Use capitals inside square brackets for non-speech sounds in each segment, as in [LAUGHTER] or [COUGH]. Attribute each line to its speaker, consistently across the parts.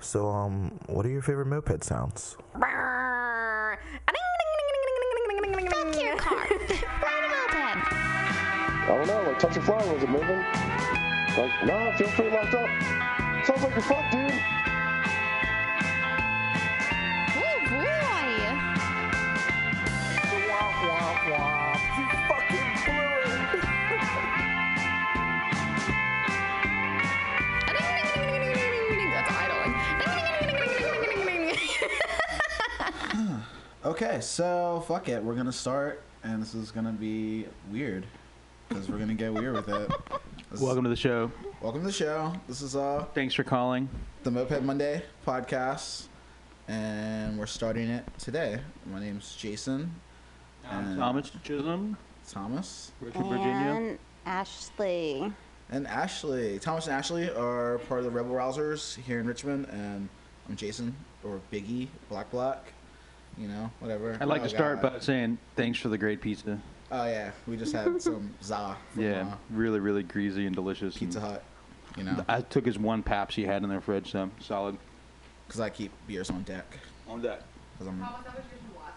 Speaker 1: So, um, what are your favorite moped sounds?
Speaker 2: Fuck your car. Ride a moped.
Speaker 3: I don't know, like touch a flower, is it moving? Like, nah, it feels pretty locked up. Sounds like you're fucked, dude.
Speaker 2: Oh boy. That's idling.
Speaker 4: Okay, so fuck it. We're gonna start, and this is gonna be weird because we're gonna get weird with
Speaker 5: [LAUGHS]
Speaker 4: it. This is-
Speaker 5: Welcome to the show.
Speaker 4: welcome to the show. This is uh
Speaker 5: Thanks for calling.
Speaker 4: the Moped Monday podcast, and we're starting it today. My name's Jason
Speaker 5: I'm
Speaker 4: Uh,
Speaker 5: Thomas Chisholm,
Speaker 4: Thomas,
Speaker 5: Richard, Virginia.
Speaker 6: And Ashley.
Speaker 4: and Ashley. Thomas and Ashley are part of the Rebel Rousers here in Richmond, and I'm Jason or Biggie Black Black. You know, whatever.
Speaker 5: I'd like
Speaker 4: Oh,
Speaker 5: to start
Speaker 4: God.
Speaker 5: by saying thanks for the great pizza.
Speaker 4: Oh yeah, we just had some za from
Speaker 5: yeah,
Speaker 4: uh,
Speaker 5: really, really greasy and delicious. and
Speaker 4: Pizza Hut. You know,
Speaker 5: I took his one paps he had in their fridge, so solid.
Speaker 4: because I keep beers on deck
Speaker 5: On that.
Speaker 4: because I'm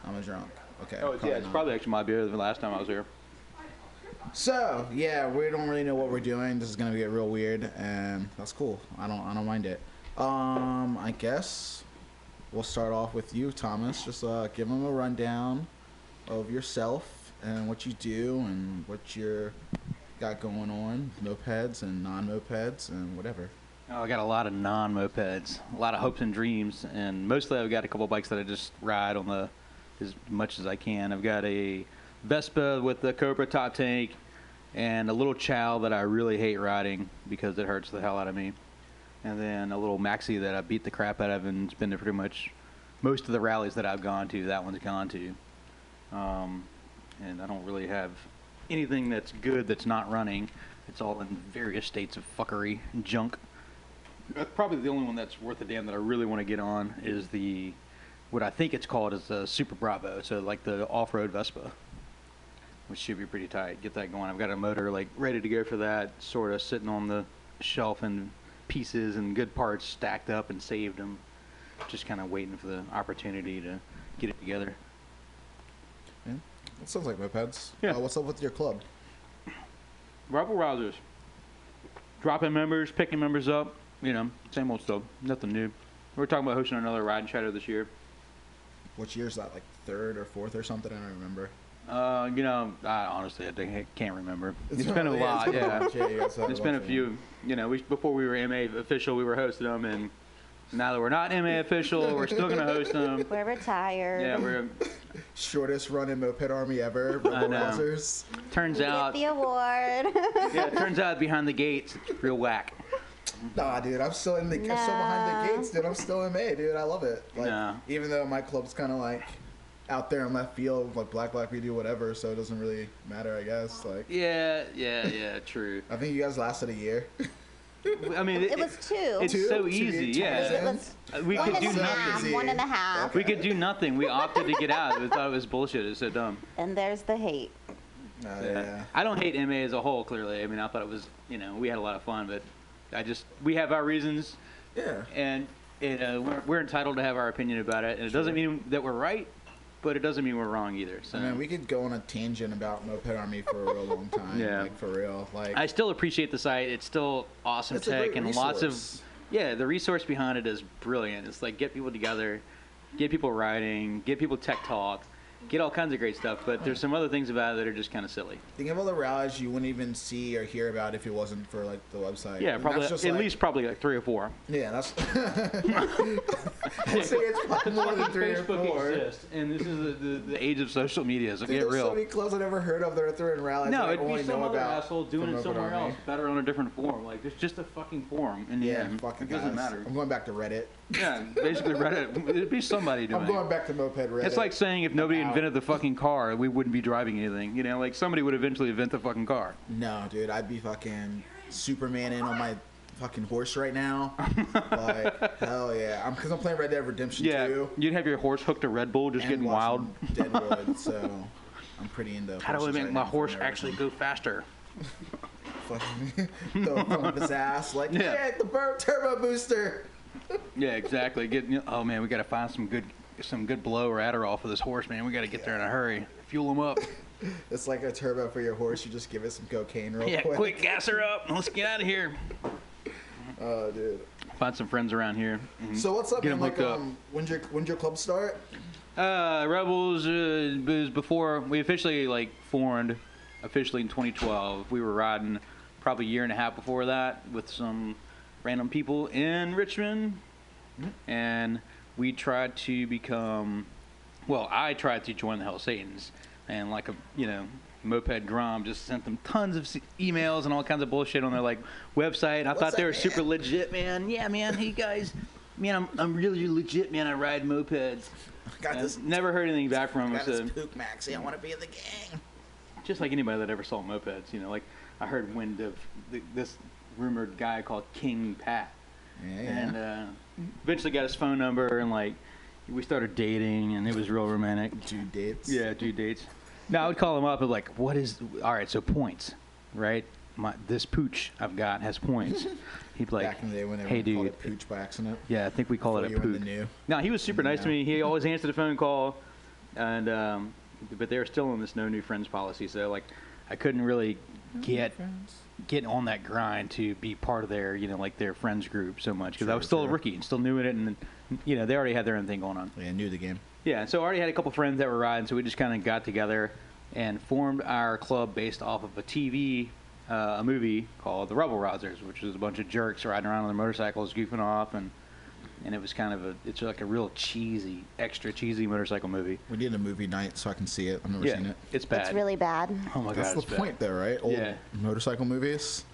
Speaker 4: I'm a drunk. Okay.
Speaker 5: Oh, it's, yeah, it's
Speaker 4: not.
Speaker 5: probably actually my beer than last time I was here.
Speaker 4: So yeah, we don't really know what we're doing. This is gonna get real weird, and that's cool. I don't I don't mind it. Um, I guess we'll start off with you, Thomas. Just uh, give them a rundown of yourself and what you do and what you're got going on, mopeds and non-mopeds and whatever.
Speaker 5: Oh, I got a lot of non mopeds, a lot of hopes and dreams, and mostly I've got a couple bikes that I just ride on the as much as I can. I've got a Vespa with the Cobra top tank and a little Chow that I really hate riding because it hurts the hell out of me. And then a little Maxi that I beat the crap out of and it's been to pretty much most of the rallies that I've gone to, that one's gone to. Um, and I don't really have anything that's good that's not running. It's all in various states of fuckery and junk. Uh, Probably the only one that's worth a damn that I really want to get on is the what I think it's called is the Super Bravo, so like the off-road Vespa, which should be pretty tight. Get that going. I've got a motor like ready to go for that, sort of sitting on the shelf in pieces and good parts stacked up and saved them, just kind of waiting for the opportunity to get it together.
Speaker 4: That sounds like mopeds.
Speaker 5: Yeah.
Speaker 4: Uh, what's up with your club?
Speaker 5: Rebel Rousers. Dropping members, picking members up, you know, same old stuff. Nothing new. We're talking about hosting another ride and shadow this year.
Speaker 4: Which year is that? Like third or fourth or something? I don't remember.
Speaker 5: Uh, you know, I honestly I think- I can't remember. it's been a
Speaker 4: yeah,
Speaker 5: while,
Speaker 4: [LAUGHS] it's been a
Speaker 5: yeah.
Speaker 4: bunch, you guys have
Speaker 5: It's been a
Speaker 4: bunch,
Speaker 5: few. You know, we before we were MA official, we were hosting them, and now that we're not MA official, we're still gonna host them.
Speaker 6: [LAUGHS] We're retired.
Speaker 5: Yeah, we're.
Speaker 4: Shortest running moped army ever.
Speaker 5: [LAUGHS] I
Speaker 4: Rebel
Speaker 5: know.
Speaker 4: Rousers.
Speaker 5: Turns
Speaker 6: Get
Speaker 5: out,
Speaker 6: the award.
Speaker 5: [LAUGHS]
Speaker 6: [LAUGHS]
Speaker 5: yeah, it turns out behind the gates, it's real whack.
Speaker 4: Nah, dude, I'm still in the. I'm still behind the
Speaker 6: Nah.
Speaker 4: gates, dude. I'm still in May, dude. I love it. Like,
Speaker 5: Nah.
Speaker 4: even though my club's kind of like out there in left field, like black, black, we do whatever, so it doesn't really matter, I guess. Like,
Speaker 5: Yeah, yeah, yeah. True.
Speaker 4: I think you guys lasted a year. [LAUGHS]
Speaker 5: I mean,
Speaker 6: it was two.
Speaker 5: It's
Speaker 4: Two?
Speaker 5: so
Speaker 4: Two
Speaker 5: easy.
Speaker 4: years,
Speaker 6: It
Speaker 5: Yeah,
Speaker 6: was
Speaker 5: we
Speaker 6: one
Speaker 5: could
Speaker 6: and
Speaker 5: do
Speaker 6: a
Speaker 4: nothing.
Speaker 6: half. One and a half.
Speaker 5: We could do nothing. We opted to get out. We thought it was bullshit. It's so dumb.
Speaker 6: And there's the hate.
Speaker 4: Uh, yeah.
Speaker 5: I don't hate MA as a whole. Clearly, I mean, I thought it was. You know, we had a lot of fun, but I just we have our reasons,
Speaker 4: Yeah.
Speaker 5: and it, uh, we're, we're entitled to have our opinion about it. And it doesn't mean that we're right, but it doesn't mean we're wrong either. So
Speaker 4: I mean, we could go on a tangent about moped army for a real long time.
Speaker 5: Yeah.
Speaker 4: Like, for real. Like,
Speaker 5: I still appreciate the site. It's still awesome
Speaker 4: It's a
Speaker 5: tech
Speaker 4: great
Speaker 5: and lots of
Speaker 4: resource.
Speaker 5: yeah. The resource behind it is brilliant. It's like get people together, get people riding, get people tech talk, get all kinds of great stuff. But there's some other things about it that are just kind of silly.
Speaker 4: think of all the rallies you wouldn't even see or hear about if it wasn't for, like, the website.
Speaker 5: Yeah,
Speaker 4: And
Speaker 5: probably
Speaker 4: that's
Speaker 5: at
Speaker 4: just, like-
Speaker 5: least probably like three or
Speaker 4: [LAUGHS]
Speaker 5: four.
Speaker 4: Yeah, that's. I'd say it's probably more than three or four.
Speaker 5: and this is the, the, the age of social media. So
Speaker 4: Dude,
Speaker 5: get
Speaker 4: there's
Speaker 5: real.
Speaker 4: so many clubs I never heard of that are throwing rallies. that
Speaker 5: no,
Speaker 4: I
Speaker 5: it'd
Speaker 4: only
Speaker 5: be some
Speaker 4: know
Speaker 5: other
Speaker 4: about
Speaker 5: asshole doing
Speaker 4: from
Speaker 5: it
Speaker 4: Open
Speaker 5: somewhere
Speaker 4: Army.
Speaker 5: else, better on a different form. Like there's just a fucking forum, and
Speaker 4: Yeah,
Speaker 5: yeah,
Speaker 4: fucking
Speaker 5: it doesn't
Speaker 4: guys.
Speaker 5: matter.
Speaker 4: I'm going back to Reddit.
Speaker 5: Yeah, basically Reddit. It'd be somebody doing.
Speaker 4: I'm
Speaker 5: it.
Speaker 4: going back to moped Reddit.
Speaker 5: It's like saying if nobody
Speaker 4: out.
Speaker 5: invented the fucking car, we wouldn't be driving anything. You know, like somebody would eventually invent the fucking car.
Speaker 4: no, dude, I'd be fucking Superman in on my fucking horse right
Speaker 5: [LAUGHS]
Speaker 4: now. like hell yeah, I'm because I'm playing Red Dead Redemption
Speaker 5: Yeah,
Speaker 4: 2
Speaker 5: you'd have your horse hooked to Red Bull, just
Speaker 4: and
Speaker 5: getting wild.
Speaker 4: watching
Speaker 5: [LAUGHS]
Speaker 4: Deadwood, so I'm pretty into.
Speaker 5: How do I
Speaker 4: horses
Speaker 5: make
Speaker 4: right
Speaker 5: my
Speaker 4: now for
Speaker 5: horse
Speaker 4: whatever
Speaker 5: actually
Speaker 4: reason.
Speaker 5: go faster?
Speaker 4: Fucking [LAUGHS] throw it up his ass like
Speaker 5: [LAUGHS] Yeah.
Speaker 4: yeah, the bur- turbo booster.
Speaker 5: Yeah, exactly. Getting oh man, we gotta find some good some good blow or Adderall for this horse, man. We gotta get there in a hurry. Fuel him up.
Speaker 4: It's like a turbo for your horse. You just give it some cocaine real
Speaker 5: [LAUGHS] [LAUGHS] yeah,
Speaker 4: quick.
Speaker 5: quick, gas her up. Let's get out of here.
Speaker 4: Oh, dude.
Speaker 5: Find some friends around here. Mhm.
Speaker 4: So what's up?
Speaker 5: Get
Speaker 4: man?
Speaker 5: 'em
Speaker 4: like,
Speaker 5: hooked up.
Speaker 4: um, when's your when's your club start? [LAUGHS]
Speaker 5: Uh, Rebels uh, was before we officially like formed, officially in 2012. We were riding probably a year and a half before that with some random people in Richmond, and we tried to become. Well, I tried to join the Hell Satans, and like a you know moped grom just sent them tons of s- emails and all kinds of bullshit on their like website. I thought they
Speaker 4: up,
Speaker 5: were super legit, man. Yeah, man. Hey guys, man, I'm I'm really legit, man. I ride mopeds.
Speaker 4: Got
Speaker 5: Uh,
Speaker 4: this.
Speaker 5: Never heard anything back from him.
Speaker 4: Got this
Speaker 5: So
Speaker 4: poop maxi. I want to be in the gang.
Speaker 5: just like anybody that ever saw mopeds, you know, like I heard wind of th- this rumored guy called King Pat,
Speaker 4: Yeah. Mm-hmm.
Speaker 5: and uh, eventually got his phone number and like we started dating, and it was real romantic.
Speaker 4: Two dates.
Speaker 5: Yeah, due dates. Now I would call him up and like, what is? All right, so points, right? My this pooch I've got
Speaker 4: [LAUGHS]
Speaker 5: has points. He'd be like,
Speaker 4: Back in the day when everyone
Speaker 5: hey
Speaker 4: called
Speaker 5: dude,
Speaker 4: it pooch by accident.
Speaker 5: yeah, I think we call it a
Speaker 4: Before you were
Speaker 5: pook.
Speaker 4: in the new.
Speaker 5: No, he was super nice to
Speaker 4: No.
Speaker 5: me.
Speaker 4: [LAUGHS]
Speaker 5: He always answered the phone call, and um, but they're still on this no new friends policy. So like, I couldn't really get get on that grind to be part of their you know like their friends group so much because I
Speaker 4: Sure,
Speaker 5: was still a
Speaker 4: sure.
Speaker 5: rookie and still new at it, and you know they already had their own thing going on.
Speaker 4: Yeah, new to the game.
Speaker 5: Yeah, so I already had a couple friends that were riding, so we just kind of got together and formed our club based off of a TV, uh, a movie called The Rebel Rousers, which was a bunch of jerks riding around on their motorcycles, goofing off, and and it was kind of a, it's like a real cheesy, extra cheesy motorcycle movie.
Speaker 4: We did a movie night so I can see it. I've never
Speaker 5: yeah,
Speaker 4: seen it.
Speaker 5: it's bad.
Speaker 6: It's
Speaker 5: [LAUGHS]
Speaker 6: really bad.
Speaker 5: oh my
Speaker 4: That's
Speaker 5: god,
Speaker 4: the
Speaker 5: it's bad.
Speaker 4: point, though, right? Old
Speaker 5: Yeah.
Speaker 4: motorcycle movies.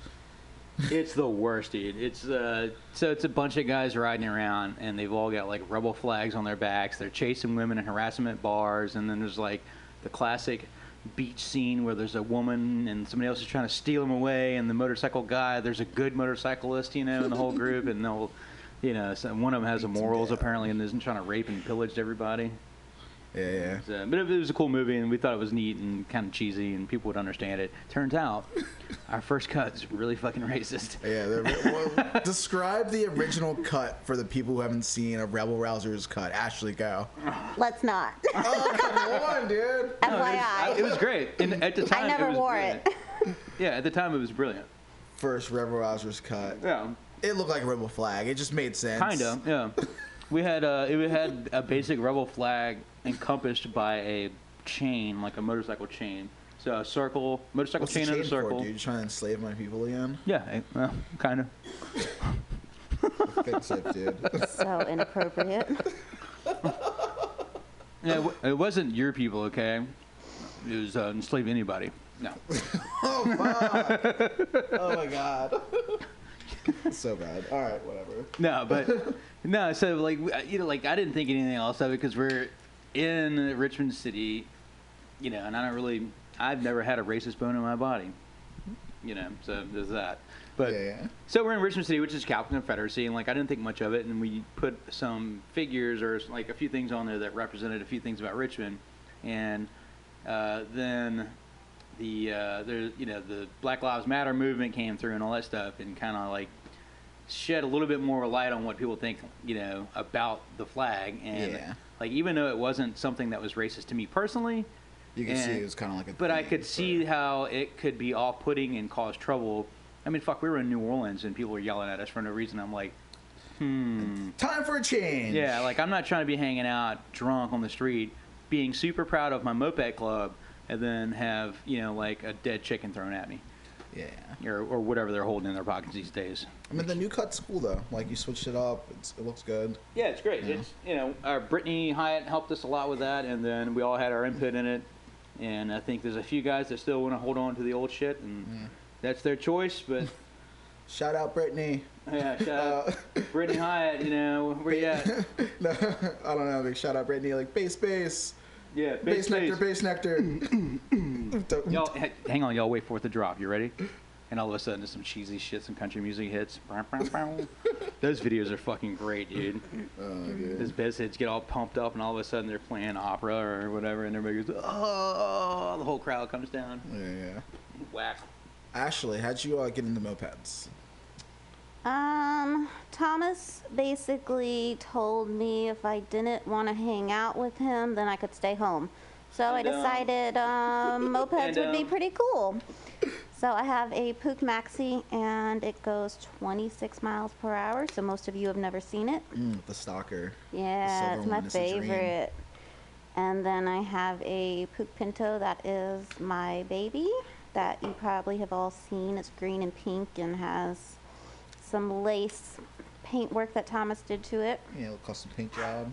Speaker 5: It's the worst, dude. It's uh, so it's a bunch of guys riding around, and they've all got like rebel flags on their backs. They're chasing women in harassment bars, and then there's like the classic beach scene where there's a woman and somebody else is trying to steal them away, and the motorcycle guy. There's a good motorcyclist, you know, in the whole group, and they'll, you know, so one of them has the morals apparently, and isn't trying to rape and pillage everybody.
Speaker 4: Yeah, yeah.
Speaker 5: So, but it was a cool movie, and we thought it was neat and kind of cheesy, and people would understand it. Turns out, our first cut's really fucking racist.
Speaker 4: Yeah, they're-
Speaker 5: [LAUGHS]
Speaker 4: well, describe the original cut for the people who haven't seen a Rebel Rousers cut. Ashley,
Speaker 5: [LAUGHS]
Speaker 4: go.
Speaker 6: Let's not.
Speaker 4: Oh, come on, dude.
Speaker 5: No, it was- I- It
Speaker 6: FYI.
Speaker 5: was
Speaker 6: [LAUGHS]
Speaker 5: great. And at the time,
Speaker 6: I never
Speaker 5: was
Speaker 6: wore
Speaker 5: brilliant.
Speaker 6: it. [LAUGHS]
Speaker 5: Yeah, at the time it was brilliant.
Speaker 4: First Rebel Rousers cut.
Speaker 5: Yeah,
Speaker 4: It looked like a rebel flag. It just made sense.
Speaker 5: kind of. Yeah, we had uh, it had a basic rebel flag encompassed by a chain, like a motorcycle chain. So a circle, motorcycle
Speaker 4: What's the
Speaker 5: chain,
Speaker 4: chain
Speaker 5: in a circle.
Speaker 4: for, dude? Oh. You trying to enslave my people again?
Speaker 5: Yeah, eh, well, kind of. [LAUGHS]
Speaker 4: Fix it, dude.
Speaker 6: so inappropriate.
Speaker 5: Yeah, it wa- it wasn't your people, okay? It was uh, enslave anybody. No.
Speaker 4: oh my god. [LAUGHS] so bad. All right, whatever.
Speaker 5: No, but [LAUGHS] no. So like we- you know, like I didn't think anything else of it because we're in Richmond City, you know, and I don't really. I've never had a racist bone in my body, you know. So there's that. But
Speaker 4: yeah, yeah.
Speaker 5: so we're in Richmond City, which is Capital Confederacy, and like I didn't think much of it, and we put some figures or like a few things on there that represented a few things about Richmond, and uh, then the uh, there you know the Black Lives Matter movement came through and all that stuff, and kind of like shed a little bit more light on what people think you know about the flag, and
Speaker 4: Yeah.
Speaker 5: like even though it wasn't something that was racist to me personally,
Speaker 4: You can see
Speaker 5: and-
Speaker 4: it was kind of like a.
Speaker 5: but I
Speaker 4: thing
Speaker 5: could
Speaker 4: for-
Speaker 5: see how it could be off-putting and cause trouble. I mean, fuck, we were in New Orleans and people were yelling at us for no reason. I'm like,
Speaker 4: Time for a change.
Speaker 5: yeah, like I'm not trying to be hanging out drunk on the street, being super proud of my moped club, and then have you know like a dead chicken thrown at me
Speaker 4: Yeah.
Speaker 5: or or whatever they're holding in their pockets these days.
Speaker 4: I mean, the new cut's cool though. Like you switched it up. It's, it looks good.
Speaker 5: Yeah, it's great. It's you know, our Brittany Hyatt helped us a lot with that, and then we all had our input in it. And I think there's a few guys that still want to hold on to the old shit, and that's their choice. But
Speaker 4: Shout out Brittany. Uh,
Speaker 5: Yeah, shout out Brittany Hyatt, you know, where you at?
Speaker 4: [LAUGHS] no, I don't know. Like shout out Brittany. Like base, base,
Speaker 5: Yeah, big
Speaker 4: base, nectar,
Speaker 5: space.
Speaker 4: base
Speaker 5: [CLEARS THROAT]
Speaker 4: nectar. Don't-
Speaker 5: Y'all, h- hang on, y'all wait for it to drop. You ready? And all of a sudden, there's some cheesy shit, some country music hits. Bow, bow, bow. Those videos are fucking great, dude. Those best hits get all pumped up, and all of a sudden they're playing opera or whatever, and everybody goes, oh, the whole crowd comes down.
Speaker 4: Yeah, yeah.
Speaker 5: Whack.
Speaker 4: Ashley, how'd you uh, get into mopeds?
Speaker 6: Um, Thomas basically told me if I didn't want to hang out with him, then I could stay home. So I
Speaker 5: And, um, [LAUGHS]
Speaker 6: decided um, mopeds
Speaker 5: and,
Speaker 6: would be
Speaker 5: um,
Speaker 6: pretty cool. So I have a Pook Maxi, and it goes 26 miles per hour. So most of you have never seen it.
Speaker 5: Hmm,
Speaker 4: Mm, the stalker.
Speaker 6: Yeah,
Speaker 4: silver
Speaker 6: it's my
Speaker 4: one is a dream.
Speaker 6: favorite. And then I have a Pook Pinto that is my baby that you probably have all seen. It's green and pink and has some lace paintwork that Thomas did to it.
Speaker 4: Yeah, little custom paint job.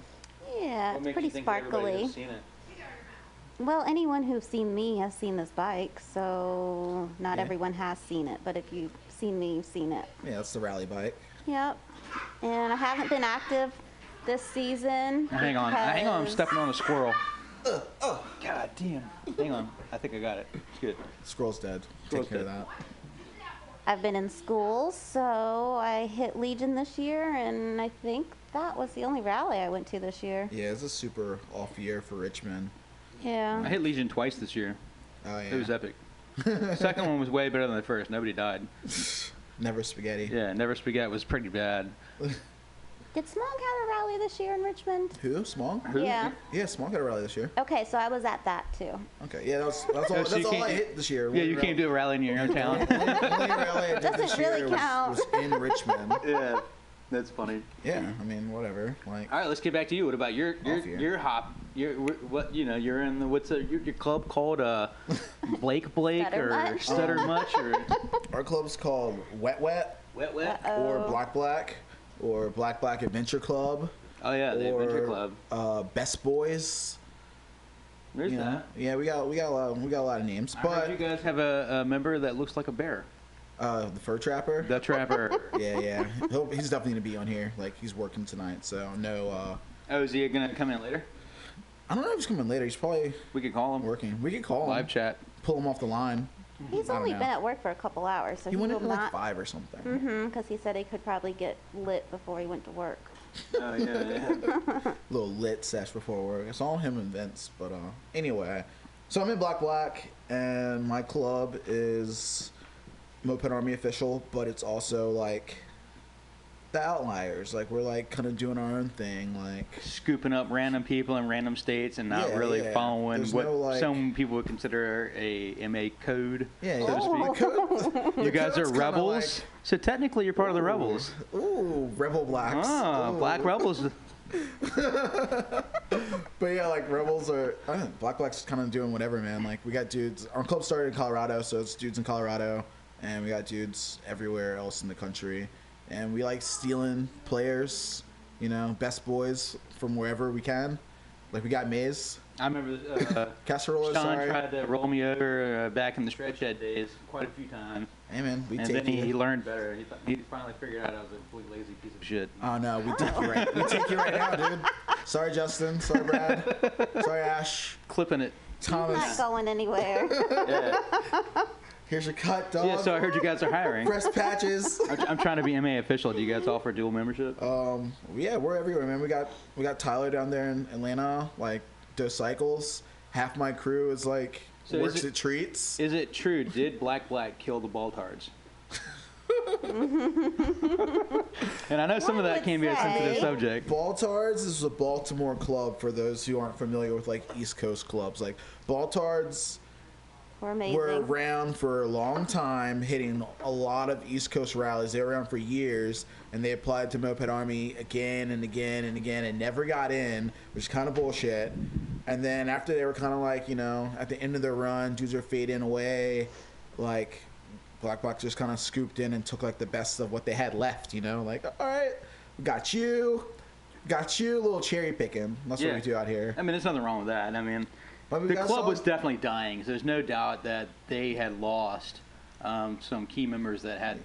Speaker 6: Yeah, it's pretty sparkly. Well, anyone who's seen me has seen this bike, so not
Speaker 4: Yeah.
Speaker 6: everyone has seen it, but if you've seen me, you've seen it.
Speaker 4: Yeah, that's the rally bike.
Speaker 6: Yep. And I haven't been active this season.
Speaker 5: Hang on, hang on, I'm
Speaker 6: because-
Speaker 5: stepping on a squirrel. oh, god damn. Hang on, I think I got it. It's good.
Speaker 4: Squirrel's dead.
Speaker 5: Squirrel's
Speaker 4: Take care
Speaker 5: dead.
Speaker 4: of
Speaker 6: I've been in school, so I hit Legion this year, and I think that was the only rally I went to this year.
Speaker 4: that. Yeah, it's a super off year for Richmond.
Speaker 5: I
Speaker 6: Yeah.
Speaker 5: hit Legion twice this year.
Speaker 4: Oh yeah.
Speaker 5: It was [LAUGHS] epic. Second one was way better than the first. Nobody died.
Speaker 4: Never spaghetti.
Speaker 5: Yeah, Never Spaghetti was pretty bad.
Speaker 6: Did Smog have a rally this year in Richmond?
Speaker 4: Who? Small?
Speaker 6: Yeah.
Speaker 4: Yeah, Small got a rally this year.
Speaker 6: Okay, so I was at that too.
Speaker 4: Okay. Yeah, that's
Speaker 5: [LAUGHS]
Speaker 4: that's all.
Speaker 5: Yeah, so you
Speaker 4: that's all
Speaker 5: can't-
Speaker 4: I hit this year.
Speaker 5: Yeah, you can't do a rally in your own town.
Speaker 4: Only rally I did
Speaker 6: Doesn't
Speaker 4: this
Speaker 6: really
Speaker 4: year was-
Speaker 6: count.
Speaker 4: Was, in Richmond.
Speaker 5: [LAUGHS] yeah, that's funny.
Speaker 4: Yeah, I mean, whatever. Like,
Speaker 5: All right, let's get back to you. What about your your
Speaker 4: Off here.
Speaker 5: your hop? Your wh- what you know? You're in the what's the, your, your club called? [LAUGHS] Uh, Blake Blake
Speaker 6: Stutter
Speaker 5: or
Speaker 6: Mutt?
Speaker 5: Stutter Much [LAUGHS] or
Speaker 4: our club's called Wet Wet
Speaker 5: Wet Wet?
Speaker 4: or
Speaker 6: Oh.
Speaker 4: Black Black or Black Black Adventure Club
Speaker 5: Oh yeah, the
Speaker 4: or
Speaker 5: Adventure Club.
Speaker 4: Uh, Best Boys.
Speaker 5: There's
Speaker 4: you know.
Speaker 5: that.
Speaker 4: Yeah, we got we got a lot we got a lot of names,
Speaker 5: I heard
Speaker 4: but
Speaker 5: you guys have a, a member that looks like a bear.
Speaker 4: uh, the Fur Trapper.
Speaker 5: [LAUGHS] The Trapper.
Speaker 4: yeah, yeah. He'll, he's definitely gonna be on here. Like he's working tonight, so no. Uh,
Speaker 5: oh, is he gonna come in later?
Speaker 4: I don't know if he's coming later. He's probably
Speaker 5: We could call him.
Speaker 4: working. We could call
Speaker 5: Live
Speaker 4: him,
Speaker 5: chat.
Speaker 4: pull him off the line.
Speaker 6: He's
Speaker 4: Hmm. I don't
Speaker 6: only
Speaker 4: know.
Speaker 6: been at work for a couple hours, so
Speaker 4: He
Speaker 6: he,
Speaker 4: went
Speaker 6: will
Speaker 4: in at, like
Speaker 6: not.
Speaker 4: five or something.
Speaker 6: Mhm, because he said he could probably get lit before he went to work.
Speaker 5: Oh yeah. yeah.
Speaker 4: little lit sesh before work. It's all him and Vince, but uh, anyway. So I'm in Black Black, and my club is Moped Army official, but it's also like the outliers. Like we're like kind of doing our own thing. Like
Speaker 5: Scooping up random people in random states and not
Speaker 4: Yeah,
Speaker 5: really
Speaker 4: yeah.
Speaker 5: following
Speaker 4: There's
Speaker 5: what
Speaker 4: no, like-
Speaker 5: some people would consider a MA code.
Speaker 4: yeah,
Speaker 5: so to speak. You guys
Speaker 4: code's
Speaker 5: are
Speaker 4: kinda
Speaker 5: rebels. so technically, you're part of the rebels.
Speaker 4: ooh, Rebel Blacks.
Speaker 5: Ah,
Speaker 4: Ooh. [LAUGHS]
Speaker 5: black rebels.
Speaker 4: But yeah, like rebels are I don't know, Black Black's kind of doing whatever, man. Like we got dudes. Our club started in Colorado, so it's dudes in Colorado, and we got dudes everywhere else in the country, and we like stealing players, you know, best boys from wherever we can. Like we got Maze,
Speaker 5: I remember uh,
Speaker 4: Casserola,
Speaker 5: Sean
Speaker 4: sorry.
Speaker 5: tried to roll me over uh, back in the stretch head days quite a few times,
Speaker 4: Hey man, we
Speaker 5: and
Speaker 4: take
Speaker 5: then he, he [LAUGHS]
Speaker 4: you.
Speaker 5: learned better. He, th- he finally figured out I was a complete lazy piece of shit.
Speaker 4: Oh no, we take you right. We take you right now, dude. Sorry, Justin. Sorry,
Speaker 5: [LAUGHS]
Speaker 4: Brad. Sorry, Ash.
Speaker 5: Clipping it.
Speaker 6: Not
Speaker 4: Thomas. [LAUGHS]
Speaker 6: going anywhere.
Speaker 5: Yeah.
Speaker 4: Here's your cut, dog.
Speaker 5: yeah. So I heard you guys
Speaker 4: [LAUGHS]
Speaker 5: are hiring.
Speaker 4: Press patches.
Speaker 5: I'm I'm trying to be MA official. Do you guys offer dual membership?
Speaker 4: Um, yeah, we're everywhere, man. We got we got Tyler down there in Atlanta, like Dos Cycles. Half my crew is like
Speaker 5: So is
Speaker 4: works
Speaker 5: it-
Speaker 4: at treats.
Speaker 5: Is it true? Did Black Black kill
Speaker 4: [LAUGHS]
Speaker 5: the Baltards? and I know some of
Speaker 6: One
Speaker 5: that
Speaker 6: would
Speaker 5: can be a sensitive
Speaker 6: say-
Speaker 5: subject.
Speaker 4: Baltards is a Baltimore club for those who aren't familiar with like East Coast clubs. Like Baltards
Speaker 6: We're amazing.
Speaker 4: were around for a long time, hitting a lot of East Coast rallies. They were around for years, and they applied to Moped Army again and again and again, and never got in, which is kind of bullshit. And then after they were kind of like, you know, at the end of their run, dudes are fading away, like. Black Box just kind of scooped in and took like the best of what they had left, you know, like all right, got you, got you, little cherry picking. That's what
Speaker 5: Yeah.
Speaker 4: we do out here.
Speaker 5: I mean, there's nothing wrong with that. I mean,
Speaker 4: But we
Speaker 5: the
Speaker 4: got
Speaker 5: club
Speaker 4: some-
Speaker 5: was definitely dying. So there's no doubt that they had lost um, some key members that had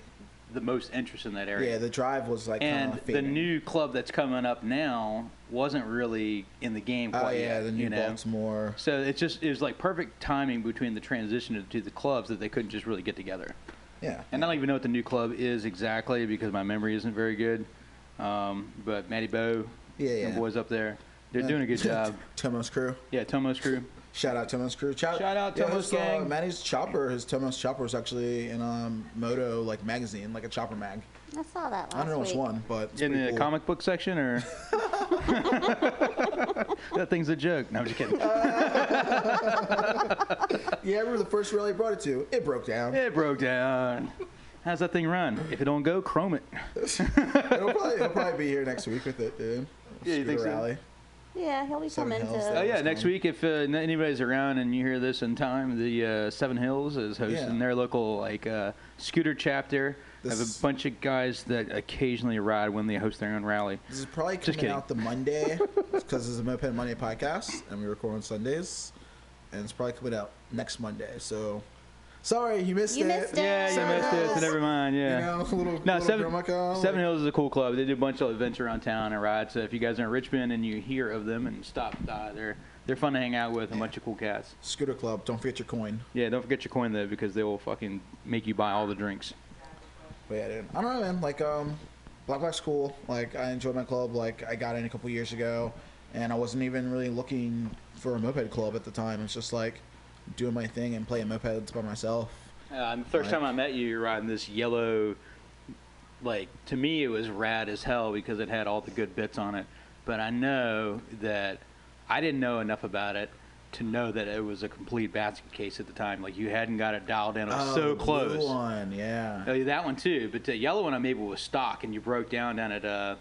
Speaker 5: the most interest in that area.
Speaker 4: Yeah, the drive was like kind
Speaker 5: and
Speaker 4: of
Speaker 5: the new club that's coming up now wasn't really in the game quite
Speaker 4: oh yeah,
Speaker 5: yet.
Speaker 4: the new
Speaker 5: you know?
Speaker 4: Baltimore.
Speaker 5: So it's just it was like perfect timing between the transition to, to the clubs that they couldn't just really get together.
Speaker 4: Yeah.
Speaker 5: And I don't even know what the new club is exactly because my memory isn't very good. Um, but Matty Bo,
Speaker 4: Yeah,
Speaker 5: and
Speaker 4: yeah.
Speaker 5: boys up there, they're doing a [LAUGHS] good job.
Speaker 4: [LAUGHS] Tomo's crew.
Speaker 5: Yeah, Tomo's crew.
Speaker 4: Shout out Tomo's crew. Shout,
Speaker 5: Shout out
Speaker 4: yeah,
Speaker 5: Tomo's
Speaker 4: his, uh,
Speaker 5: gang.
Speaker 4: Manny's chopper, his Tomo's chopper is actually in a moto like um, magazine, like a chopper mag.
Speaker 6: I saw that last
Speaker 4: I don't know
Speaker 6: week.
Speaker 4: which one, but it's
Speaker 5: In
Speaker 4: pretty
Speaker 5: the
Speaker 4: cool.
Speaker 5: comic book section, [LAUGHS] or that thing's a joke. No, I'm just kidding.
Speaker 4: Yeah, I remember the first rally I brought it to. It broke down.
Speaker 5: It broke down. How's that thing run? If it don't go, chrome it.
Speaker 4: It'll, probably, it'll probably be here next week with it, dude.
Speaker 5: Yeah, you think
Speaker 4: Scooter
Speaker 5: so?
Speaker 4: rally.
Speaker 6: Yeah, he'll be
Speaker 4: Seven
Speaker 6: coming
Speaker 4: Hills
Speaker 5: Oh
Speaker 6: to.
Speaker 4: there.
Speaker 5: yeah,
Speaker 4: Awesome.
Speaker 5: next week if uh, n- anybody's around and you hear this in time, the uh, Seven Hills is hosting
Speaker 4: Yeah.
Speaker 5: their local like uh, scooter chapter. I have
Speaker 4: This-
Speaker 5: a bunch of guys that occasionally ride when they host their own rally.
Speaker 4: This is probably
Speaker 5: Just
Speaker 4: coming
Speaker 5: kidding.
Speaker 4: out the Monday because it's a Moped Monday podcast, and we record on Sundays, and it's probably coming out next Monday. So, sorry you missed
Speaker 6: You
Speaker 4: it.
Speaker 6: missed it.
Speaker 5: Yeah, you
Speaker 6: Seven
Speaker 5: missed it. So
Speaker 6: Hills.
Speaker 5: never mind. Yeah.
Speaker 4: You know, a little,
Speaker 5: No,
Speaker 4: little
Speaker 5: Seven,
Speaker 4: drama call, like-
Speaker 5: Seven Hills is a cool club. They do a bunch of events around town and rides. So if you guys are in Richmond and you hear of them and stop by, they're they're fun to hang out with. A bunch of cool cats.
Speaker 4: Scooter Club. Don't forget your coin.
Speaker 5: Yeah, don't forget your coin though because they will fucking make you buy all the drinks.
Speaker 4: But yeah, dude. I don't know, man. Like, um, Black Box cool. Like, I enjoyed my club. Like, I got in a couple years ago, and I wasn't even really looking for a moped club at the time. It's just like doing my thing and playing mopeds by myself.
Speaker 5: Uh, the first
Speaker 4: Like-
Speaker 5: time I met you, you're riding this yellow. Like to me, it was rad as hell because it had all the good bits on it. But I know that I didn't know enough about it to know that it was a complete basket case at the time. Like you hadn't got it dialed in. It was
Speaker 4: Oh, the
Speaker 5: so
Speaker 4: blue
Speaker 5: close.
Speaker 4: one, yeah.
Speaker 5: Oh, yeah, that one too. But the yellow one I maybe was stock, and you broke down down at uh,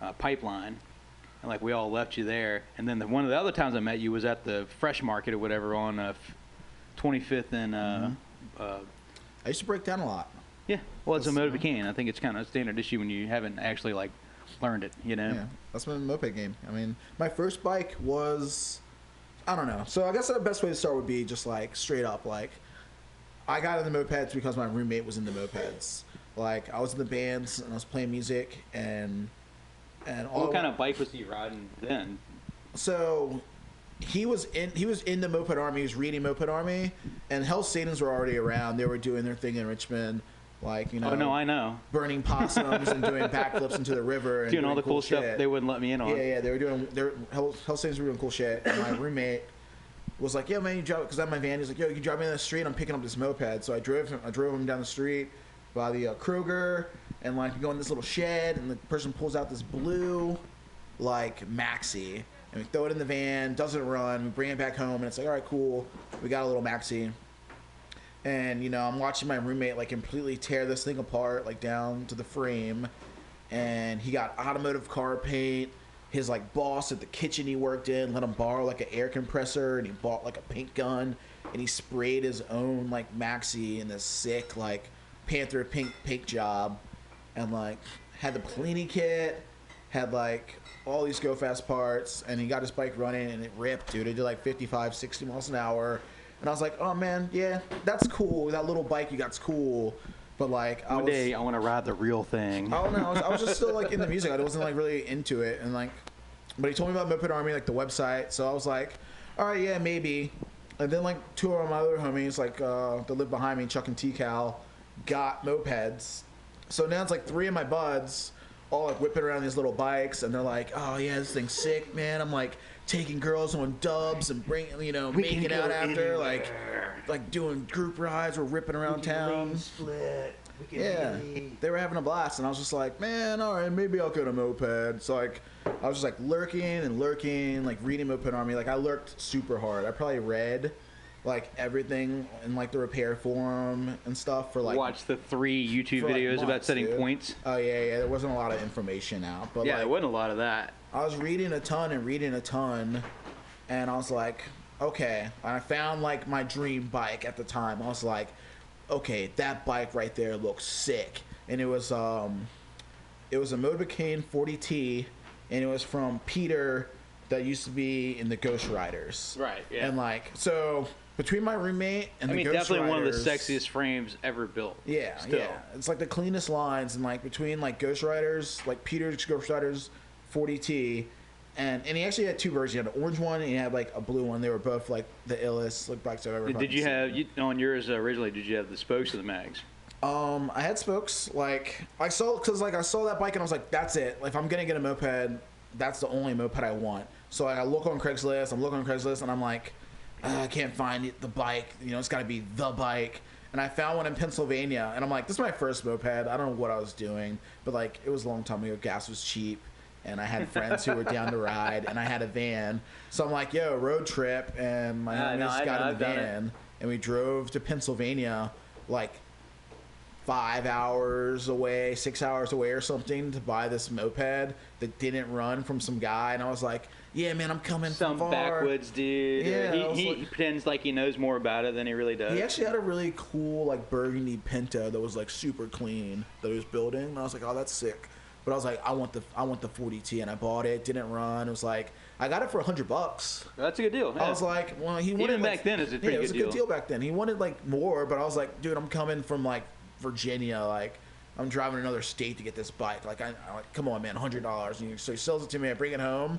Speaker 5: uh, Pipeline, and like we all left you there. And then the, one of the other times I met you was at the Fresh Market or whatever on uh, f- 25th and uh,
Speaker 4: Mm-hmm.
Speaker 5: uh,
Speaker 4: I used to break down a lot.
Speaker 5: yeah. Well, it's a
Speaker 4: That's-
Speaker 5: motive can. I think it's kind of a standard issue when you haven't actually like learned it. You know.
Speaker 4: Yeah, that's my moped game. I mean, my first bike was, I don't know. So I guess the best way to start would be just like straight up. Like, I got in the mopeds because my roommate was in the mopeds. Like, I was in the bands and I was playing music and and all.
Speaker 5: What kind of bike was he riding then?
Speaker 4: So he was in he was in the moped army. He was reading moped army, and Hell Satans were already around. They were doing their thing in Richmond. Like you know,
Speaker 5: Oh no, I know.
Speaker 4: burning possums and
Speaker 5: [LAUGHS]
Speaker 4: doing backflips into the river and
Speaker 5: Doing all the cool, stuff
Speaker 4: shit.
Speaker 5: they wouldn't let me in on.
Speaker 4: Yeah, yeah, they were doing. They were, Hell, Hell Saints were doing cool shit. And my roommate was like, "Yeah, man, you drive." Because I had my van. He's like, "Yo, you drive me down the street. I'm picking up this moped." So I drove him. I drove him down the street by the uh, Kroger, and like you go in this little shed, and the person pulls out this blue, like maxi, and we throw it in the van. Doesn't run. We bring it back home, and it's like, all right, cool. We got a little maxi. And you know, I'm watching my roommate like completely tear this thing apart, like down to the frame. And he got automotive car paint. His like boss at the kitchen he worked in let him borrow like an air compressor, and he bought like a paint gun, and he sprayed his own like maxi in this sick like panther pink paint job, and like had the Polini kit, had like all these go fast parts, and he got his bike running and it ripped, dude. It did like 55, 60 miles an hour. And I was like, oh man, yeah, that's cool. That little bike you got's cool. But like, I
Speaker 5: One
Speaker 4: was.
Speaker 5: day I want to ride the real thing.
Speaker 4: I don't know. Oh, I was, I was just still like in the music. I wasn't like really into it, and like, but he told me about Moped Army, like the website. So I was like, all right, yeah, maybe. And then like two of my other homies, like uh, that live behind me, Chuck and T Cal, got mopeds. So now it's like three of my buds all like whipping around these little bikes, and they're like, oh yeah, this thing's sick, man. I'm like taking girls on dubs and bringing, you know, making out after, like, like doing group rides. We're ripping around town. Yeah, they were having a blast, and I was just like, man, all right, maybe I'll go to moped. So like, I was just like lurking and lurking, like reading Moped Army. Like I lurked super hard. I probably read like everything in like the repair forum and stuff for like
Speaker 5: Watch the three YouTube
Speaker 4: for, like,
Speaker 5: videos about
Speaker 4: months,
Speaker 5: setting
Speaker 4: dude.
Speaker 5: points.
Speaker 4: Oh yeah, yeah. There wasn't a lot of information out, but
Speaker 5: Yeah,
Speaker 4: like,
Speaker 5: there wasn't a lot of that.
Speaker 4: I was reading a ton and reading a ton, and I was like, okay. And I found like my dream bike at the time. I was like, okay, that bike right there looks sick. And it was um, it was a Mobicane 40T, and it was from Peter that used to be in the Ghost Riders.
Speaker 5: Right, yeah.
Speaker 4: And like so between my roommate and
Speaker 5: I
Speaker 4: the
Speaker 5: mean,
Speaker 4: Ghost
Speaker 5: definitely one of the
Speaker 4: Riders-
Speaker 5: sexiest frames ever built.
Speaker 4: yeah,
Speaker 5: still.
Speaker 4: yeah. It's like the cleanest lines, and like between like Ghost Riders, like Peter's Ghost Riders, 40T, and and he actually had two versions. He had an orange one, and he had like a blue one. They were both like the illest like bikes I've ever.
Speaker 5: Did
Speaker 4: fucking
Speaker 5: you
Speaker 4: seen.
Speaker 5: have you, on yours uh, originally? Did you have the spokes of the mags?
Speaker 4: Um, I had spokes. Like I saw, cause like I saw that bike and I was like, that's it. Like if I'm gonna get a moped, that's the only moped I want. So like, I look on Craigslist. I'm looking on Craigslist and I'm like, "Ah, I can't find it, the bike. You know, it's gotta be the bike. And and I found one in Pennsylvania, and I'm like, this is my first moped. I don't know what I was doing, but like it was a long time ago. Gas was cheap, and I
Speaker 5: [LAUGHS]
Speaker 4: had friends who were down to ride, and I had a van, so I'm like, yo, road trip, and my
Speaker 5: Yeah, I know,
Speaker 4: homies
Speaker 5: I
Speaker 4: got
Speaker 5: know,
Speaker 4: in
Speaker 5: I've
Speaker 4: the
Speaker 5: done it.
Speaker 4: van, and we drove to Pennsylvania, like five hours away, six hours away or something to buy this moped that didn't run from some guy. And I was like, yeah, man, I'm coming
Speaker 5: Some
Speaker 4: from far.
Speaker 5: backwoods dude.
Speaker 4: Yeah, I
Speaker 5: he,
Speaker 4: was
Speaker 5: he
Speaker 4: like-
Speaker 5: pretends like he knows more about it than he really does.
Speaker 4: He actually had a really cool like burgundy Pinto that was like super clean that he was building. And I was like, oh, that's sick. But I was like, I want the I want the 40T, and I bought it. Didn't run. It was like I got it for hundred bucks.
Speaker 5: That's a good deal.
Speaker 4: I was like, well, he wanted
Speaker 5: Even
Speaker 4: like-
Speaker 5: back then, it's a
Speaker 4: yeah,
Speaker 5: pretty
Speaker 4: it was
Speaker 5: good
Speaker 4: a good deal
Speaker 5: deal.
Speaker 4: back then. He wanted like more, but I was like, dude, I'm coming from like Virginia, like I'm driving another state to get this bike. Like, I, I like, come on, man, hundred dollars. And he- so he sells it to me. I bring it home,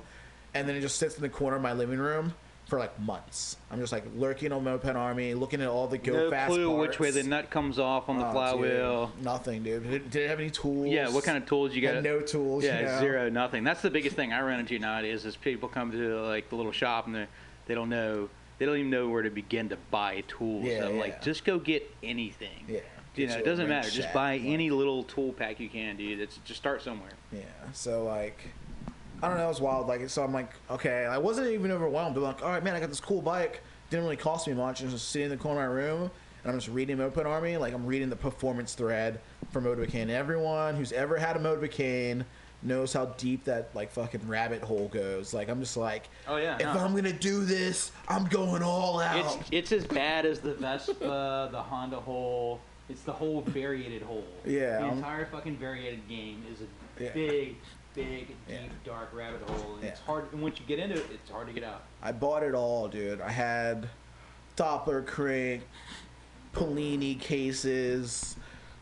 Speaker 4: and then it just sits in the corner of my living room for like months. I'm just like lurking on Moped Army, looking at all the go
Speaker 5: no
Speaker 4: fast
Speaker 5: clue
Speaker 4: parts.
Speaker 5: which way the nut comes off on the
Speaker 4: Oh,
Speaker 5: flywheel.
Speaker 4: dude, nothing, dude. Did, did it have any tools?
Speaker 5: Yeah, what kind of tools you
Speaker 4: Had
Speaker 5: got?
Speaker 4: no tools,
Speaker 5: Yeah,
Speaker 4: you know?
Speaker 5: zero, nothing. That's the biggest thing I run into nowadays is people come to like the little shop and they they don't know they don't even know where to begin to buy tools.
Speaker 4: Yeah,
Speaker 5: so, Like
Speaker 4: yeah.
Speaker 5: just go get anything.
Speaker 4: Yeah,
Speaker 5: You
Speaker 4: get
Speaker 5: know,
Speaker 4: you
Speaker 5: it
Speaker 4: a
Speaker 5: doesn't
Speaker 4: wrench
Speaker 5: matter. Just
Speaker 4: shack,
Speaker 5: buy
Speaker 4: like-
Speaker 5: any little tool pack you can, dude. It's just start somewhere.
Speaker 4: Yeah. So like, I don't know. It was wild. Like, so I'm like, okay. I wasn't even overwhelmed. I'm like, all right, man, I got this cool bike. Didn't really cost me much. And just sitting in the corner of my room, and I'm just reading Open Army. Like, I'm reading the performance thread for Motivacane. Everyone who's ever had a Motivacane knows how deep that like fucking rabbit hole goes. Like, I'm just like,
Speaker 5: Oh, yeah,
Speaker 4: If
Speaker 5: no.
Speaker 4: I'm gonna do this, I'm going all out.
Speaker 5: It's it's as bad as the Vespa, the Honda hole. It's the whole variated hole.
Speaker 4: Yeah.
Speaker 5: The entire fucking variated game is a
Speaker 4: Yeah.
Speaker 5: big, big, deep,
Speaker 4: Yeah.
Speaker 5: dark rabbit hole, and it's
Speaker 4: Yeah.
Speaker 5: hard. And once you get into it, it's hard to get out.
Speaker 4: I bought it all, dude. I had Doppler crank, Polini cases,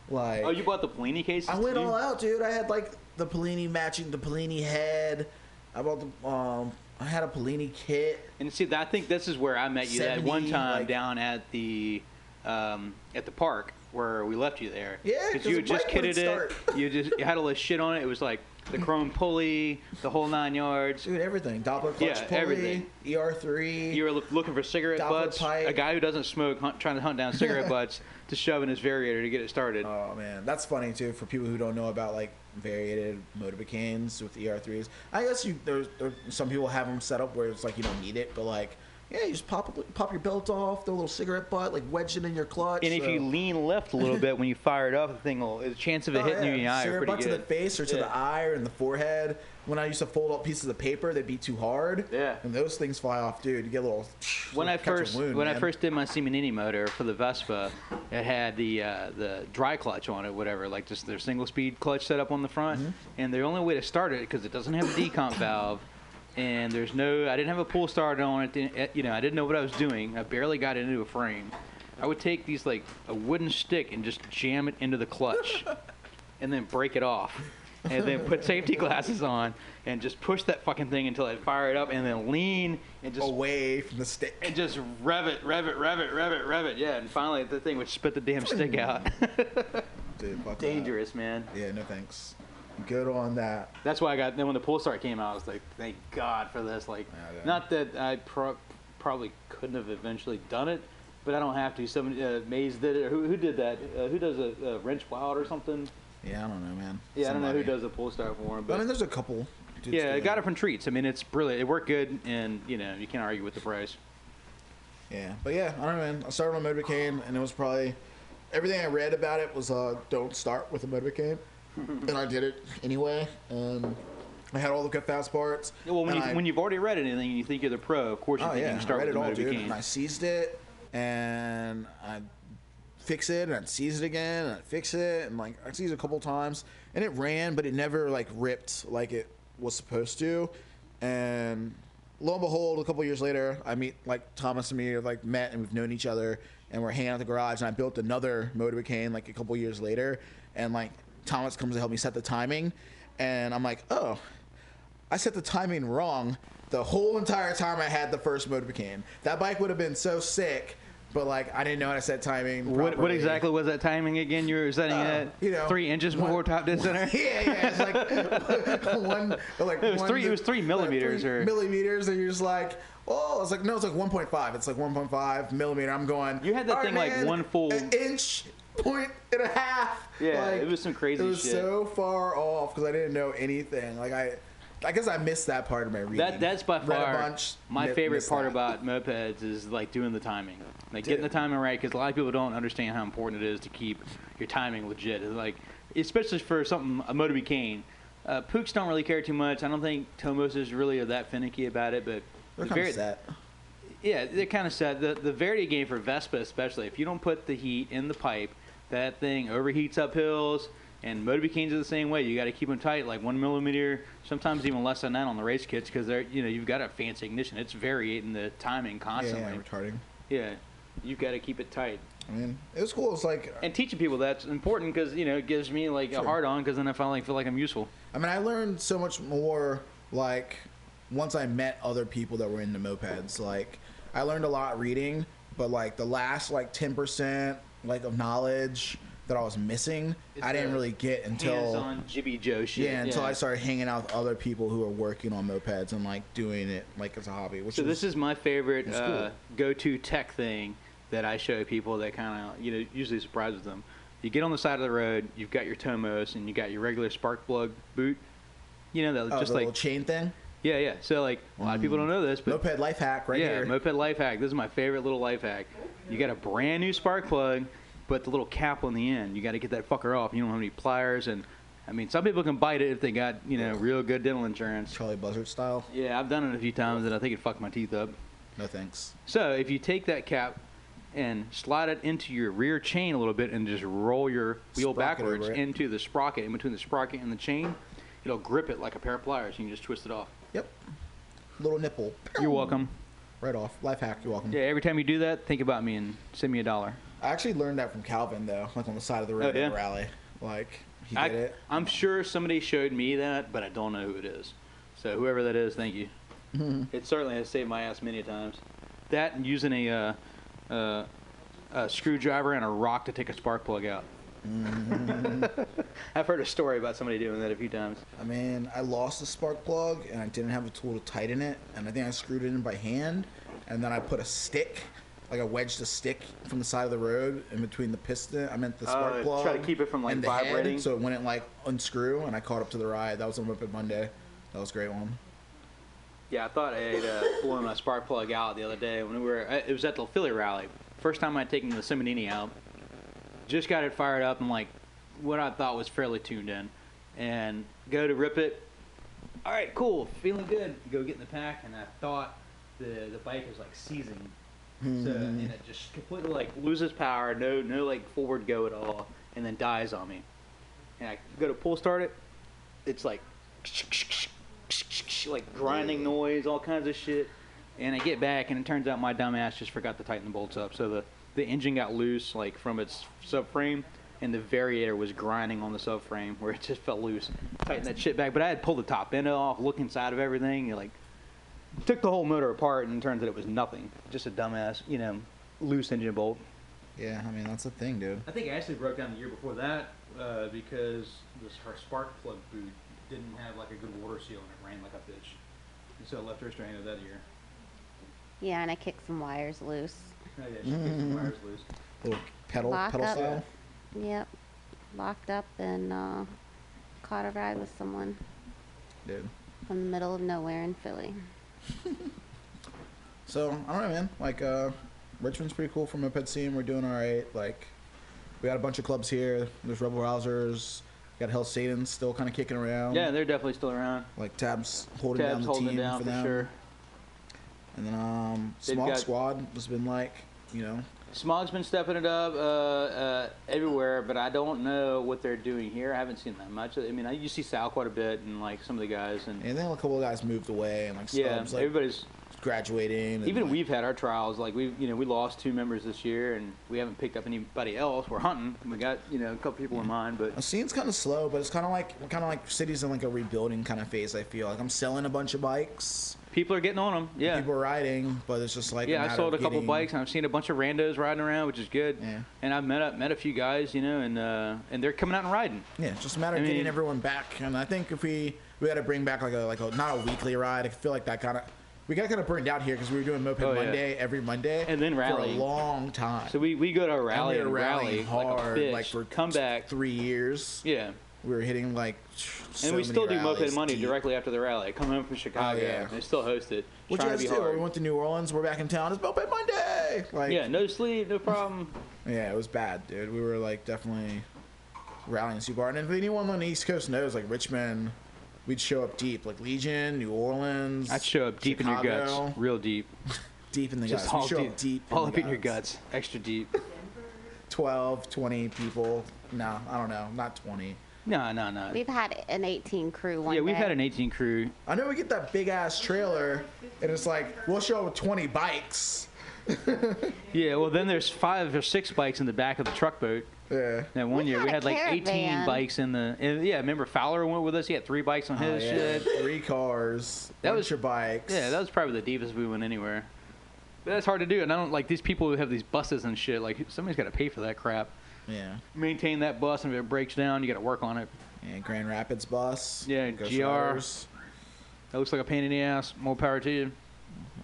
Speaker 4: like
Speaker 5: Oh, you bought the Polini cases?
Speaker 4: I went
Speaker 5: too?
Speaker 4: all out, dude. I had like the Polini matching the Polini head. I bought the um I had a Polini kit.
Speaker 5: And see, I think this is where I met you that one
Speaker 4: 70,
Speaker 5: time
Speaker 4: like-
Speaker 5: down at the um, at the park where we left you there.
Speaker 4: Yeah, 'cause the
Speaker 5: you had just
Speaker 4: bike wouldn't
Speaker 5: kitted it.
Speaker 4: start.
Speaker 5: You just you had all this shit on it. It was like the chrome pulley, the whole nine yards.
Speaker 4: Dude, everything. Doppler clutch
Speaker 5: Yeah,
Speaker 4: pulley, E
Speaker 5: everything.
Speaker 4: ER3.
Speaker 5: You were loo- looking for cigarette
Speaker 4: Doppler
Speaker 5: butts.
Speaker 4: pipe.
Speaker 5: A guy who doesn't smoke hunt, trying to hunt down
Speaker 4: [LAUGHS]
Speaker 5: cigarette butts to shove in his variator to get it started.
Speaker 4: Oh man, that's funny too for people who don't know about like variated motorbicanes with ER3s. I guess you there's there, some people have them set up where it's like you don't need it, but like yeah, you just pop pop your belt off, the little cigarette butt, like wedge it in your clutch.
Speaker 5: and if
Speaker 4: so-
Speaker 5: you lean left
Speaker 4: [LAUGHS]
Speaker 5: a little bit when you fire it up, the thing will the chance of it
Speaker 4: Oh,
Speaker 5: hitting
Speaker 4: yeah.
Speaker 5: you in the eye are
Speaker 4: Cigarette
Speaker 5: pretty
Speaker 4: butt
Speaker 5: good.
Speaker 4: to the face or to the
Speaker 5: Yeah.
Speaker 4: eye or in the forehead. When I used to fold up pieces of paper, they'd be too hard.
Speaker 5: Yeah.
Speaker 4: and those things fly off, dude. You get a little. [SNIFFS]
Speaker 5: when I
Speaker 4: catch a
Speaker 5: first
Speaker 4: wound,
Speaker 5: when I
Speaker 4: man.
Speaker 5: first did my Simonini motor for the Vespa, it had the uh, the dry clutch on it, whatever, like just their single speed clutch set up on the front.
Speaker 4: Mm-hmm.
Speaker 5: And the only way to start it because it doesn't have
Speaker 4: [COUGHS]
Speaker 5: a decomp valve, and there's no I didn't have a pull starter on it. didn't- eh, You know I didn't know what I was doing. I barely got it into a frame. I would take these like a wooden stick and just jam it into
Speaker 4: [LAUGHS]
Speaker 5: the clutch, and then break it off. And then put safety glasses on and just push that fucking thing until it fired up, and then lean and just
Speaker 4: away from the stick.
Speaker 5: and just rev it, rev it, rev it, rev it, rev it. Yeah, and finally the thing would spit the damn
Speaker 4: [LAUGHS]
Speaker 5: stick out.
Speaker 4: [SNIFFS]
Speaker 5: [LAUGHS]
Speaker 4: Dude, fuck that.
Speaker 5: Dangerous, man.
Speaker 4: Yeah, no thanks. Good on that.
Speaker 5: That's why I got. Then when the pull start came out, I was like, thank God for this. Like,
Speaker 4: Yeah, yeah.
Speaker 5: not that I pro- probably couldn't have eventually done it, but I don't have to. Somebody uh, Maze did it. Or who, who did that? Uh, who does a, a wrench wild or something?
Speaker 4: Yeah, I don't know, man.
Speaker 5: Yeah, I don't know who
Speaker 4: Somebody.
Speaker 5: does a pull start for him,
Speaker 4: I mean,
Speaker 5: but.
Speaker 4: there's a couple. dudes
Speaker 5: Yeah, I
Speaker 4: doing
Speaker 5: got it from Treats. I mean, it's brilliant. It worked good, and you know, you can't argue with the price.
Speaker 4: Yeah, but yeah, I don't know, man. I started on a motorbike, and it was probably everything I read about it was uh, don't start with a
Speaker 5: [LAUGHS]
Speaker 4: motorbike, and I did it anyway. And I had all the good fast parts.
Speaker 5: Well, when
Speaker 4: and
Speaker 5: you,
Speaker 4: I-
Speaker 5: when you've already read anything and you think you're the pro, of course you
Speaker 4: Oh
Speaker 5: think
Speaker 4: yeah,
Speaker 5: you can start
Speaker 4: I read
Speaker 5: with
Speaker 4: it
Speaker 5: the
Speaker 4: all, dude.
Speaker 5: Motorbike.
Speaker 4: And I seized it, and I fix it, and I seize it again, and I fix it, and like I seized it a couple times, and it ran, but it never like ripped like it was supposed to. And lo and behold, a couple years later, I meet like Thomas and me have like met, and we've known each other, and we're hanging out at the garage, and I built another motorbike like a couple years later, and like Thomas comes to help me set the timing, and I'm like, oh. I set the timing wrong the whole entire time I had the first motorbike. That bike would have been so sick but like I didn't notice that timing.
Speaker 5: What, what
Speaker 4: properly.
Speaker 5: exactly was that timing again? You were setting it at
Speaker 4: Uh, you know,
Speaker 5: three inches
Speaker 4: one-
Speaker 5: before top
Speaker 4: [LAUGHS]
Speaker 5: dead center.
Speaker 4: Yeah, yeah. It's like [LAUGHS] one, like
Speaker 5: It was
Speaker 4: one
Speaker 5: three- it was three
Speaker 4: like
Speaker 5: millimeters
Speaker 4: three
Speaker 5: or-
Speaker 4: millimeters, and you're just like, oh, it's like no, it's like 1.5. It's like 1.5 millimeter. I'm going.
Speaker 5: You had that
Speaker 4: "All
Speaker 5: thing, like, one full-
Speaker 4: an inch, point and a half.
Speaker 5: Yeah,
Speaker 4: Like,
Speaker 5: it was some crazy
Speaker 4: It was
Speaker 5: shit.
Speaker 4: so far off because I didn't know anything. Like I, I guess I missed that part of my reading.
Speaker 5: That that's by
Speaker 4: Read a
Speaker 5: far
Speaker 4: bunch,
Speaker 5: my
Speaker 4: mi-
Speaker 5: favorite
Speaker 4: missed
Speaker 5: part
Speaker 4: that.
Speaker 5: about mopeds is like doing the timing, like getting the
Speaker 4: Dude.
Speaker 5: timing right. Because a lot of people don't understand how important it is to keep your timing legit. It's like especially for something a motor cane. Uh, Pooks don't really care too much. I don't think Tomos is really that finicky about it, but
Speaker 4: They're
Speaker 5: the
Speaker 4: kind
Speaker 5: Ver-
Speaker 4: of set.
Speaker 5: yeah, they're kind of set. The the Verity game for Vespa especially, if you don't put the heat in the pipe, that thing overheats up hills. And motor canes are the same way. You got to keep them tight, like one millimeter, sometimes even less than that on the race kits, because they're you know you've got a fancy ignition. It's varying the timing
Speaker 4: Yeah,
Speaker 5: constantly.
Speaker 4: yeah,
Speaker 5: Yeah,
Speaker 4: retarding.
Speaker 5: you've got to keep it tight.
Speaker 4: I mean, it was cool. It's like
Speaker 5: And teaching people that's important because you know it gives me like a
Speaker 4: Sure.
Speaker 5: hard on, because then I finally feel like I'm useful.
Speaker 4: I mean, I learned so much more like once I met other people that were into mopeds. Like I learned a lot reading, but like the last like ten percent like of knowledge that I was missing,
Speaker 5: It's
Speaker 4: I didn't
Speaker 5: the
Speaker 4: really get until
Speaker 5: hands-on Jibby Joe shit.
Speaker 4: yeah, until I started hanging out with other people who are working on mopeds and like doing it like as a hobby. Which
Speaker 5: So
Speaker 4: is,
Speaker 5: this is my favorite
Speaker 4: That's cool.
Speaker 5: uh, go-to tech thing that I show people that kind of you know usually surprises them. You get on the side of the road, you've got your Tomos and you got your regular spark plug boot. You know that
Speaker 4: oh,
Speaker 5: just
Speaker 4: the
Speaker 5: like
Speaker 4: little chain thing,
Speaker 5: yeah yeah. So like a lot of people don't know this, but
Speaker 4: moped life hack right
Speaker 5: yeah,
Speaker 4: here.
Speaker 5: moped life hack. This is my favorite little life hack. You got a brand new spark plug, but the little cap on the end, you got to get that fucker off. You don't have any pliers and. I mean, some people can bite it if they got, you know, real good dental insurance.
Speaker 4: Charlie Buzzard style.
Speaker 5: Yeah, I've done it a few times, and I think it fucked my teeth up.
Speaker 4: No thanks.
Speaker 5: So if you take that cap and slide it into your rear chain a little bit and just roll your wheel
Speaker 4: Sprocket over
Speaker 5: backwards
Speaker 4: it.
Speaker 5: into the sprocket, in between the sprocket and the chain, it'll grip it like a pair of pliers. You can just twist it off.
Speaker 4: Yep. Little nipple.
Speaker 5: You're welcome.
Speaker 4: Right off. Life hack. You're welcome.
Speaker 5: Yeah, every time you do that, think about me and send me a dollar.
Speaker 4: I actually learned that from Calvin though, like on the side of the road
Speaker 5: Oh, yeah?
Speaker 4: at a rally. Like he did
Speaker 5: I,
Speaker 4: it.
Speaker 5: I'm sure somebody showed me that, but I don't know who it is. So whoever that is,
Speaker 4: [LAUGHS]
Speaker 5: thank you. it certainly has saved my ass many times. That and using a, uh, uh, a screwdriver and a rock to take a spark plug out.
Speaker 4: Mm-hmm.
Speaker 5: [LAUGHS] I've heard a story about somebody doing that a few times.
Speaker 4: I mean, I lost the spark plug and I didn't have a tool to tighten it, and I think I screwed it in by hand, and then I put a stick, like I wedged a stick from the side of the road in between the piston. I meant the spark
Speaker 5: to
Speaker 4: plug.
Speaker 5: Oh, try to keep it from, like,
Speaker 4: and the head,
Speaker 5: vibrating?
Speaker 4: so it wouldn't like unscrew, and I caught up to the ride. That was on Whippet Monday. That was a great one.
Speaker 5: Yeah, I thought I had uh, blown my spark plug out the other day when we were. uh, It was at the Philly rally. First time I'd taken the Simonini out. Just got it fired up and like what I thought was fairly tuned in, and go to rip it. All right, cool, feeling good. Go get in the pack, and I thought the the bike was like seizing, so and it just completely like loses power. No, no like forward go at all, and then dies on me. And I go to pull start it. It's like like grinding noise, all kinds of shit. And I get back, and it turns out my dumb ass just forgot to tighten the bolts up. So the, the engine got loose, like from its subframe, and the variator was grinding on the subframe where it just fell loose. Tighten that shit back. But I had pulled the top end off, looked inside of everything, and like took the whole motor apart, and turns out it was nothing. Just a dumbass, you know, loose engine bolt.
Speaker 4: Yeah, I mean that's the thing, dude.
Speaker 5: I think Ashley broke down the year before that uh, because this, her spark plug boot didn't have like a good water seal and it ran like a bitch. And so it left her stranded that year. [LAUGHS]
Speaker 6: Yeah, and I kicked some wires loose.
Speaker 5: Oh, yeah, she kicked
Speaker 4: Mm-hmm.
Speaker 5: some wires loose.
Speaker 4: Little pedal,
Speaker 6: Lock
Speaker 4: pedal
Speaker 6: up.
Speaker 4: style.
Speaker 6: Yep. Locked up and uh, caught a ride with someone
Speaker 4: Dude.
Speaker 6: from the middle of nowhere in Philly.
Speaker 4: So I don't know, man. Like uh, Richmond's pretty cool for moped scene. We're doing all right. Like we got a bunch of clubs here. There's Rebel Rousers. Got Hell Satan still kind of kicking around.
Speaker 5: Yeah, they're definitely still around.
Speaker 4: Like Tabs holding down
Speaker 5: Tab's
Speaker 4: the
Speaker 5: holding
Speaker 4: team
Speaker 5: it down
Speaker 4: for
Speaker 5: for,
Speaker 4: them.
Speaker 5: sure.
Speaker 4: And then um,
Speaker 5: They've
Speaker 4: Smog
Speaker 5: got-
Speaker 4: Squad has been like, you know,
Speaker 5: Smog's been stepping it up uh, uh, everywhere, but I don't know what they're doing here. I haven't seen that much. I mean, I you see Sal quite a bit and like some of the guys and.
Speaker 4: and then a couple of guys moved away and like
Speaker 5: Yeah,
Speaker 4: Stubbs like
Speaker 5: everybody's
Speaker 4: graduating. and,
Speaker 5: Even
Speaker 4: like,
Speaker 5: we've had our trials. Like we, you know, we lost two members this year, and we haven't picked up anybody else. We're hunting. We got you know a couple people in mind, but
Speaker 4: The scene's kind of slow, but it's kind of like kind of like cities in like a rebuilding kind of phase. I feel like I'm selling a bunch of bikes.
Speaker 5: People are getting on them. Yeah.
Speaker 4: People are riding, but it's just like
Speaker 5: yeah,
Speaker 4: matter
Speaker 5: I sold a
Speaker 4: of
Speaker 5: couple
Speaker 4: getting-
Speaker 5: bikes, and I've seen a bunch of randos riding around, which is good.
Speaker 4: Yeah.
Speaker 5: And I've met up met a few guys, you know, and uh, and they're coming out and riding.
Speaker 4: Yeah, it's just a matter of
Speaker 5: I
Speaker 4: getting
Speaker 5: mean-
Speaker 4: everyone back. And I think if we we got to bring back like a like a not a weekly ride, I feel like that kind of we got kind of burned out here because we were doing moped
Speaker 5: Oh, yeah.
Speaker 4: Monday every Monday
Speaker 5: And then
Speaker 4: for a
Speaker 5: rallying.
Speaker 4: long time.
Speaker 5: So we, we go to a
Speaker 4: And
Speaker 5: rally
Speaker 4: we were
Speaker 5: and rally
Speaker 4: rallying hard,
Speaker 5: like a fish,
Speaker 4: for
Speaker 5: come
Speaker 4: t-
Speaker 5: back.
Speaker 4: three years.
Speaker 5: Yeah.
Speaker 4: we were hitting like. so
Speaker 5: and we
Speaker 4: many
Speaker 5: still do
Speaker 4: rallies
Speaker 5: moped money
Speaker 4: deep. Oh,
Speaker 5: directly after the rally. I come home from Chicago
Speaker 4: yeah.
Speaker 5: and still host it.
Speaker 4: What you
Speaker 5: trying
Speaker 4: guys
Speaker 5: to be
Speaker 4: do?
Speaker 5: hard.
Speaker 4: We went to New Orleans. We're back in town. It's moped Monday. Like
Speaker 5: yeah, no sleep, no problem.
Speaker 4: Yeah, it was bad, dude. We were like definitely rallying super hard. And if anyone on the East Coast knows, like Richmond, we'd show up deep, like Legion, New Orleans.
Speaker 5: I'd show up deep in your
Speaker 4: Chicago.
Speaker 5: guts, real deep,
Speaker 4: deep in the
Speaker 5: just
Speaker 4: guts.
Speaker 5: all
Speaker 4: We'd show
Speaker 5: deep,
Speaker 4: up deep,
Speaker 5: all
Speaker 4: the
Speaker 5: up in your guts, extra deep.
Speaker 4: 12, 20 people. No, I don't know, not twenty.
Speaker 5: No, no, no.
Speaker 6: We've had an 18 crew one
Speaker 5: Yeah, we've
Speaker 6: day.
Speaker 5: had an 18 crew.
Speaker 4: I know we get that big ass trailer, and it's like we'll show up with twenty bikes.
Speaker 5: Yeah, well then there's five or six bikes in the back of the truck boat.
Speaker 4: Yeah.
Speaker 5: That one
Speaker 6: We
Speaker 5: year we had
Speaker 6: had a
Speaker 5: like 18
Speaker 6: caravan.
Speaker 5: bikes in the. And yeah, remember Fowler went with us. He had three bikes on his
Speaker 4: Oh, yeah.
Speaker 5: shit.
Speaker 4: Three cars.
Speaker 5: That
Speaker 4: That
Speaker 5: was-
Speaker 4: was your bikes.
Speaker 5: Yeah, that was probably the deepest we went anywhere. But that's hard to do, and I don't like these people who have these buses and shit. Like somebody's got to pay for that crap.
Speaker 4: yeah.
Speaker 5: Maintain that bus, and if it breaks down, you got to work on it.
Speaker 4: Yeah, Grand Rapids bus.
Speaker 5: Yeah,
Speaker 4: Ghost
Speaker 5: GR.
Speaker 4: Riders.
Speaker 5: That looks like a pain in the ass. More power to you.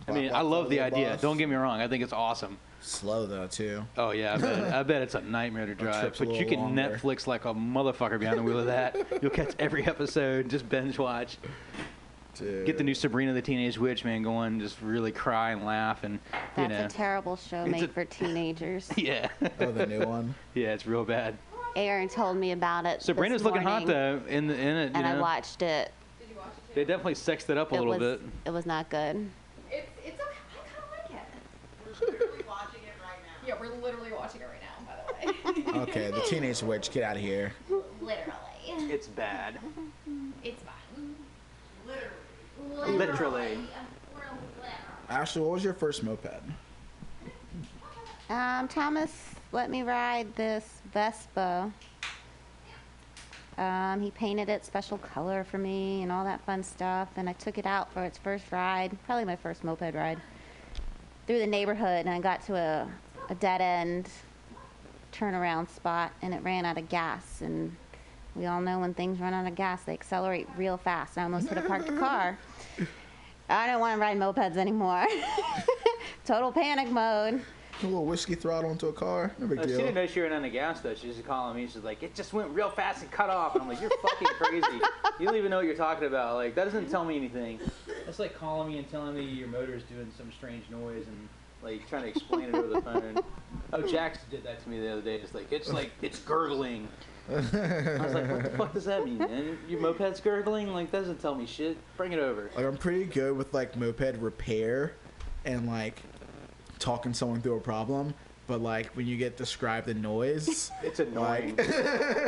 Speaker 5: I mean, I love the idea. Don't get me wrong. I think it's awesome.
Speaker 4: Slow though too.
Speaker 5: Oh yeah, I bet, I bet it's a nightmare to drive.
Speaker 4: trip's [LAUGHS] a
Speaker 5: But you
Speaker 4: little
Speaker 5: can
Speaker 4: longer.
Speaker 5: Netflix like a motherfucker behind the wheel
Speaker 4: [LAUGHS]
Speaker 5: of that. You'll catch every episode, just binge watch.
Speaker 4: Dude.
Speaker 5: Get the new Sabrina the Teenage Witch man going, just really cry and laugh and you
Speaker 6: That's
Speaker 5: know.
Speaker 6: a terrible show
Speaker 5: It's
Speaker 6: made
Speaker 5: a- [LAUGHS]
Speaker 6: for teenagers.
Speaker 5: yeah,
Speaker 4: Oh, the
Speaker 5: [LAUGHS]
Speaker 4: new one.
Speaker 5: yeah, it's real bad.
Speaker 6: Aaron told me about it. this
Speaker 5: Sabrina's looking hot
Speaker 6: morning,
Speaker 5: though in the in it. You
Speaker 6: And I
Speaker 5: know,
Speaker 6: watched it.
Speaker 5: they definitely sexed it up a
Speaker 6: it
Speaker 5: little
Speaker 6: was,
Speaker 5: bit.
Speaker 6: It was not good.
Speaker 7: It's it's okay. I kind of like it. Yeah, we're literally watching it right now. By the way,
Speaker 4: Okay, the teenage witch. Get out of here.
Speaker 7: literally,
Speaker 5: It's bad.
Speaker 7: it's fine.
Speaker 5: Literally.
Speaker 4: Ashley, what was your first moped?
Speaker 6: Um, Thomas let me ride this Vespa. Um, he painted it special color for me and all that fun stuff. And I took it out for its first ride, probably my first moped ride, through the neighborhood. And I got to a, a dead end turnaround spot and it ran out of gas. And we all know when things run out of gas, they accelerate real fast. I almost hit a parked car. I don't want to ride mopeds anymore. [LAUGHS] Total panic mode.
Speaker 4: A little whiskey throttle into a car. No big
Speaker 5: Uh, she
Speaker 4: deal.
Speaker 5: didn't know she ran out of gas though. She was just calling me. She's like, "It just went real fast and cut off." And I'm like, "You're fucking crazy. You don't even know what you're talking about. Like that doesn't tell me anything. That's like calling me and telling me your motor's doing some strange noise and like trying to explain it over the phone." Oh, Jax did that to me the other day. It's like it's like it's gurgling. I was like, "What the fuck does that mean? man? Your moped's gurgling? Like that doesn't tell me shit. Bring it over."
Speaker 4: Like I'm pretty good with like moped repair, and like talking someone through a problem. But like when you get described the noise,
Speaker 5: It's annoying.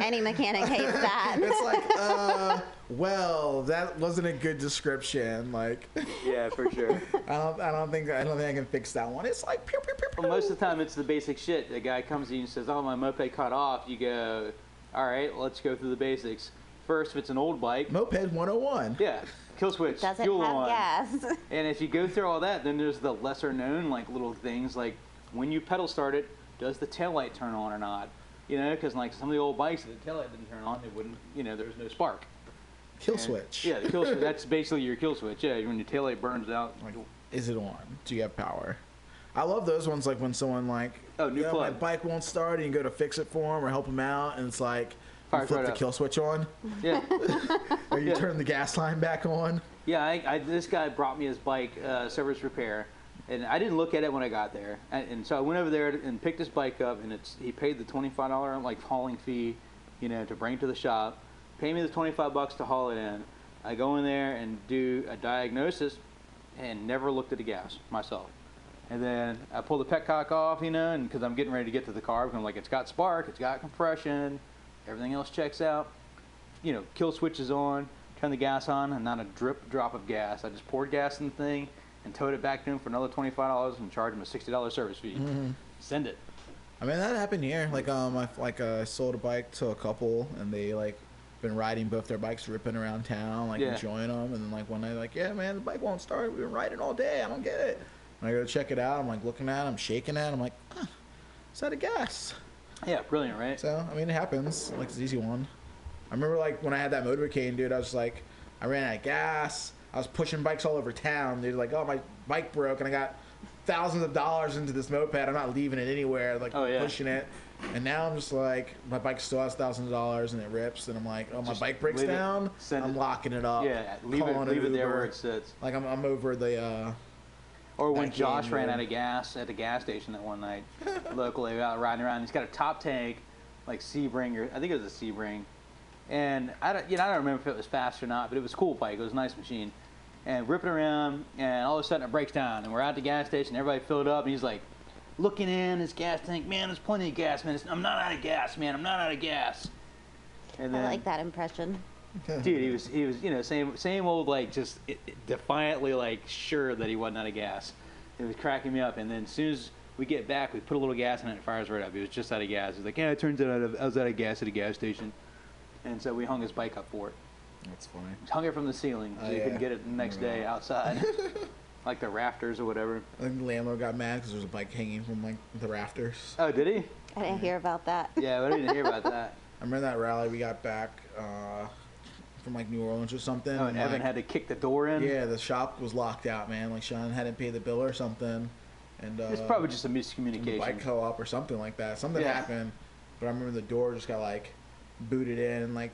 Speaker 6: Any mechanic hates that.
Speaker 4: it's like, uh, well, that wasn't a good description. Like,
Speaker 5: [LAUGHS]
Speaker 4: [LAUGHS]
Speaker 5: yeah, for sure.
Speaker 4: I don't, I don't think, I don't think I can fix that one. It's like, pew, pew, pew, pew.
Speaker 5: Well, most of the time, it's the basic shit. The guy comes to you and says, "Oh, my moped cut off." You go, "All right, let's go through the basics." First, if it's an old bike,
Speaker 4: moped 101.
Speaker 5: yeah, kill switch,
Speaker 6: Does it
Speaker 5: fuel on.
Speaker 6: have gas? [LAUGHS]
Speaker 5: And if you go through all that, then there's the lesser known like little things like when you pedal start it, does the taillight turn on or not? You know, because like some of the old bikes, if the taillight didn't turn on, it wouldn't. You know, there was no spark.
Speaker 4: Kill switch.
Speaker 5: Yeah, the kill switch. That's basically your kill switch. Yeah, when your taillight burns out.
Speaker 4: Like, is it on? Do you have power? I love those ones like when someone like
Speaker 5: Oh, new
Speaker 4: you know, my
Speaker 5: plug.
Speaker 4: bike won't start and you go to fix it for him or help him out and it's like
Speaker 5: Fire
Speaker 4: you flip
Speaker 5: it
Speaker 4: the
Speaker 5: up.
Speaker 4: kill switch on
Speaker 5: Yeah.
Speaker 4: or you
Speaker 5: [LAUGHS] Yeah.
Speaker 4: turn the gas line back on.
Speaker 5: Yeah, I, I, this guy brought me his bike uh, service repair, and I didn't look at it when I got there. And, and so I went over there and picked his bike up, and it's he paid the twenty five dollar like hauling fee, you know, to bring to the shop. Pay me the twenty five bucks to haul it in. I go in there and do a diagnosis, and never looked at the gas myself. And then I pull the petcock off, you know, and because I'm getting ready to get to the car, I'm like, it's got spark, it's got compression, everything else checks out you know, kill switch is on, turn the gas on, and not a drip drop of gas. I just poured gas in the thing and towed it back to him for another twenty five dollars and charged him a sixty dollar service fee.
Speaker 4: Mm-hmm.
Speaker 5: Send it.
Speaker 4: I mean that happened here. Like um I like uh, sold a bike to a couple and they like been riding both their bikes, ripping around town, like
Speaker 5: Yeah.
Speaker 4: enjoying them. And then like one night, like, yeah, man, the bike won't start. We've been riding all day. I don't get it. And I go to check it out. I'm like looking at it. I'm shaking it. I'm like, huh, it's out of gas.
Speaker 5: Yeah, brilliant, right?
Speaker 4: So I mean, it happens. Like it's an easy one. I remember like when I had that motorcade, dude. I was like, I ran out of gas. I was pushing bikes all over town, dude. Like, oh my bike broke, and I got thousands of dollars into this moped. I'm not leaving it anywhere. Like
Speaker 5: Oh, yeah.
Speaker 4: pushing it. And now I'm just like, my bike still has thousands of dollars, and it rips. And I'm like, oh my
Speaker 5: Just
Speaker 4: bike breaks
Speaker 5: leave it.
Speaker 4: down.
Speaker 5: Send
Speaker 4: I'm
Speaker 5: it.
Speaker 4: locking it up.
Speaker 5: yeah, leave it,
Speaker 4: calling
Speaker 5: leave it
Speaker 4: an
Speaker 5: there
Speaker 4: Uber.
Speaker 5: where it sits.
Speaker 4: Like I'm, I'm over the. uh [LAUGHS]
Speaker 5: Or when
Speaker 4: Back in, uh,
Speaker 5: Josh ran
Speaker 4: yeah.
Speaker 5: out of gas at the gas station that one night, [LAUGHS] locally, out riding around. He's got a top tank, like Sebring, or I think it was a Sebring. And I don't, you know, I don't remember if it was fast or not, but it was a cool bike. It was a nice machine. And ripping around, and all of a sudden it breaks down. And we're out at the gas station, everybody filled up, and he's like, looking in his gas tank, man, there's plenty of gas, man. It's- I'm not out of gas, man. I'm not out of gas. And
Speaker 6: I like that impression.
Speaker 5: Dude, he was he was you know same same old like just i- i- defiantly like sure that he wasn't out of gas. It was cracking me up, and then as soon as we get back, we put a little gas in it, and it fires right up. He was just out of gas. He's like, yeah, it turns out I- I was out of gas at a gas station, and so we hung his bike up for it.
Speaker 4: That's funny.
Speaker 5: Hung it from the ceiling, so
Speaker 4: Oh,
Speaker 5: you
Speaker 4: yeah.
Speaker 5: couldn't get it the next day outside,
Speaker 4: [LAUGHS]
Speaker 5: like the rafters or whatever.
Speaker 4: I think the landlord got mad because there was a bike hanging from like the rafters.
Speaker 5: Oh, did he?
Speaker 6: I didn't hear about that.
Speaker 5: Yeah, I didn't hear
Speaker 4: [LAUGHS]
Speaker 5: about that.
Speaker 4: I remember that rally we got back uh, from like New Orleans or something.
Speaker 5: Oh, and Evan
Speaker 4: like,
Speaker 5: had to kick the door in.
Speaker 4: yeah, the shop was locked out, man. Like Sean hadn't paid the bill or something, and uh,
Speaker 5: it's probably just a
Speaker 4: the bike
Speaker 5: miscommunication.
Speaker 4: co-op or something like that. Something
Speaker 5: Yeah.
Speaker 4: happened, but I remember the door just got like booted in, and like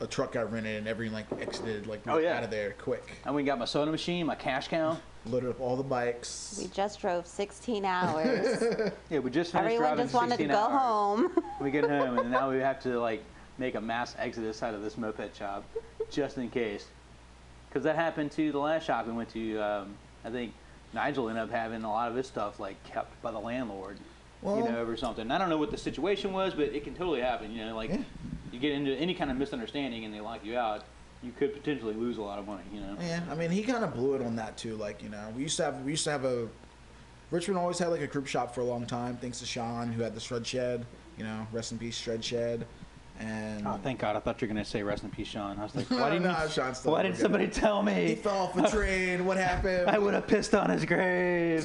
Speaker 4: a truck got rented, and everyone like exited like
Speaker 5: Oh, yeah.
Speaker 4: out of there quick.
Speaker 5: I went and got my soda machine, my cash cow.
Speaker 4: Loaded up all the bikes.
Speaker 6: We just
Speaker 5: [LAUGHS]
Speaker 6: drove 16 hours.
Speaker 5: Yeah, we just finished
Speaker 6: Everyone
Speaker 5: driving
Speaker 6: just wanted to
Speaker 5: 16
Speaker 6: go
Speaker 5: hours.
Speaker 6: home.
Speaker 5: [LAUGHS]
Speaker 6: [LAUGHS]
Speaker 5: We get home, and now we have to like make a mass exodus out of this moped shop, just in case, because that happened to the last shop we went to. Um, I think Nigel ended up having a lot of his stuff like kept by the landlord, you
Speaker 4: Well-
Speaker 5: know, over something. I don't know what the situation was, but it can totally happen. You know, like
Speaker 4: Yeah.
Speaker 5: you get into any kind of misunderstanding and they lock you out, you could potentially lose a lot of money. You know.
Speaker 4: Yeah, I mean, he kind of blew it on that too. Like you know, we used to have we used to have a Richmond always had like a group shop for a long time. Thanks to Sean who had the shred shed. You know, rest in peace, shred shed. And
Speaker 5: Oh, thank God! I thought you were gonna say rest in peace, Sean. I was
Speaker 4: [LAUGHS]
Speaker 5: like,
Speaker 4: No,
Speaker 5: why didn't,
Speaker 4: no, Sean still
Speaker 5: why didn't
Speaker 4: forgot.
Speaker 5: somebody tell
Speaker 4: he
Speaker 5: me?
Speaker 4: fell off a train.
Speaker 5: [LAUGHS]
Speaker 4: What happened?
Speaker 5: I would have pissed on
Speaker 4: [LAUGHS]
Speaker 5: his grave.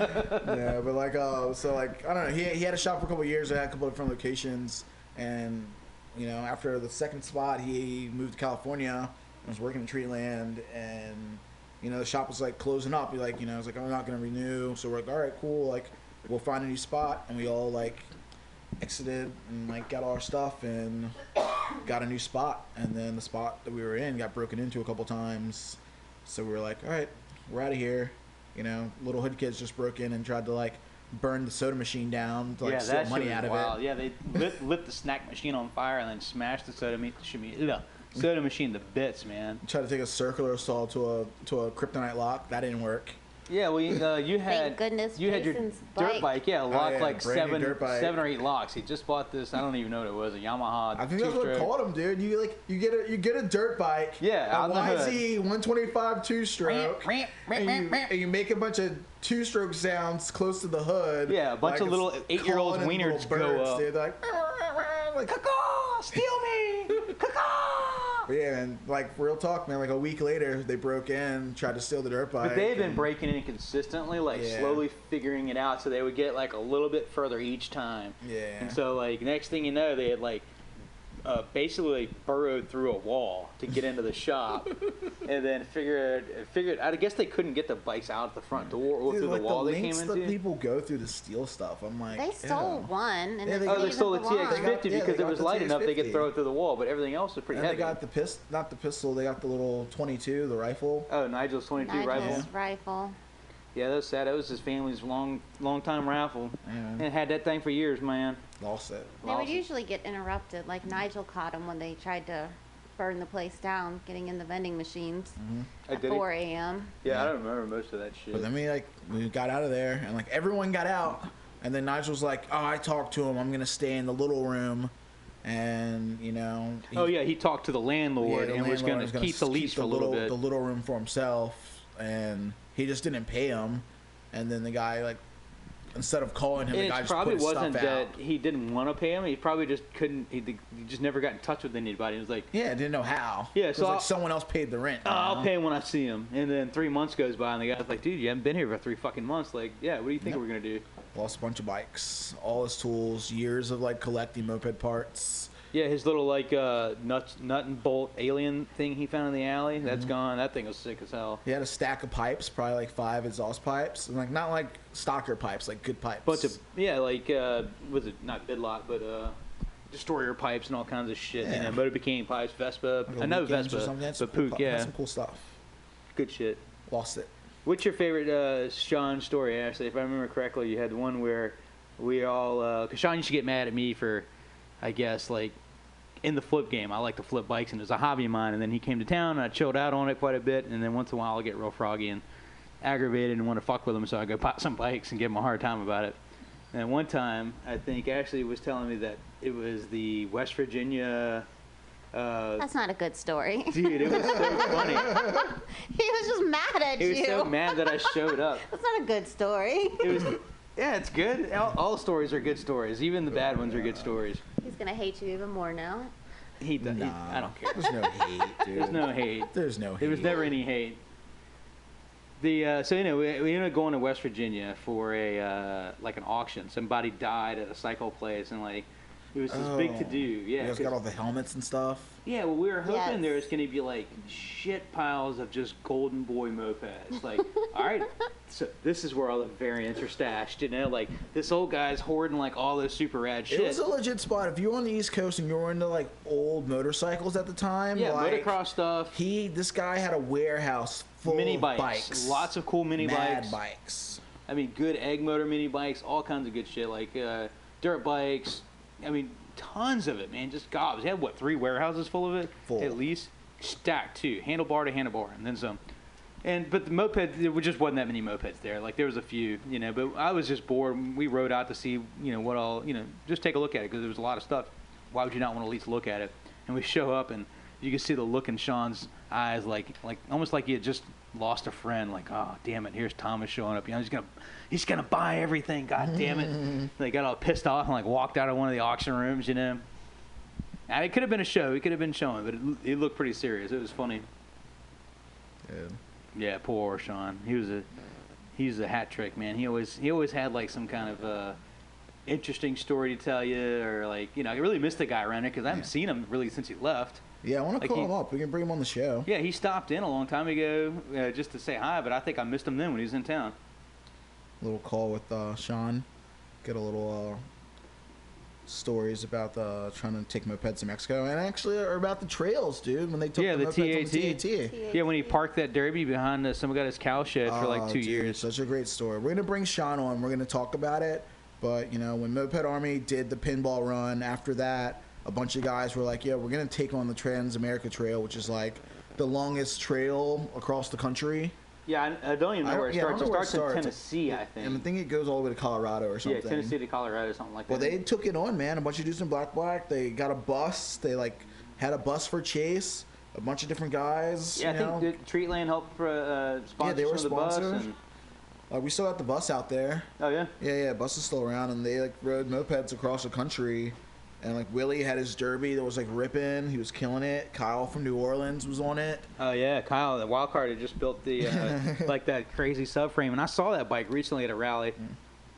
Speaker 4: yeah, but like, uh, so like, I don't know. He, he had a shop for a couple of years. I had a couple of different locations, and you know, after the second spot, he moved to California and was working in Treeland, and you know, the shop was like closing up. He like, you know, I was like, I'm not gonna renew. So we're like, all right, cool. Like, we'll find a new spot, and we all like exited and like got all our stuff and got a new spot. And then the spot that we were in got broken into a couple times. So we were like, all right, we're out of here. You know, little hood kids just broke in and tried to like burn the soda machine down to like steal
Speaker 5: shit
Speaker 4: money
Speaker 5: was
Speaker 4: out of
Speaker 5: wild.
Speaker 4: it.
Speaker 5: Yeah, they lit, lit the snack machine on fire and then smashed the soda, meat, shimi, ugh, soda machine to bits, man.
Speaker 4: Tried to take a circular saw to a to a kryptonite lock. That didn't work.
Speaker 5: Yeah, well, you- uh, you had
Speaker 6: goodness
Speaker 5: you had your
Speaker 6: Jason's
Speaker 5: dirt
Speaker 6: bike-
Speaker 5: bike, yeah, locked
Speaker 4: Oh, yeah,
Speaker 5: like
Speaker 4: brand new
Speaker 5: seven,
Speaker 4: dirt bike.
Speaker 5: seven or eight locks. He just bought this. I don't even know what it was. A Yamaha.
Speaker 4: I think that's what
Speaker 5: two-stroke.
Speaker 4: called him, dude. You like you get a you get a dirt bike,
Speaker 5: Yeah, out
Speaker 4: a
Speaker 5: in the hood.
Speaker 4: YZ 125 two stroke, and, you- and you make a bunch of two stroke sounds close to the hood.
Speaker 5: Yeah, a bunch of
Speaker 4: it's
Speaker 5: little eight-year-old
Speaker 4: calling in little
Speaker 5: wieners go
Speaker 4: birds,
Speaker 5: up.
Speaker 4: Dude. They're Like, like,
Speaker 5: Caw, steal me! Caw.
Speaker 4: but yeah, and like real talk, man. Like a week later, they broke in, tried to steal the dirt bike.
Speaker 5: But they've been
Speaker 4: and-
Speaker 5: breaking in consistently, like
Speaker 4: Yeah.
Speaker 5: slowly figuring it out, so they would get like a little bit further each time.
Speaker 4: Yeah.
Speaker 5: And so like next thing you know, they had like uh, basically burrowed through a wall to get into
Speaker 4: [LAUGHS]
Speaker 5: the shop, and then figured figured. I guess they couldn't get the bikes out the front door
Speaker 4: Mm.
Speaker 5: or
Speaker 4: Dude,
Speaker 5: through
Speaker 4: like
Speaker 5: the wall they came
Speaker 4: lengths that
Speaker 5: into.
Speaker 4: people go through to steal stuff. I'm like,
Speaker 6: They stole
Speaker 4: ew.
Speaker 6: one, and
Speaker 4: Yeah,
Speaker 6: it
Speaker 4: they
Speaker 6: didn't
Speaker 4: got-
Speaker 5: Oh, they
Speaker 6: even
Speaker 5: stole the
Speaker 6: belong.
Speaker 5: TX50
Speaker 4: They got- yeah,
Speaker 5: because
Speaker 4: they
Speaker 5: it
Speaker 4: got
Speaker 5: was
Speaker 4: the
Speaker 5: light enough they could
Speaker 4: TX50.
Speaker 5: throw it through the wall, but everything else was pretty
Speaker 4: And they
Speaker 5: heavy.
Speaker 4: got the pistol, not the pistol. They got the little 22, the rifle.
Speaker 5: oh, Nigel's 22 rifle.
Speaker 6: Nigel's rifle.
Speaker 5: Yeah, that was sad. That was his family's long, long time rifle,
Speaker 4: Yeah.
Speaker 5: and had that thing for years, man.
Speaker 4: Lost it.
Speaker 6: They would
Speaker 5: Lost it.
Speaker 6: usually get interrupted. Like Nigel caught him when they tried to burn the place down, getting in the vending machines
Speaker 5: Oh,
Speaker 6: at
Speaker 5: did he?
Speaker 6: 4 a.m.
Speaker 5: Yeah, I don't remember most of that shit.
Speaker 4: But then we like we got out of there, and like everyone got out, and then Nigel's like, "Oh, I talked to him. I'm gonna stay in the little room," and you know. he-
Speaker 5: oh yeah, he talked to the landlord
Speaker 4: the
Speaker 5: and was going
Speaker 4: landlord
Speaker 5: to keep the
Speaker 4: s-
Speaker 5: lease for a little,
Speaker 4: little the
Speaker 5: bit.
Speaker 4: little room for himself, and he just didn't pay him. And then the guy like instead of calling him, the
Speaker 5: And
Speaker 4: guy
Speaker 5: it
Speaker 4: just put
Speaker 5: probably
Speaker 4: his
Speaker 5: wasn't
Speaker 4: stuff out.
Speaker 5: that he didn't want to pay him. He probably just couldn't. He, he just never got in touch with anybody. He was like,
Speaker 4: Yeah, I didn't know how.
Speaker 5: Yeah,
Speaker 4: It was
Speaker 5: so
Speaker 4: like
Speaker 5: I'll-
Speaker 4: someone else paid the rent.
Speaker 5: "Oh, I'll pay him when I see him. And then three months goes by, and the guy's like, dude, you haven't been here for three fucking months. Like, yeah, what do you think
Speaker 4: Yep.
Speaker 5: we're gonna do?
Speaker 4: Lost a bunch of bikes, all his tools, years of like collecting moped parts.
Speaker 5: Yeah, his little like uh, nut nut and bolt alien thing he found in the alley.
Speaker 4: Mm-hmm.
Speaker 5: That's gone. That thing was sick as hell.
Speaker 4: He had a stack of pipes, probably like five exhaust pipes, and like not like stalker pipes, like good pipes.
Speaker 5: Bunch of yeah, like uh, was it not Bidlot, but uh, destroyer pipes and all kinds of shit.
Speaker 4: Yeah.
Speaker 5: You know, motor bicane pipes, Vespa.
Speaker 4: like,
Speaker 5: I know
Speaker 4: weekends or
Speaker 5: Vespa,
Speaker 4: something. That's
Speaker 5: but
Speaker 4: cool
Speaker 5: Pook,
Speaker 4: pu- that's
Speaker 5: yeah,
Speaker 4: some cool stuff.
Speaker 5: good shit.
Speaker 4: Lost it.
Speaker 5: What's your favorite uh, Sean story, Ashley? If I remember correctly, you had one where we all. Uh, 'cause Sean used to get mad at me for, I guess, like in the flip game. I like to flip bikes, and it was a hobby of mine. And then he came to town, and I chilled out on it quite a bit. And then once in a while, I'll get real froggy and aggravated and want to fuck with him, so I go pop some bikes and give him a hard time about it. And one time, I think Ashley was telling me that it was the West Virginia. Uh, [LAUGHS]
Speaker 6: That's not a good story. [LAUGHS] he
Speaker 5: dude, it was so funny.
Speaker 6: was just mad at
Speaker 5: He was
Speaker 6: you.
Speaker 5: so mad that I showed up.
Speaker 6: That's not a good story. [LAUGHS]
Speaker 5: It was. Yeah, it's good. All, all stories are good stories. Even the bad ones are good stories.
Speaker 6: He's gonna hate you even more now.
Speaker 5: He, does. he
Speaker 4: Nah.
Speaker 5: I don't care. [LAUGHS]
Speaker 4: There's no hate, dude.
Speaker 5: There's no hate.
Speaker 4: There's no hate.
Speaker 5: There was never any hate. The uh, so you know we, we ended up going to West Virginia for a uh, like an auction. Somebody died at a cycle place, and like it was this big to do.
Speaker 4: Oh. You
Speaker 5: Yeah,
Speaker 4: guys
Speaker 5: 'cause-
Speaker 4: got all the helmets and stuff.
Speaker 5: Yeah, well, we were hoping
Speaker 6: Yes.
Speaker 5: there was going to be like shit piles of just golden boy mopeds. Like, all right, so this is where all the variants are stashed. You know, like this old guy's hoarding like all those super rad shit.
Speaker 4: It was a legit spot. If you were on the East Coast and you were into like old motorcycles at the time,
Speaker 5: yeah,
Speaker 4: like,
Speaker 5: motocross stuff,
Speaker 4: He, this guy had a warehouse full
Speaker 5: mini
Speaker 4: of
Speaker 5: bikes,
Speaker 4: bikes,
Speaker 5: lots of cool mini
Speaker 4: mad
Speaker 5: bikes.
Speaker 4: bikes.
Speaker 5: I mean, good egg motor mini bikes, all kinds of good shit, like uh, dirt bikes. I mean, tons of it, man. Just gobs. They had what three warehouses full of it,
Speaker 4: Full.
Speaker 5: at least, stacked too, handlebar to handlebar, and then some. And but the moped, there just wasn't that many mopeds there. Like there was a few, you know. But I was just bored. We rode out to see, you know, what all, you know, just take a look at it because there was a lot of stuff. Why would you not want to at least look at it? And we show up and you can see the look in Sean's eyes, like like almost like he had just lost a friend. Like oh damn it, here's Thomas showing up. You know, he's gonna he's gonna buy everything. God damn it! they got all pissed off and like walked out of one of the auction rooms. You know, and it could have been a show. It could have been showing, but it, it looked pretty serious. It was funny. Yeah, poor Sean. He was a he was a hat trick man. He always he always had like some kind of uh, interesting story to tell you, or like you know I really missed the guy around here because I haven't seen him really since he left.
Speaker 4: Yeah, I want to
Speaker 5: Like
Speaker 4: call
Speaker 5: he-
Speaker 4: him up. We can bring him on the show.
Speaker 5: Yeah, he stopped in a long time ago uh, just to say hi, but I think I missed him then when he was in town.
Speaker 4: Little call with uh, Sean. Get a little uh, stories about uh, trying to take mopeds to Mexico, and actually are about the trails, dude. When they took
Speaker 5: Yeah,
Speaker 4: the,
Speaker 5: the
Speaker 4: mopeds on
Speaker 5: TAT.
Speaker 4: the TAT.
Speaker 5: Yeah, when he parked that derby behind uh, some guy at his cow shed for like
Speaker 4: Oh,
Speaker 5: two
Speaker 4: dude,
Speaker 5: years.
Speaker 4: Such a great story. We're gonna bring Sean on. We're gonna talk about it. But you know, when Moped Army did the pinball run, after that, a bunch of guys were like, "Yeah, we're gonna take on the Trans America Trail, which is like the longest trail across the country."
Speaker 5: Yeah, I, I don't even know
Speaker 4: I-
Speaker 5: where it
Speaker 4: yeah, I don't
Speaker 5: starts. It
Speaker 4: know where
Speaker 5: starts, in Tennessee, I
Speaker 4: And I
Speaker 5: think.
Speaker 4: think it goes all the way to Colorado or
Speaker 5: Yeah,
Speaker 4: something.
Speaker 5: Tennessee to Colorado, something like
Speaker 4: Well,
Speaker 5: that.
Speaker 4: they took it on, man. A bunch of dudes in black black. They got a bus. They like had a bus for Chase. A bunch of different guys.
Speaker 5: yeah, I
Speaker 4: you
Speaker 5: think
Speaker 4: know?
Speaker 5: that Treatland helped uh, sponsor
Speaker 4: Yeah, they were
Speaker 5: some of the bus.
Speaker 4: sponsors.
Speaker 5: and-
Speaker 4: Uh, we still got the bus out there.
Speaker 5: oh yeah.
Speaker 4: Yeah, yeah, bus is still around, and they like rode mopeds across the country, and like Willie had his derby that was like ripping. He was killing it. Kyle from New Orleans was on it.
Speaker 5: Oh yeah, Kyle, the wild card had just built the uh,
Speaker 4: [LAUGHS]
Speaker 5: like that crazy subframe, and I saw that bike recently at a rally.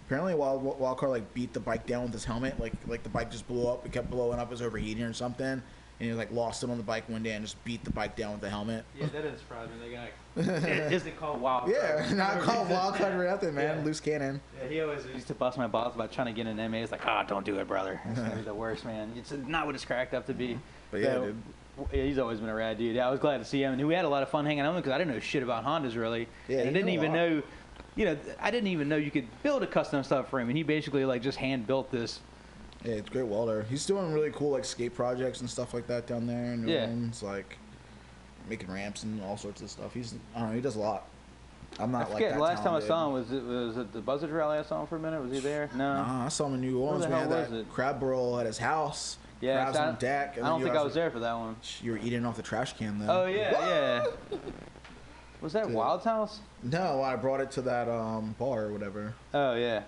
Speaker 4: Apparently, Wild Wildcard like beat the bike down with his helmet. Like like the bike just blew up. It kept blowing up. It was overheating or something. And he like lost it on the bike one day and just beat the bike down with the helmet.
Speaker 5: Yeah, that is surprise me. They
Speaker 4: [LAUGHS]
Speaker 5: got it isn't called wild.
Speaker 4: Yeah, [LAUGHS] not called Wildcard or nothing, man.
Speaker 5: Yeah.
Speaker 4: Loose cannon.
Speaker 5: Yeah, he always used to bust my balls about trying to get an MA. He's like, ah, don't do
Speaker 4: [LAUGHS]
Speaker 5: it, brother. It's gonna be the worst, man. It's not what it's cracked up to be.
Speaker 4: But yeah,
Speaker 5: So,
Speaker 4: dude.
Speaker 5: w- yeah, he's always been a rad dude. Yeah, I was glad to see him, and we had a lot of fun hanging out with him because I didn't know shit about Hondas really,
Speaker 4: Yeah,
Speaker 5: and
Speaker 4: he
Speaker 5: I didn't
Speaker 4: knew a
Speaker 5: even
Speaker 4: lot.
Speaker 5: know, you know, I didn't even know you could build a custom stuff for him, and he basically like just hand built this
Speaker 4: Yeah, it's great welder. He's doing really cool like skate projects and stuff like that down there. in New
Speaker 5: Yeah.
Speaker 4: Orleans, like making ramps and all sorts of stuff. He's I don't know. He does a lot. I'm
Speaker 5: I
Speaker 4: not like
Speaker 5: forget.
Speaker 4: that
Speaker 5: last time I
Speaker 4: talented.
Speaker 5: saw him was it was it the Buzzard rally I saw him for a minute? Was he there? No.
Speaker 4: Nah, Uh-huh, I saw him in New Orleans.
Speaker 5: the
Speaker 4: We had
Speaker 5: hell was
Speaker 4: that
Speaker 5: it?
Speaker 4: crab barrel at his house.
Speaker 5: Yeah,
Speaker 4: crabs
Speaker 5: so I,
Speaker 4: on deck.
Speaker 5: I
Speaker 4: and then
Speaker 5: don't
Speaker 4: you
Speaker 5: think
Speaker 4: guys
Speaker 5: I was there for that one.
Speaker 4: were- You were eating off the trash can then.
Speaker 5: Oh yeah, yeah.
Speaker 4: [LAUGHS]
Speaker 5: Was that
Speaker 4: Dude.
Speaker 5: Wild's house?
Speaker 4: No, I brought it to that um bar or whatever.
Speaker 5: Oh yeah.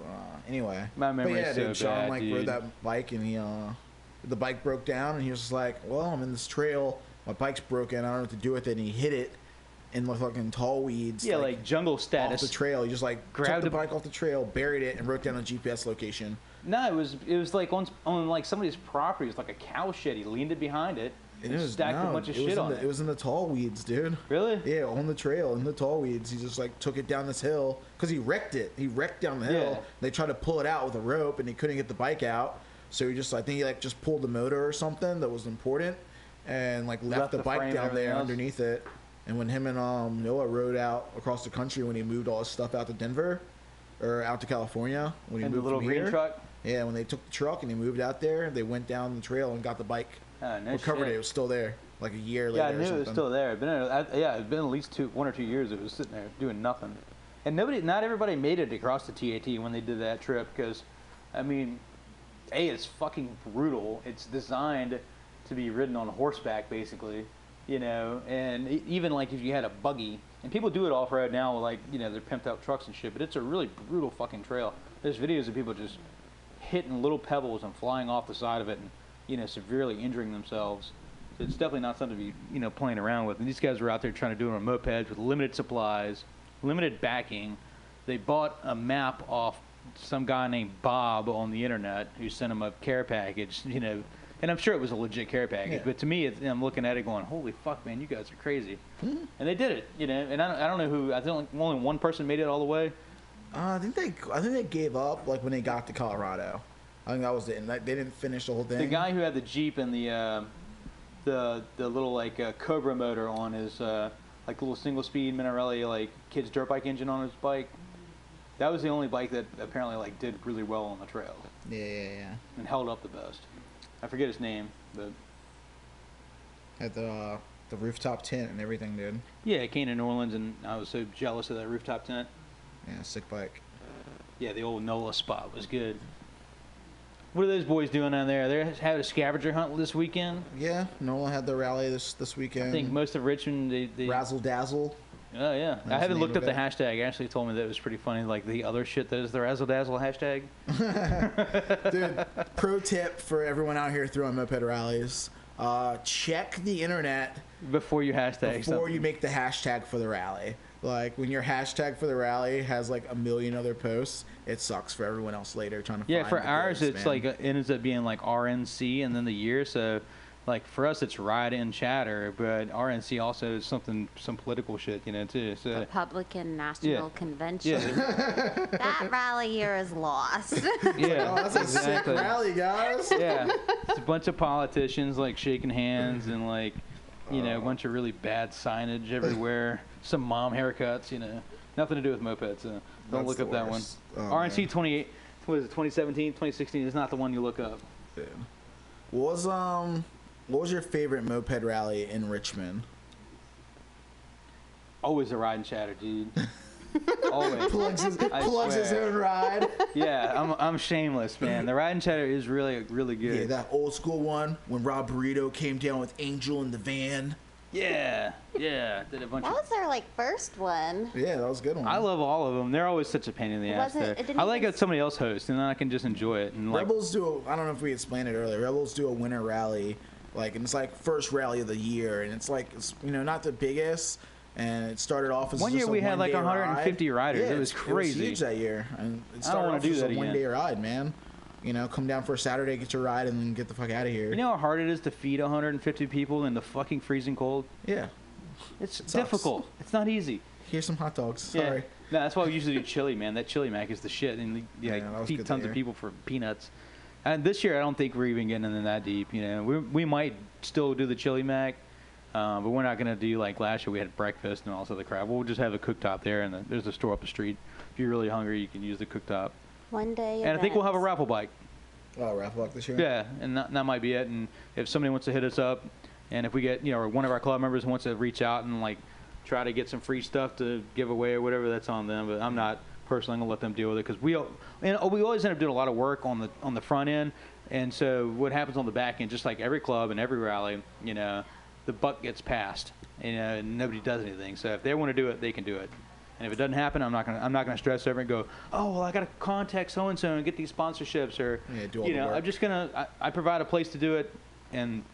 Speaker 4: I Uh, anyway,
Speaker 5: My memory's
Speaker 4: but yeah,
Speaker 5: so
Speaker 4: dude, Sean
Speaker 5: bad,
Speaker 4: like rode
Speaker 5: dude.
Speaker 4: that bike and he uh, the bike broke down and he was just like, "Well, I'm in this trail. My bike's broken. I don't know what to do with it." And he hit it in the fucking tall weeds.
Speaker 5: Yeah, like, jungle
Speaker 4: off
Speaker 5: status.
Speaker 4: the trail. He just like
Speaker 5: Grabbed
Speaker 4: grabbed the
Speaker 5: a-
Speaker 4: bike off the trail, buried it, and wrote down a GPS location.
Speaker 5: No, it was it was like on on like somebody's property. It was like a cow shed. He leaned it behind it
Speaker 4: And
Speaker 5: and stacked
Speaker 4: no,
Speaker 5: a bunch of
Speaker 4: it was
Speaker 5: shit
Speaker 4: in
Speaker 5: on
Speaker 4: the,
Speaker 5: it.
Speaker 4: It was in the tall weeds, dude.
Speaker 5: Really?
Speaker 4: Yeah, on the trail in the tall weeds. He just like took it down this hill because he wrecked it. He wrecked down the hill.
Speaker 5: Yeah.
Speaker 4: They tried to pull it out with a rope, and he couldn't get the bike out. So he just, I think he like just pulled the motor or something that was important, and like left,
Speaker 5: Left
Speaker 4: the,
Speaker 5: the
Speaker 4: bike
Speaker 5: frame,
Speaker 4: down
Speaker 5: everything
Speaker 4: there
Speaker 5: else.
Speaker 4: underneath it. And when him and um, Noah rode out across the country when he moved all his stuff out to Denver, or out to California when he
Speaker 5: And the
Speaker 4: moved
Speaker 5: little
Speaker 4: from
Speaker 5: green
Speaker 4: here,
Speaker 5: truck?
Speaker 4: Yeah, when they took the truck and they moved out there, they went down the trail and got the bike.
Speaker 5: Oh, no
Speaker 4: recovered
Speaker 5: shit.
Speaker 4: it. It was still there, like a year
Speaker 5: yeah, I
Speaker 4: later.
Speaker 5: knew
Speaker 4: or something.
Speaker 5: it was still there. It'd been I, yeah, it'd been at least two one or two years. It was sitting there doing nothing, and nobody, not everybody made it across the TAT when they did that trip because, I mean, a it's fucking brutal. It's designed to be ridden on horseback, basically, you know. And e- even like if you had a buggy, and people do it off road now, with, like you know they're pimped out trucks and shit. But it's a really brutal fucking trail. There's videos of people just hitting little pebbles and flying off the side of it and you know severely injuring themselves. So it's definitely not something to be you know playing around with. And these guys were out there trying to do it on mopeds with limited supplies, limited backing. They bought a map off some guy named Bob on the internet who sent him a care package. You know, and I'm sure it was a legit care package.
Speaker 4: Yeah.
Speaker 5: But to me, it's, I'm looking at it going, "Holy fuck, man, you guys are crazy." And they did it. You know, and I don't, I don't know who. I think only one person made it all the way.
Speaker 4: Uh, I think they, I think they gave up like when they got to Colorado. I think that was it. And that, they didn't finish the whole thing.
Speaker 5: The guy who had the jeep and the uh, the the little like uh, Cobra motor on his uh, like little single speed Minarelli like kid's dirt bike engine on his bike. That was the only bike that apparently like did really well on the trail
Speaker 4: Yeah, yeah, yeah.
Speaker 5: and held up the best. I forget his name, but
Speaker 4: At the uh, the rooftop tent and everything, dude.
Speaker 5: yeah, it came to New Orleans and I was so jealous of that rooftop tent.
Speaker 4: Yeah, sick bike.
Speaker 5: Yeah, the old NOLA spot was good. What are those boys doing down there? They're having a scavenger hunt this weekend.
Speaker 4: Yeah, Nola had the rally this this weekend.
Speaker 5: I think most of Richmond, they, they
Speaker 4: Mm-hmm. Razzle dazzle.
Speaker 5: Oh yeah,
Speaker 4: the
Speaker 5: I haven't
Speaker 4: name
Speaker 5: looked
Speaker 4: of
Speaker 5: up the
Speaker 4: it?
Speaker 5: hashtag. Ashley told me that it was pretty funny, like the other shit that is the razzle dazzle hashtag. [LAUGHS]
Speaker 4: Dude, pro tip for everyone out here throwing moped rallies: uh, check the internet
Speaker 5: Before you hashtag
Speaker 4: before
Speaker 5: something.
Speaker 4: you make the hashtag for the rally. Like when your hashtag for the rally has like a million other posts, it sucks for everyone else later trying to.
Speaker 5: yeah,
Speaker 4: find
Speaker 5: for
Speaker 4: the
Speaker 5: ours
Speaker 4: goods,
Speaker 5: it's
Speaker 4: man.
Speaker 5: like uh, it ends up being like RNC and then the year. So, like for us it's ride and chatter, but RNC also is something some political shit, you know, too. So
Speaker 6: Republican National Convention.
Speaker 5: yeah,
Speaker 6: [LAUGHS] That rally year is
Speaker 5: [LAUGHS]
Speaker 6: lost.
Speaker 4: [LAUGHS]
Speaker 5: yeah,
Speaker 4: Oh, that's a
Speaker 5: exactly.
Speaker 4: sick rally, guys. [LAUGHS]
Speaker 5: yeah, it's a bunch of politicians like shaking hands and like, you know, a bunch of really bad signage everywhere. Some mom haircuts, you know, nothing to do with mopeds. So don't
Speaker 4: That's
Speaker 5: look
Speaker 4: the
Speaker 5: up that one.
Speaker 4: worst. Oh,
Speaker 5: RNC 28, what is it? 2017, 2016 is not the one you look up.
Speaker 4: Dude. What was um what was your favorite moped rally in Richmond?
Speaker 5: Always a ride and
Speaker 4: [LAUGHS]
Speaker 5: chatter, dude. Always.
Speaker 4: Plugs his,
Speaker 5: [LAUGHS] I
Speaker 4: plugs his
Speaker 5: swear.
Speaker 4: own
Speaker 5: [LAUGHS]
Speaker 4: ride.
Speaker 5: Yeah, I'm, I'm shameless, man. The ride and chatter is really really good.
Speaker 4: yeah, that old school one when Rob Burrito came down with Angel in the van.
Speaker 5: yeah, yeah. Did a bunch
Speaker 6: That
Speaker 5: of
Speaker 6: was our like first one.
Speaker 4: Yeah, that was a good one.
Speaker 5: I love all of them. They're always such a pain in the
Speaker 6: It
Speaker 5: ass.
Speaker 6: wasn't-
Speaker 5: though.
Speaker 6: it didn't
Speaker 5: I like
Speaker 6: even-
Speaker 5: that somebody else hosts, and then I can just enjoy it. And like,
Speaker 4: Rebels do. A, I don't know if we explained it earlier. Rebels do a winter rally, like and it's like first rally of the year, and it's like it's you know not the biggest. And it started off as
Speaker 5: One
Speaker 4: just
Speaker 5: year
Speaker 4: a
Speaker 5: we had, like,
Speaker 4: one-day
Speaker 5: 150
Speaker 4: ride.
Speaker 5: riders. It
Speaker 4: Yeah,
Speaker 5: was
Speaker 4: it's-
Speaker 5: crazy.
Speaker 4: It was huge that year, and it started
Speaker 5: wanna
Speaker 4: off
Speaker 5: do
Speaker 4: as
Speaker 5: that
Speaker 4: a
Speaker 5: again.
Speaker 4: one-day ride, man. You know, come down for a Saturday, get your ride, and then get the fuck out of here.
Speaker 5: You know how hard it is to feed 150 people in the fucking freezing cold?
Speaker 4: yeah.
Speaker 5: It's
Speaker 4: It sucks.
Speaker 5: difficult. It's not easy.
Speaker 4: Here's some hot dogs. Sorry.
Speaker 5: Yeah. No, that's why we usually do chili, man. That chili mac is the shit. And you
Speaker 4: Yeah,
Speaker 5: yeah,
Speaker 4: that was
Speaker 5: feed
Speaker 4: good
Speaker 5: tons
Speaker 4: there.
Speaker 5: of people for peanuts. And this year, I don't think we're even getting in that deep. You know, we, we might still do the chili mac, uh, but we're not going to do like last year. We had breakfast and all this other crap. We'll just have a cooktop there, and the, there's a store up the street. If you're really hungry, you can use the cooktop.
Speaker 6: One day.
Speaker 5: And I think we'll have a
Speaker 6: events.
Speaker 5: raffle bike.
Speaker 4: Oh, Ralph Buck this year.
Speaker 5: Yeah, and that, that might be it. And if somebody wants to hit us up, and if we get, you know, or one of our club members wants to reach out and like try to get some free stuff to give away or whatever, that's on them. But I'm not personally gonna let them deal with it because we, al- and oh, we always end up doing a lot of work on the on the front end. And so what happens on the back end, just like every club and every rally, you know, the buck gets passed, you know, and nobody does anything. So if they want to do it, they can do it. And if it doesn't happen, I'm not gonna I'm not gonna stress over it and go, oh well, I gotta contact so and so and get these sponsorships or
Speaker 4: Yeah, do all
Speaker 5: you
Speaker 4: the
Speaker 5: know
Speaker 4: work.
Speaker 5: I'm just gonna I, I provide a place to do it, and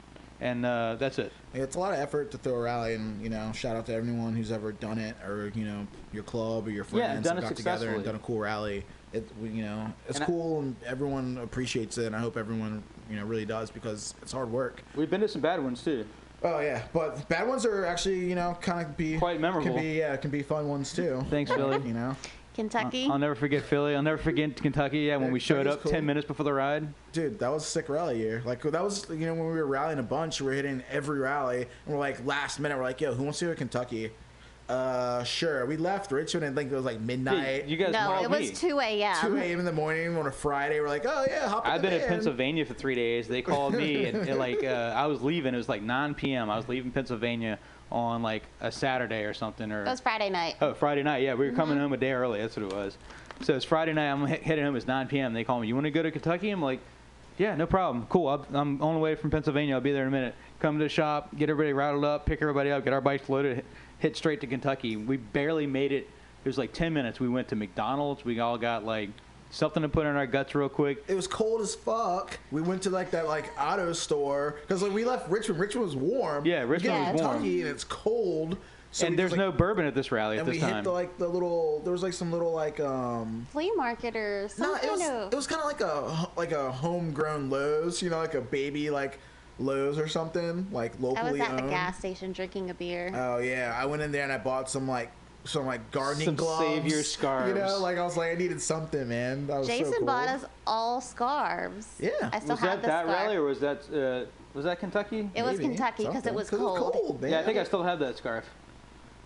Speaker 5: and uh, that's it.
Speaker 4: Yeah, It's a lot of effort to throw a rally, and you know, shout out to everyone who's ever done it, or you know, your club or your friends
Speaker 5: done
Speaker 4: have
Speaker 5: it
Speaker 4: got together and
Speaker 5: successfully.
Speaker 4: done a cool rally. It we- you know, it's
Speaker 5: And I-
Speaker 4: cool, and everyone appreciates it, and I hope everyone you know really does because it's hard work.
Speaker 5: We've been to some bad ones too.
Speaker 4: Oh yeah, but bad ones are actually you know kind of be
Speaker 5: Quite memorable.
Speaker 4: Can be yeah, can be fun ones too.
Speaker 5: Thanks, Billy.
Speaker 4: You know,
Speaker 6: Kentucky.
Speaker 5: I'll never forget Philly. I'll never forget Kentucky. Yeah, when we showed
Speaker 4: Kentucky's
Speaker 5: up
Speaker 4: cool.
Speaker 5: ten minutes before the ride.
Speaker 4: dude, that was a sick rally year. Like that was you know when we were rallying a bunch, we were hitting every rally, and we're like last minute, we're like, yo, who wants to go to Kentucky? Uh, sure. We left Richmond, I think it was like midnight.
Speaker 5: Dude, you guys
Speaker 6: no,
Speaker 5: called
Speaker 6: it
Speaker 5: me.
Speaker 6: was 2 a.m.
Speaker 4: 2 a.m. in the morning on a Friday. We're like, oh yeah, hop in
Speaker 5: I've
Speaker 4: the
Speaker 5: been in
Speaker 4: van.
Speaker 5: Pennsylvania for three days. They called me and, and, like uh, I was leaving. It was like 9 p.m. I was leaving Pennsylvania on like a Saturday or something or
Speaker 6: It was Friday night.
Speaker 5: oh Friday night. Yeah, we were
Speaker 6: Mm-hmm.
Speaker 5: coming home a day early. That's what it was. So it's Friday night. I'm he- heading home. It's 9 p.m. They call me. You want to go to Kentucky? I'm like, yeah, no problem. Cool. I'll, I'm on the way from Pennsylvania. I'll be there in a minute. Come to the shop, get everybody routed up, pick everybody up, get our bikes loaded, hit- hit straight to Kentucky. We barely made it. It was like 10 minutes. We went to McDonald's. We all got like something to put in our guts real quick.
Speaker 4: It was cold as fuck. We went to like that like auto store because like we left Richmond. Richmond was warm.
Speaker 5: Yeah, Richmond
Speaker 4: we get to
Speaker 6: was
Speaker 5: warm.
Speaker 4: Kentucky and it's cold. So
Speaker 5: and
Speaker 4: we just,
Speaker 5: there's no
Speaker 4: like-
Speaker 5: bourbon at this rally at
Speaker 4: And
Speaker 5: this
Speaker 4: we
Speaker 5: time.
Speaker 4: hit the, like the little. There was like some little like um.
Speaker 6: Flea market or
Speaker 4: No,
Speaker 6: some
Speaker 4: it
Speaker 6: kind
Speaker 4: was
Speaker 6: of.
Speaker 4: it was kind of like a like a homegrown Lowe's. You know, like a baby like Lowe's or something like locally
Speaker 6: I was at
Speaker 4: owned.
Speaker 6: the gas station drinking a beer.
Speaker 4: Oh yeah, I went in there and I bought some like some like gardening
Speaker 5: Some
Speaker 4: gloves.
Speaker 5: savior
Speaker 4: You know,
Speaker 5: scarves.
Speaker 4: like I was like I needed something, man. That was so
Speaker 6: Jason
Speaker 4: cool.
Speaker 6: bought us all scarves.
Speaker 4: Yeah.
Speaker 6: I still
Speaker 5: was
Speaker 6: have
Speaker 5: that
Speaker 6: the
Speaker 5: that
Speaker 6: scarf.
Speaker 5: rally or was that uh, was that Kentucky?
Speaker 6: it was
Speaker 4: Maybe,
Speaker 6: Kentucky because
Speaker 4: something.
Speaker 6: it was
Speaker 4: 'Cause
Speaker 6: cold.
Speaker 4: man.
Speaker 5: yeah, I think I still have that scarf.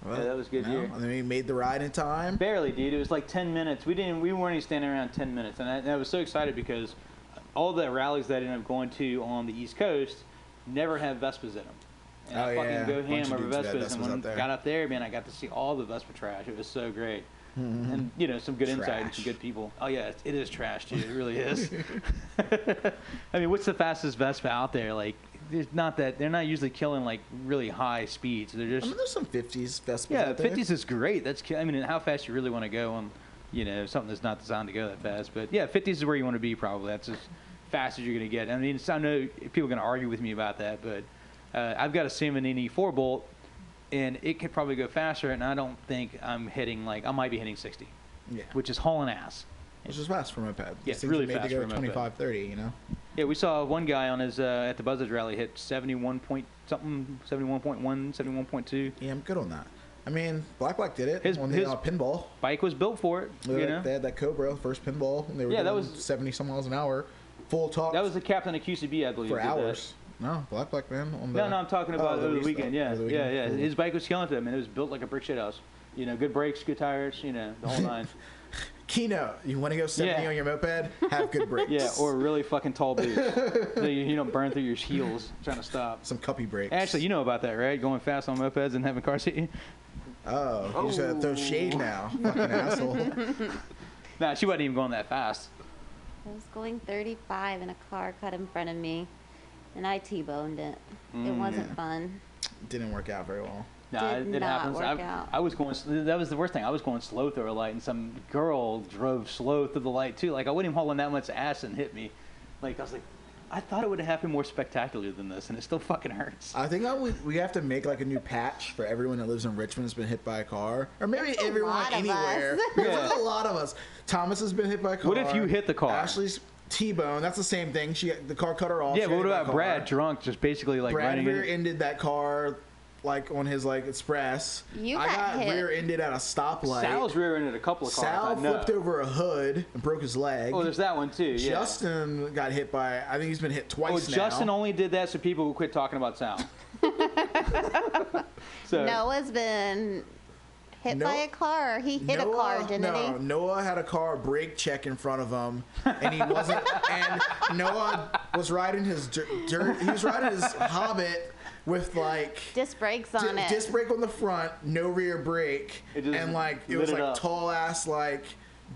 Speaker 4: Well,
Speaker 5: yeah, that was a good
Speaker 4: you know,
Speaker 5: year.
Speaker 4: And then we made the ride in time.
Speaker 5: Barely, dude. It was like 10 minutes. We didn't. We weren't even standing around 10 minutes, and I, and I was so excited because all the rallies that I ended up going to on the East Coast never have Vespas in them. And I
Speaker 4: Oh,
Speaker 5: fucking
Speaker 4: yeah.
Speaker 5: go
Speaker 4: Bunch of
Speaker 5: ham over
Speaker 4: dudes that had
Speaker 5: Vespas, and
Speaker 4: Vespas
Speaker 5: when
Speaker 4: out there.
Speaker 5: I got up there, man, I got to see all the Vespa trash. It was so great. And you know some good insight and
Speaker 4: Mm-hmm.
Speaker 5: some
Speaker 4: Trash.
Speaker 5: good people. Oh yeah, it, it is trash, dude. It
Speaker 4: [LAUGHS]
Speaker 5: really is. [LAUGHS] I mean, what's the fastest Vespa out there? Like, there's not that. They're not usually killing like really high speeds. They're
Speaker 4: I
Speaker 5: just
Speaker 4: mean, there's some 50s Vespas.
Speaker 5: yeah,
Speaker 4: out there.
Speaker 5: fifties is great. That's ki- I mean, and how fast you really want to go on, you know, something that's not designed to go that fast. But yeah, fifties is where you want to be probably. That's as fast as you're gonna get. I mean, it's- I know people are gonna argue with me about that, but uh, I've got a Simonini four bolt, and it could probably go faster. And I don't think I'm hitting like I might be hitting sixty,
Speaker 4: Yeah.
Speaker 5: which is hauling ass.
Speaker 4: Which is fast for a moped.
Speaker 5: Yeah,
Speaker 4: These things are
Speaker 5: really
Speaker 4: made
Speaker 5: fast
Speaker 4: to go
Speaker 5: for a moped.
Speaker 4: 25, 30, you know?
Speaker 5: Yeah, we saw one guy on his uh, at the Buzzards rally hit seventy one point something, 71.1, 71.2.
Speaker 4: Yeah, I'm good on that. I mean, Black Black did it
Speaker 5: His-
Speaker 4: on the
Speaker 5: his-
Speaker 4: uh, pinball.
Speaker 5: Bike was built for it.
Speaker 4: They,
Speaker 5: you
Speaker 4: like,
Speaker 5: know?
Speaker 4: they had that Cobra, first pinball, and they were
Speaker 5: Yeah, that
Speaker 4: doing
Speaker 5: was-
Speaker 4: 70 some miles an hour, full talk
Speaker 5: That was the captain of QCB, I believe.
Speaker 4: for
Speaker 5: did that.
Speaker 4: hours. No, Black Black man. On the,
Speaker 5: No, no, I'm talking
Speaker 4: Oh,
Speaker 5: about over the
Speaker 4: Reese,
Speaker 5: weekend.
Speaker 4: though.
Speaker 5: Yeah,
Speaker 4: Over the
Speaker 5: yeah,
Speaker 4: weekend.
Speaker 5: yeah.
Speaker 4: Cool.
Speaker 5: His bike was killing it. I mean, it was built like a brick shit house. You know, good brakes, good tires. You know,
Speaker 4: [LAUGHS]
Speaker 5: the whole nine.
Speaker 4: Keynote. You want to go 70
Speaker 5: Yeah.
Speaker 4: on your moped? Have
Speaker 5: [LAUGHS]
Speaker 4: good brakes.
Speaker 5: yeah, or really fucking
Speaker 4: [LAUGHS]
Speaker 5: tall boots. so you, you don't burn through your heels trying to stop.
Speaker 4: some cuppy brakes.
Speaker 5: Actually, you know about that, right? Going fast on mopeds and having car seat.
Speaker 4: oh, you just gotta throw
Speaker 5: Oh.
Speaker 4: shade now, fucking asshole. [LAUGHS]
Speaker 5: Nah, she wasn't even going that fast.
Speaker 6: I was going 35 and a car cut in front of me, and I T-boned it. It
Speaker 5: Mm.
Speaker 6: wasn't fun.
Speaker 4: Didn't work out very well.
Speaker 5: Nah,
Speaker 6: Did
Speaker 5: it, it
Speaker 6: not
Speaker 5: happens.
Speaker 6: work
Speaker 5: I,
Speaker 6: out.
Speaker 5: I was going. s- That was the worst thing. I was going slow through a light, and some girl drove slow through the light too. Like I wouldn't even haul in that much ass and hit me. Like I was like, I thought it would have happened more spectacular than this, and it still fucking hurts.
Speaker 4: I think I would, we have to make like a new patch for everyone that lives in Richmond that's been hit by a car, or maybe
Speaker 6: a
Speaker 4: everyone
Speaker 6: lot of
Speaker 4: anywhere.
Speaker 6: us.
Speaker 4: Because There's a lot of us. Thomas has been hit by a car.
Speaker 5: What if you hit the car?
Speaker 4: Ashley's T-bone. That's the same thing. She the car cut her off.
Speaker 5: Yeah,
Speaker 4: she
Speaker 5: but
Speaker 4: got
Speaker 5: what
Speaker 4: hit by a
Speaker 5: about
Speaker 4: car.
Speaker 5: Brad drunk, just basically like
Speaker 4: Brad
Speaker 5: running? in-
Speaker 4: rear-ended that car, like on his like express.
Speaker 6: You
Speaker 4: I
Speaker 6: got
Speaker 4: got
Speaker 6: hit.
Speaker 4: rear-ended at a stoplight.
Speaker 5: Sal's rear-ended a couple of cars.
Speaker 4: Sal
Speaker 5: I know.
Speaker 4: flipped over a hood and broke his leg.
Speaker 5: Oh, there's that one too. Yeah.
Speaker 4: Justin got hit by. I think he's been hit
Speaker 5: Oh,
Speaker 4: twice now.
Speaker 5: Justin only did that so people would quit talking about Sal. so
Speaker 6: Noah's been hit by
Speaker 4: Noah-
Speaker 6: a car. He hit a car, didn't
Speaker 4: no,
Speaker 6: he?
Speaker 4: Noah had a car brake check in front of him, and he wasn't.
Speaker 6: [LAUGHS]
Speaker 4: and Noah was riding his dirt. dirt he was riding his Hobbit with like
Speaker 6: Disc brakes on
Speaker 4: di-
Speaker 6: it.
Speaker 4: disc brake on the front, no rear brake,
Speaker 5: It just
Speaker 4: and like it
Speaker 5: lit
Speaker 4: was
Speaker 5: it
Speaker 4: like
Speaker 5: up.
Speaker 4: tall ass like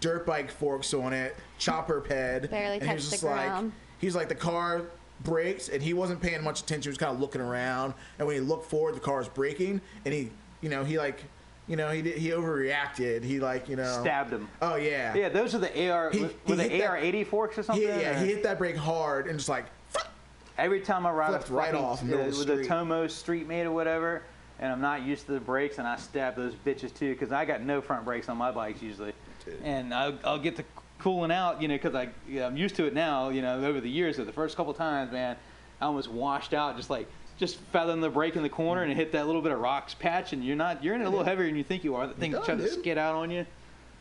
Speaker 4: dirt bike forks on it, chopper ped.
Speaker 6: Barely
Speaker 4: and he was
Speaker 6: touched the
Speaker 4: just like
Speaker 6: ground.
Speaker 4: he was like the car brakes, and he wasn't paying much attention. He was kind of looking around, and when he looked forward, the car was braking, and he you know he like You know, he did, he overreacted. He like you know
Speaker 5: Stabbed him.
Speaker 4: Oh yeah.
Speaker 5: Yeah, those are the AR.
Speaker 4: He-
Speaker 5: were
Speaker 4: he hit
Speaker 5: the
Speaker 4: that-
Speaker 5: AR eighty forks or
Speaker 4: He-
Speaker 5: something?
Speaker 4: yeah.
Speaker 5: Or-
Speaker 4: He hit that brake hard and just like
Speaker 5: Every time I ride
Speaker 4: Flipped
Speaker 5: a
Speaker 4: right
Speaker 5: fucking-
Speaker 4: off
Speaker 5: the,
Speaker 4: middle of the
Speaker 5: with the
Speaker 4: street.
Speaker 5: Tomo Street Mate or whatever, and I'm not used to the brakes, and I stab those bitches too, because I got no front brakes on my bikes usually, and I'll, I'll get to cooling out, you know, because I yeah, I'm used to it now, you know, over the years. But the first couple times, man, I almost washed out, just like just feathering the brake in the corner and hit that little bit of rocks patch, and you're not you're in it a little heavier than you think you are. The thing
Speaker 4: done,
Speaker 5: tried to
Speaker 4: dude.
Speaker 5: skid out on you.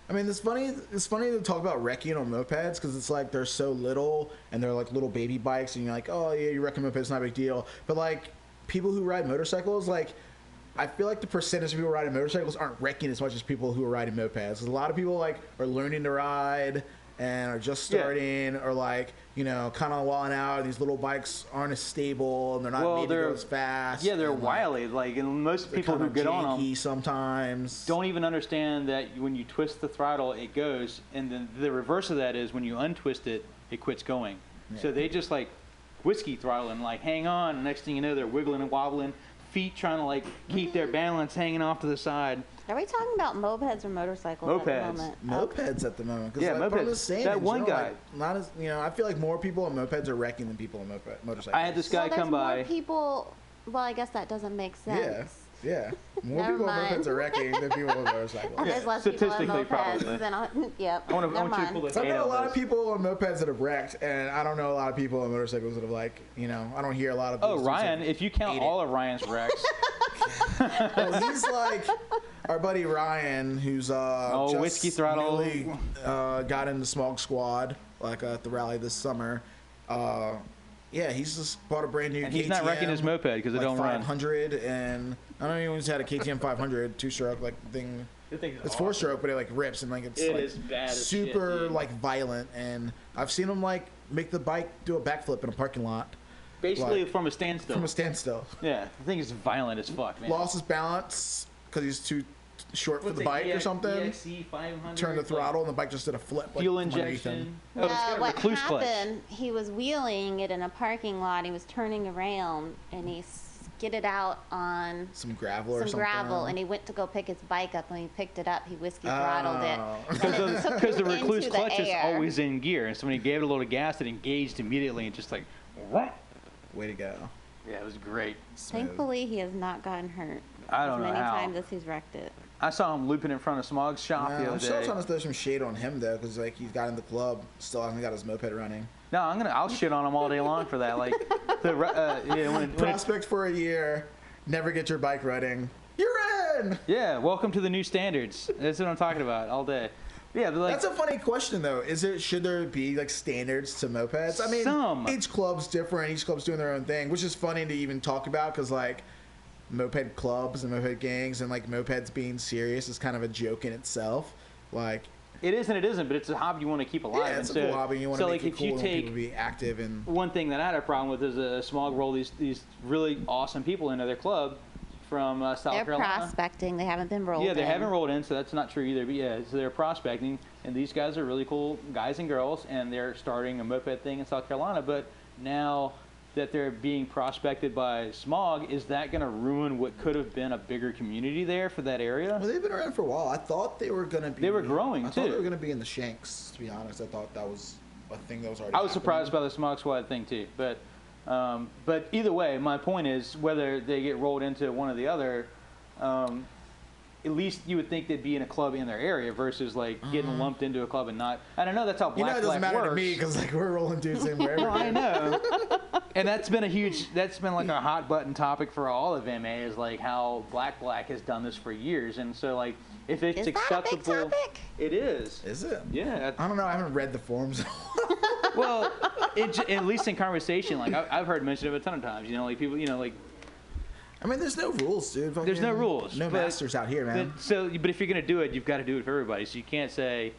Speaker 4: I mean, it's funny. It's funny to talk about wrecking on mopeds because it's like they're so little and they're like little baby bikes, and you're like, oh yeah, you wreck a moped, it's not a big deal. But like people who ride motorcycles, like I feel like the percentage of people riding motorcycles aren't wrecking as much as people who are riding mopeds. 'Cause A lot of people like are learning to ride and are just
Speaker 5: Yeah.
Speaker 4: starting, or like you know, kind of walling out. These little bikes aren't as stable and they're not made to go as fast.
Speaker 5: Yeah, they're
Speaker 4: and, like,
Speaker 5: wily. Like, and most
Speaker 4: they're
Speaker 5: people who
Speaker 4: kinda
Speaker 5: get on them
Speaker 4: janky sometimes
Speaker 5: don't even understand that when you twist the throttle, it goes, and then the reverse of that is when you untwist it, it quits going. So they just like whiskey throttling, like hang on. and Next thing you know, they're wiggling and wobbling, feet trying to like keep their balance, hanging off to the side.
Speaker 6: Are we talking about mopeds or motorcycles
Speaker 5: Mopeds.
Speaker 6: at the moment?
Speaker 4: mopeds at the moment. 'cause,
Speaker 5: Yeah,
Speaker 4: like, from
Speaker 5: mopeds.
Speaker 4: the same
Speaker 5: That
Speaker 4: in
Speaker 5: one
Speaker 4: general,
Speaker 5: guy.
Speaker 4: like, not as you know, I feel like more people on mopeds are wrecking than people on moped motorcycles.
Speaker 5: I had this guy
Speaker 6: so there's
Speaker 5: come by.
Speaker 6: more people. Well, I guess that doesn't make sense.
Speaker 4: Yeah, yeah. More
Speaker 6: Never
Speaker 4: people on
Speaker 6: mind.
Speaker 4: mopeds are wrecking than people on motorcycles.
Speaker 6: And there's less people on
Speaker 5: Statistically,
Speaker 6: mopeds
Speaker 5: probably.
Speaker 6: than on. [LAUGHS] Yep.
Speaker 5: I want to. I want you
Speaker 6: never
Speaker 5: to
Speaker 6: mind.
Speaker 5: pull the
Speaker 4: So I
Speaker 5: data
Speaker 4: know a
Speaker 5: on
Speaker 4: lot
Speaker 5: this.
Speaker 4: of people on mopeds that have wrecked, and I don't know a lot of people on motorcycles that have like, you know, I don't hear a lot of.
Speaker 5: Oh,
Speaker 4: those
Speaker 5: Ryan!
Speaker 4: dudes
Speaker 5: If you count
Speaker 4: Ate it.
Speaker 5: all of Ryan's [LAUGHS] wrecks,
Speaker 4: that- Well, he's like our buddy Ryan, who's uh,
Speaker 5: Oh,
Speaker 4: just
Speaker 5: Whiskey Throttle.
Speaker 4: newly, uh, got into Smog Squad like uh, at the rally this summer. Uh, yeah, he's just bought a brand new.
Speaker 5: and he's not wrecking his
Speaker 4: KTM.
Speaker 5: moped because it
Speaker 4: like
Speaker 5: don't run.
Speaker 4: 500 and I don't even just had a KTM 500 two stroke like thing. It's four stroke, but it like rips and like it's
Speaker 5: It
Speaker 4: like,
Speaker 5: is bad as shit,
Speaker 4: super
Speaker 5: dude.
Speaker 4: like violent. And I've seen him like make the bike do a backflip in a parking lot
Speaker 5: Basically,
Speaker 4: like,
Speaker 5: from a standstill.
Speaker 4: from a standstill.
Speaker 5: yeah, the thing is violent as fuck, man.
Speaker 4: Lost his balance because he's too short for the bike
Speaker 5: E
Speaker 4: or something. Turned the throttle and the bike just did a flip. Like,
Speaker 5: fuel
Speaker 4: from underneath him.
Speaker 5: injection. Oh,
Speaker 6: No,
Speaker 5: it's got a
Speaker 6: Uh, what
Speaker 5: recluse clutch.
Speaker 6: happened? He was wheeling it in a parking lot. He was turning around and he skidded out on
Speaker 4: Some gravel or
Speaker 6: some
Speaker 4: something.
Speaker 6: gravel, and he went to go pick his bike up. When he picked it up, he whiskey throttled
Speaker 4: Oh.
Speaker 6: it.
Speaker 5: Because the,
Speaker 6: [LAUGHS]
Speaker 5: 'cause the
Speaker 6: into
Speaker 5: recluse
Speaker 6: the
Speaker 5: clutch is
Speaker 6: air.
Speaker 5: always in gear, and so when he gave it a little gas, it engaged immediately and just like, whomp.
Speaker 4: [LAUGHS] Way to go.
Speaker 5: yeah, it was great.
Speaker 6: Thankfully, he has not gotten hurt.
Speaker 5: I don't
Speaker 6: as
Speaker 5: know
Speaker 6: many
Speaker 5: how.
Speaker 6: times as he's wrecked it.
Speaker 5: I saw him looping in front of Smog's shop
Speaker 4: Yeah,
Speaker 5: the
Speaker 4: Uh, I'm
Speaker 5: other
Speaker 4: still
Speaker 5: day.
Speaker 4: trying to throw some shade on him though, because like he's got in the club, still hasn't got his moped running.
Speaker 5: No, I'm gonna, I'll shit on him all day long for that. Like, the, re- uh, yeah, when, when it,
Speaker 4: prospect for a year, never get your bike running. You're in.
Speaker 5: yeah, welcome to the new standards. That's what I'm talking about all day. Yeah, but like,
Speaker 4: That's a funny question though. Is it should there be like standards to mopeds? I mean,
Speaker 5: Some.
Speaker 4: each club's different. Each club's doing their own thing, which is funny to even talk about because like moped clubs and moped gangs and like mopeds being serious is kind of a joke in itself. Like,
Speaker 5: it is and it isn't, but it's a hobby you want to keep alive.
Speaker 4: yeah,
Speaker 5: and
Speaker 4: it's
Speaker 5: so,
Speaker 4: a cool hobby. You want to
Speaker 5: so
Speaker 4: make
Speaker 5: like,
Speaker 4: it
Speaker 5: if
Speaker 4: cool
Speaker 5: you
Speaker 4: and
Speaker 5: take
Speaker 4: people be active and
Speaker 5: one thing that I had a problem with is a small roll these these really awesome people into their club from uh, South
Speaker 6: They're
Speaker 5: Carolina.
Speaker 6: prospecting. They haven't been rolled.
Speaker 5: Yeah, they
Speaker 6: in.
Speaker 5: haven't rolled in, so that's not true either. But yeah, so they're prospecting, and these guys are really cool guys and girls, and they're starting a moped thing in South Carolina. But now that they're being prospected by Smog, is that going to ruin what could have been a bigger community there for that
Speaker 4: Well,
Speaker 5: area?
Speaker 4: they've been around for a while. I thought they were gonna be.
Speaker 5: They were growing,
Speaker 4: I thought
Speaker 5: too.
Speaker 4: they were gonna be in the Shanks. To be honest, I thought that was a thing that was already.
Speaker 5: I was surprised by the Smog Squad thing too, but um, but either way, my point is whether they get rolled into one or the other. Um, at least you would think they'd be in a club in their area versus like getting lumped into a club and not. And I know that's how
Speaker 4: Mm-hmm. You
Speaker 5: black
Speaker 4: know, it doesn't
Speaker 5: Black
Speaker 4: matter to
Speaker 5: works.
Speaker 4: me because like we're rolling dudes
Speaker 5: [LAUGHS]
Speaker 4: in wherever. [LAUGHS]
Speaker 5: I know. and that's been a huge, that's been like a hot button topic for all of MA is like how Black Black has done this for years. And so, like, if it's
Speaker 6: Is that a big
Speaker 5: acceptable.
Speaker 6: topic?
Speaker 5: It is.
Speaker 4: Is it?
Speaker 5: Yeah.
Speaker 4: [LAUGHS] I don't know. I haven't read the forums. [LAUGHS]
Speaker 5: Well, it, j- at least in conversation, like, I, I've heard mention of it a ton of times. You know, like, people, you know, like,
Speaker 4: I mean, there's no rules, dude.
Speaker 5: There's no
Speaker 4: Fucking
Speaker 5: rules,
Speaker 4: No
Speaker 5: but-
Speaker 4: masters out here, man.
Speaker 5: but, so, but if you're going to do it, you've got to do it for everybody. So you can't say,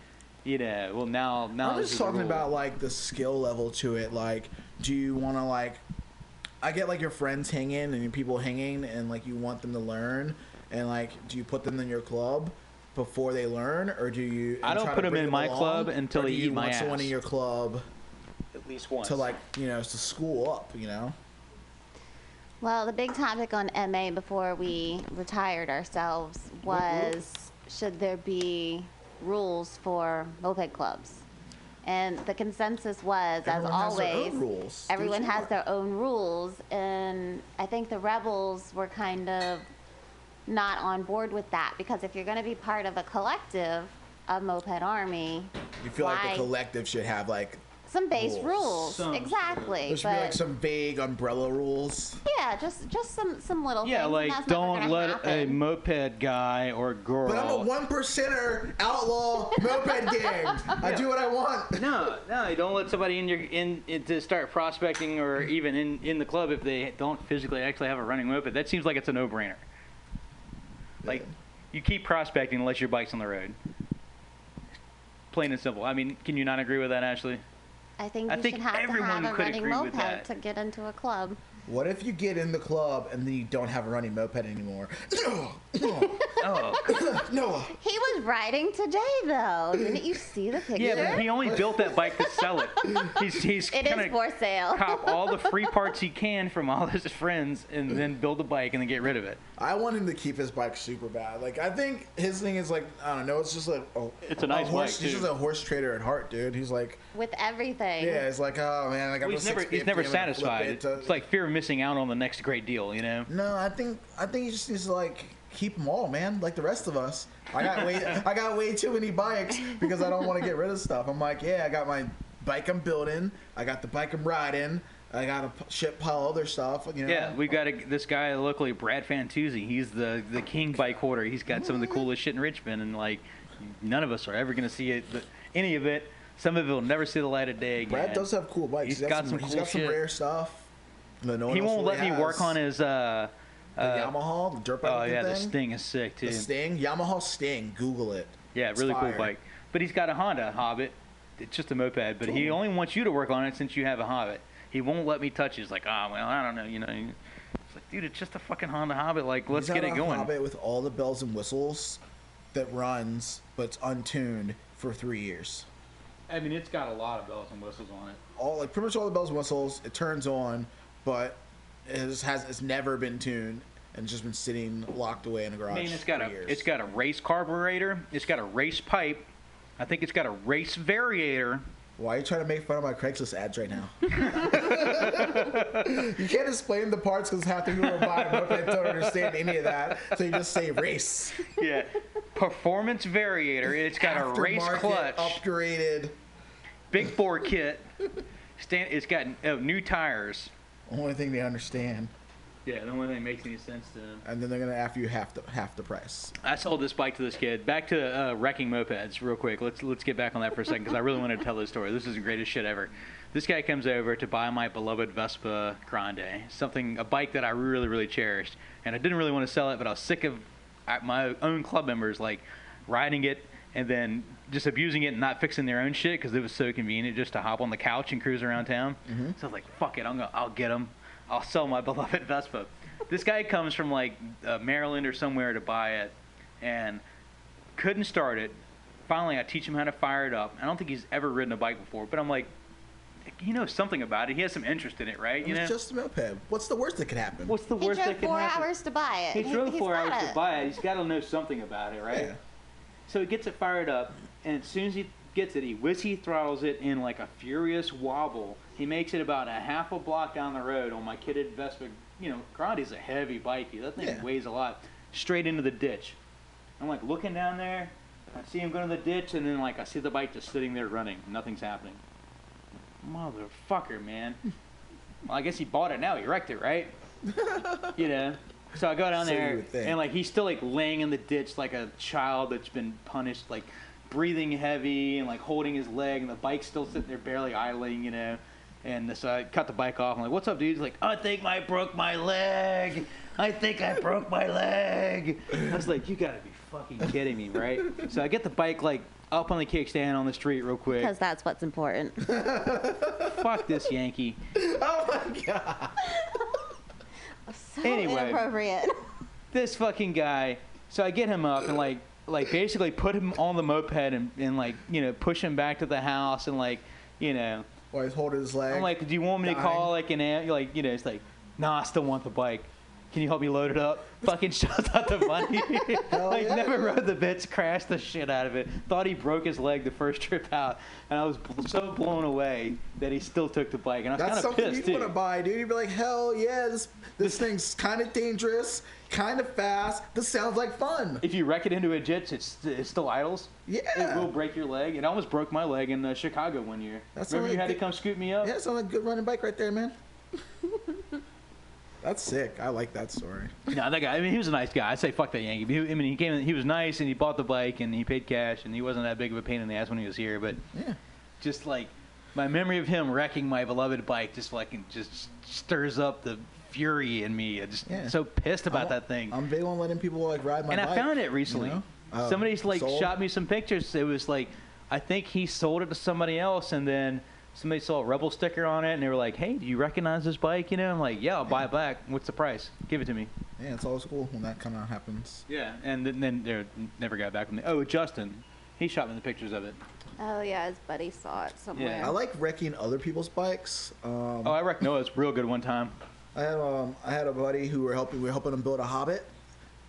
Speaker 5: you know, well, now, now.
Speaker 4: I'm
Speaker 5: this
Speaker 4: just
Speaker 5: is the
Speaker 4: talking
Speaker 5: rule.
Speaker 4: about like the skill level to it. Like, do you want to like? I get like your friends hanging and your people hanging, and like you want them to learn, and like, do you put them in your club before they learn, or do you? and
Speaker 5: I don't
Speaker 4: try to
Speaker 5: put 'em
Speaker 4: bring
Speaker 5: in my club until
Speaker 4: or do
Speaker 5: they
Speaker 4: you
Speaker 5: eat my
Speaker 4: want someone
Speaker 5: ass.
Speaker 4: in your club
Speaker 5: at least once.
Speaker 4: to like you know to school up? You know,
Speaker 6: Well, the big topic on MA before we retired ourselves was should there be rules for moped clubs? And the consensus was, as
Speaker 4: Everyone has
Speaker 6: always,
Speaker 4: their own rules. Do
Speaker 6: everyone
Speaker 4: what you
Speaker 6: has
Speaker 4: want.
Speaker 6: their own rules. And I think the rebels were kind of not on board with that because if you're going to be part of a collective of moped army,
Speaker 4: You feel like
Speaker 6: why-
Speaker 4: the collective should have like
Speaker 6: some base
Speaker 4: rules.
Speaker 6: rules,
Speaker 5: Some sort of-
Speaker 6: exactly.
Speaker 4: there should be like some vague umbrella rules.
Speaker 6: Yeah, just just some some little
Speaker 5: Yeah,
Speaker 6: things. and
Speaker 5: like
Speaker 6: that's never
Speaker 5: don't
Speaker 6: gonna
Speaker 5: let a
Speaker 6: happen.
Speaker 5: moped guy or girl.
Speaker 4: But I'm a one percenter outlaw
Speaker 5: [LAUGHS]
Speaker 4: moped gang. I do what I want.
Speaker 5: No, no, you don't let somebody in your in, in to start prospecting or even in in the club if they don't physically actually have a running moped. That seems like it's a no-brainer. Like you keep prospecting unless your bike's on the road. Plain and simple. I mean, can you not agree with that,
Speaker 6: [LAUGHS]
Speaker 5: Ashley?
Speaker 6: I think
Speaker 5: I
Speaker 6: you
Speaker 5: think
Speaker 6: should have to
Speaker 5: everyone
Speaker 6: have a
Speaker 5: could
Speaker 6: running
Speaker 5: agree with
Speaker 6: moped
Speaker 5: that.
Speaker 6: to get into a club.
Speaker 4: What if you get in the club and then you don't have a running moped anymore?
Speaker 5: Oh,
Speaker 4: Noah.
Speaker 6: He was riding today,
Speaker 5: [CLEARS THROAT]
Speaker 6: though. Didn't you see the picture?
Speaker 5: yeah, but he only built that bike to sell it. He's he's
Speaker 6: it
Speaker 5: gonna
Speaker 6: is for sale.
Speaker 5: cop all the free parts he can from all his friends and then build a bike and then get rid of it.
Speaker 4: I want him to keep his bike super bad. Like I think his thing is like I don't know. It's just like oh,
Speaker 5: It's a nice
Speaker 4: horse.
Speaker 5: bike,
Speaker 4: He's
Speaker 5: too.
Speaker 4: just a horse trader at heart, dude. He's like
Speaker 6: With everything.
Speaker 4: yeah. It's like oh man, like I'm
Speaker 5: Well,
Speaker 4: a
Speaker 5: he's never
Speaker 4: 650,
Speaker 5: he's never
Speaker 4: I'm gonna flip
Speaker 5: satisfied.
Speaker 4: it
Speaker 5: It's,
Speaker 4: to-
Speaker 5: like fear of missing out on the next great deal, you know.
Speaker 4: no. I think I think he just needs to like keep them all, man. Like the rest of us. I got way I got way too many bikes because I don't want to get rid of stuff. I'm like yeah, I got my bike I'm building. I got the bike I'm riding. I got a p- shit pile of other stuff. You know.
Speaker 5: Yeah, we've got a, this guy locally, Brad Fantuzzi. He's the the king bike hoarder. He's got some of the coolest shit in Richmond, and like none of us are ever gonna see it, the, any of it. Some of it will never see the light of day again.
Speaker 4: Brad does have cool bikes.
Speaker 5: He's
Speaker 4: He's got,
Speaker 5: got
Speaker 4: some,
Speaker 5: some
Speaker 4: he's
Speaker 5: cool
Speaker 4: got some
Speaker 5: shit.
Speaker 4: rare stuff. that no one
Speaker 5: he
Speaker 4: else
Speaker 5: won't let
Speaker 4: really
Speaker 5: me work
Speaker 4: has.
Speaker 5: on his. Uh,
Speaker 4: The
Speaker 5: uh,
Speaker 4: Yamaha, the dirt bike.
Speaker 5: oh
Speaker 4: looking
Speaker 5: yeah, the
Speaker 4: thing.
Speaker 5: Sting is sick too.
Speaker 4: The Sting, Yamaha Sting. Google it.
Speaker 5: Yeah,
Speaker 4: It's
Speaker 5: really cool
Speaker 4: fire.
Speaker 5: bike. But he's got a Honda Hobbit. It's just a moped, but he only wants you to work on it since you have a Hobbit. He won't let me touch it. He's like, oh, well, I don't know, you know. It's like, dude, it's just a fucking Honda Hobbit. Like, let's
Speaker 4: He's
Speaker 5: get
Speaker 4: got
Speaker 5: it
Speaker 4: a
Speaker 5: going.
Speaker 4: Hobbit with all the bells and whistles that runs, but it's untuned for three years.
Speaker 5: I mean, it's got a lot of bells and whistles on it.
Speaker 4: All like pretty much all the bells and whistles. It turns on, but it just has it's never been tuned and it's just been sitting locked away in a garage.
Speaker 5: I mean, it's got
Speaker 4: for
Speaker 5: a
Speaker 4: years.
Speaker 5: it's got a race carburetor. It's got a race pipe. I think it's got a race variator.
Speaker 4: Why are you trying to make fun of my Craigslist ads right now? you can't explain the parts because half the people are buying them and don't understand any of that. So you just say race.
Speaker 5: [LAUGHS] Yeah. Performance variator. It's got a race
Speaker 4: Aftermarket,
Speaker 5: clutch.
Speaker 4: Upgraded.
Speaker 5: Big bore kit. Stand. It's got uh, new tires.
Speaker 4: Only thing they understand.
Speaker 5: Yeah, the only thing that makes any sense to them.
Speaker 4: And then they're gonna after you half the half the price.
Speaker 5: I sold this bike to this kid. Back to uh, wrecking mopeds, real quick. Let's let's get back on that for a second because I really wanted to tell this story. This is the greatest shit ever. This guy comes over to buy my beloved Vespa Grande, something a bike that I really really cherished, and I didn't really want to sell it, but I was sick of uh, my own club members like riding it and then just abusing it and not fixing their own shit because it was so convenient just to hop on the couch and cruise around town. So I was like, fuck it, I'm gonna I'll get them. I'll sell my [LAUGHS] beloved Vespa. This guy comes from like uh, Maryland or somewhere to buy it, and couldn't start it. Finally, I teach him how to fire it up. I don't think he's ever ridden a bike before, but I'm like, he knows something about it. He has some interest in it, right? You
Speaker 4: It's
Speaker 5: know,
Speaker 4: just a moped. What's the worst that could happen?
Speaker 5: what's the
Speaker 6: He
Speaker 5: worst
Speaker 6: drove
Speaker 5: that can
Speaker 6: four
Speaker 5: happen?
Speaker 6: hours to buy it.
Speaker 5: He drove
Speaker 6: he's
Speaker 5: four
Speaker 6: got
Speaker 5: hours
Speaker 6: it.
Speaker 5: to buy it. He's got to know something about it, right?
Speaker 4: Yeah.
Speaker 5: So he gets it fired up, and as soon as he gets it, he whizzy throttles it in like a furious wobble. He makes it about a half a block down the road on my kitted Vespa. You know, Grande's a heavy bike. That thing
Speaker 4: Yeah.
Speaker 5: weighs a lot. Straight into the ditch. I'm like looking down there. I see him go to the ditch, and then like I see the bike just sitting there running. Nothing's happening. Motherfucker, man. Well, I guess he bought it now. He wrecked it, right? you know. So I go down
Speaker 4: So you
Speaker 5: there,
Speaker 4: would think.
Speaker 5: and like he's still like laying in the ditch like a child that's been punished, like breathing heavy and like holding his leg, and the bike's still sitting there barely idling, you know. And so I cut the bike off. I'm like, "What's up, dude?" He's like, "I think I broke my leg. I think I broke my leg." I was like, "You gotta be fucking kidding me, right?" So I get the bike like up on the kickstand on the street real quick.
Speaker 6: Because that's what's important. [LAUGHS]
Speaker 5: Fuck this Yankee.
Speaker 6: so
Speaker 5: Anyway. [LAUGHS]
Speaker 6: inappropriate.
Speaker 5: this fucking guy. So I get him up and like like basically put him on the moped and, and like you know push him back to the house and like you know
Speaker 4: Or he's holding his leg.
Speaker 5: I'm like, do you want me to
Speaker 4: Dying.
Speaker 5: call like an am- like you know it's like nah, I still want the bike. Can you help me load it up? Fucking [LAUGHS] shoves out the money. [LAUGHS] I
Speaker 4: yeah.
Speaker 5: never rode the bitch, crashed the shit out of it. Thought he broke his leg the first trip out, and I was bl- so blown away that he still took the bike, and I was
Speaker 4: That's
Speaker 5: kind of
Speaker 4: something
Speaker 5: pissed
Speaker 4: you'd want to
Speaker 5: too.
Speaker 4: buy, dude. You'd be like, hell yeah, this this thing's kind of dangerous, kind of fast. This sounds like fun.
Speaker 5: If you wreck it into a jitch, it's, it still idles.
Speaker 4: Yeah.
Speaker 5: It will break your leg. It almost broke my leg in uh, Chicago one year.
Speaker 4: That's
Speaker 5: Remember
Speaker 4: all
Speaker 5: you
Speaker 4: I
Speaker 5: had to
Speaker 4: did-
Speaker 5: come scoop me up?
Speaker 4: Yeah, it sounds like a good running bike right there, man. [LAUGHS] That's sick. I like that story.
Speaker 5: No, that guy. I mean, he was a nice guy. I say fuck that Yankee. But he, I mean, he came. In, he was nice, and he bought the bike, and he paid cash, and he wasn't that big of a pain in the ass when he was here. But
Speaker 4: Yeah.
Speaker 5: just like my memory of him wrecking my beloved bike, just fucking just stirs up the fury in me. I'm just
Speaker 4: Yeah.
Speaker 5: so pissed about
Speaker 4: I-
Speaker 5: that thing.
Speaker 4: I'm big on letting people like ride my
Speaker 5: and
Speaker 4: bike.
Speaker 5: I found it recently.
Speaker 4: you know? Um,
Speaker 5: Somebody's like
Speaker 4: sold?
Speaker 5: shot me some pictures. It was like, I think he sold it to somebody else, and then somebody saw a Rebel sticker on it, and they were like, "Hey, do you recognize this bike?" You know, I'm like, "Yeah, I'll buy it back. What's the price? Give it to me."
Speaker 4: Yeah, it's always cool when that kind of happens.
Speaker 5: Yeah, and then, then they never got back from me. Oh, Justin, he shot me the pictures of it.
Speaker 6: Oh yeah, his buddy saw it somewhere.
Speaker 5: Yeah.
Speaker 4: I like wrecking other people's bikes. Um,
Speaker 5: Oh, I wrecked Noah's real good one time.
Speaker 4: I had um I had a buddy who were helping we were helping him build a Hobbit,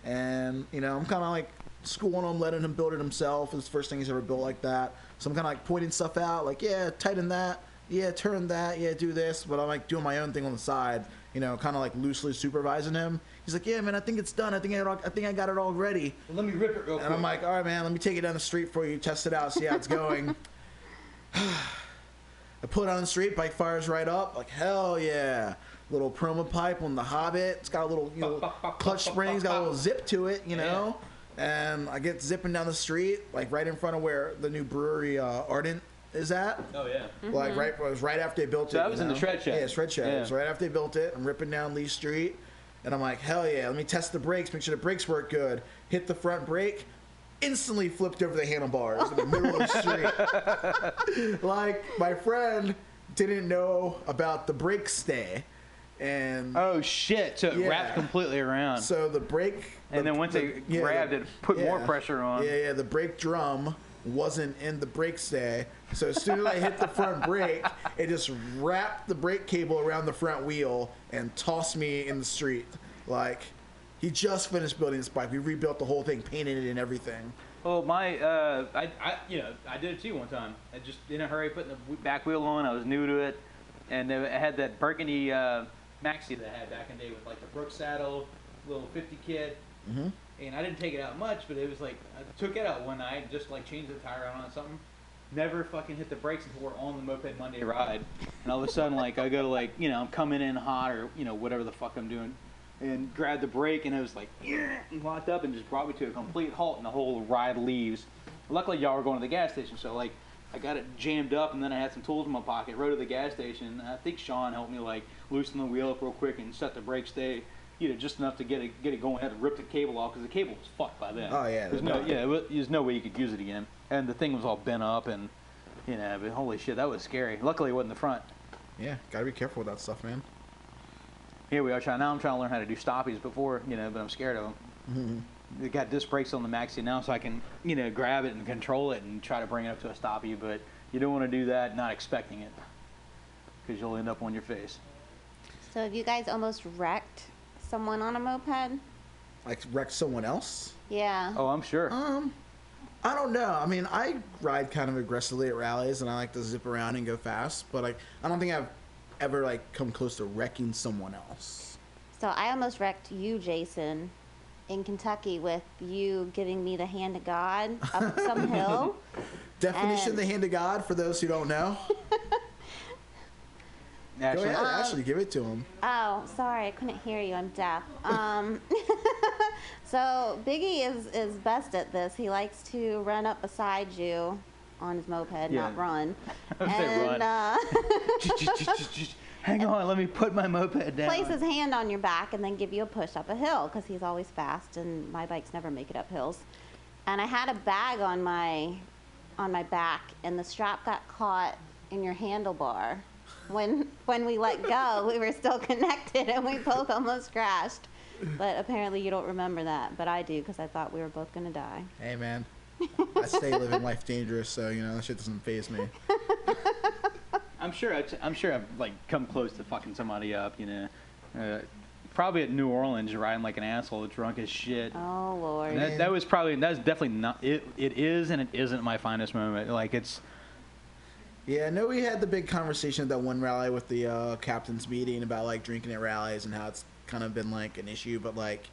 Speaker 4: and you know I'm kind of like schooling him, letting him build it himself. It's the first thing he's ever built like that. So I'm kind of like pointing stuff out, like yeah, tighten that, yeah, turn that, yeah, do this. But I'm like doing my own thing on the side, you know, kind of like loosely supervising him. He's like, yeah, man, I think it's done. I think I, I think I got it all ready.
Speaker 5: Let me rip it real
Speaker 4: And I'm like, all right, man, let me take it down the street for you, test it out, see how it's
Speaker 5: [LAUGHS]
Speaker 4: going. I pull it on the street, bike fires right up, like hell yeah. Little promo pipe on the Hobbit. It's got a little, you know, clutch springs, got a little zip to it, you know. And I get zipping down the street, like right in front of where the new brewery uh, Ardent is at.
Speaker 5: oh yeah.
Speaker 4: Like right, it was right after they built
Speaker 5: So
Speaker 4: it.
Speaker 5: that
Speaker 4: you
Speaker 5: was in the
Speaker 4: know?
Speaker 5: shred shed.
Speaker 4: Yeah, shred shed. It was
Speaker 5: Yeah.
Speaker 4: right after they built it. I'm ripping down Lee Street, and I'm like, hell yeah, let me test the brakes, make sure the brakes work good. Hit the front brake, instantly flipped over the handlebars in the middle of the
Speaker 5: [LAUGHS]
Speaker 4: street. like my friend didn't know about the brake stay, and
Speaker 5: Oh shit! So it
Speaker 4: Yeah.
Speaker 5: wrapped completely around.
Speaker 4: so the brake.
Speaker 5: And
Speaker 4: the-
Speaker 5: then once
Speaker 4: the-
Speaker 5: they
Speaker 4: yeah,
Speaker 5: grabbed
Speaker 4: the-
Speaker 5: it, put more pressure on.
Speaker 4: Yeah, yeah. The brake drum wasn't in the brake stay, so as soon as I hit the front brake, it just wrapped the brake cable around the front wheel and tossed me in the street. Like, he just finished building this bike. We rebuilt the whole thing, painted it and everything.
Speaker 5: Well, my, uh, I, I, you know, I did it too one time. I just in a hurry putting the w- back wheel on. I was new to it, and I had that burgundy uh, maxi that I had back in the day with like the Brook saddle, little 50 kit. Mm-hmm. And I didn't take it out much, but it was like I took it out one night, and just like changed the tire out on something. Never fucking hit the brakes until we're on the moped Monday ride, and all of a sudden like I go to like you know I'm coming in hot or you know whatever the fuck I'm doing, and grabbed the brake and it was like and locked up and just brought me to a complete halt and the whole ride leaves. Luckily y'all were going to the gas station, so like I got it jammed up and then I had some tools in my pocket, rode to the gas station. and I think Sean helped me like loosen the wheel up real quick and set the brake stay, you know, just enough to get it get it going. I had to rip the cable off because the cable was fucked by then.
Speaker 4: Oh, yeah,
Speaker 5: there's
Speaker 4: no.
Speaker 5: no yeah, it wa- there's no way you could use it again. And the thing was all bent up and you know, but holy shit, that was scary. Luckily it wasn't the front.
Speaker 4: Yeah, gotta be careful with that stuff, man.
Speaker 5: Here we are trying. Now I'm trying to learn how to do stoppies before, you know, but I'm scared of them. They got disc brakes on the maxi now, so I can, you know, grab it and control it and try to bring it up to a stoppie. But you don't want to do that, not expecting it, because you'll end up on your face.
Speaker 6: So have you guys almost wrecked someone on a moped?
Speaker 4: Like wreck someone else.
Speaker 6: Yeah.
Speaker 5: Oh, I'm sure.
Speaker 4: Um, I don't know. I mean, I ride kind of aggressively at rallies, and I like to zip around and go fast. But like, I don't think I've ever like come close to wrecking someone else.
Speaker 6: So I almost wrecked you, Jason, in Kentucky with you giving me the hand of God up
Speaker 5: [LAUGHS]
Speaker 6: some hill.
Speaker 4: Definition:
Speaker 6: And-
Speaker 4: the hand of God. For those who don't know, go
Speaker 5: Actually, uh,
Speaker 4: ahead, Ashley, give it to him.
Speaker 6: Oh, sorry, I couldn't hear you. I'm deaf. Um, [LAUGHS] so Biggie is is best at this. He likes to run up beside you on his moped,
Speaker 5: Yeah. [LAUGHS]
Speaker 6: not run.
Speaker 5: would say run.
Speaker 6: and uh,
Speaker 5: hang on, let me put my moped down.
Speaker 6: place his hand on your back and then give you a push up a hill because he's always fast and my bikes never make it up hills. And I had a bag on my on my back and the strap got caught in your handlebar. When when we let go, we were still [LAUGHS] connected and we both almost crashed. But apparently you don't remember that, but I do because I thought we were both gonna die.
Speaker 4: Hey, man. I stay living life dangerous, so you know that shit doesn't phase me.
Speaker 5: I'm sure. I've, I'm sure I've like come close to fucking somebody up, you know. Uh, probably at New Orleans, riding like an asshole, drunk as shit.
Speaker 6: Oh
Speaker 5: And
Speaker 6: lord.
Speaker 5: that, that was probably that's definitely not it. It is and it isn't my finest moment. Like it's
Speaker 4: Yeah, I know we had the big conversation at that one rally with the uh, captain's meeting about like drinking at rallies and how it's kind of been like an issue, but like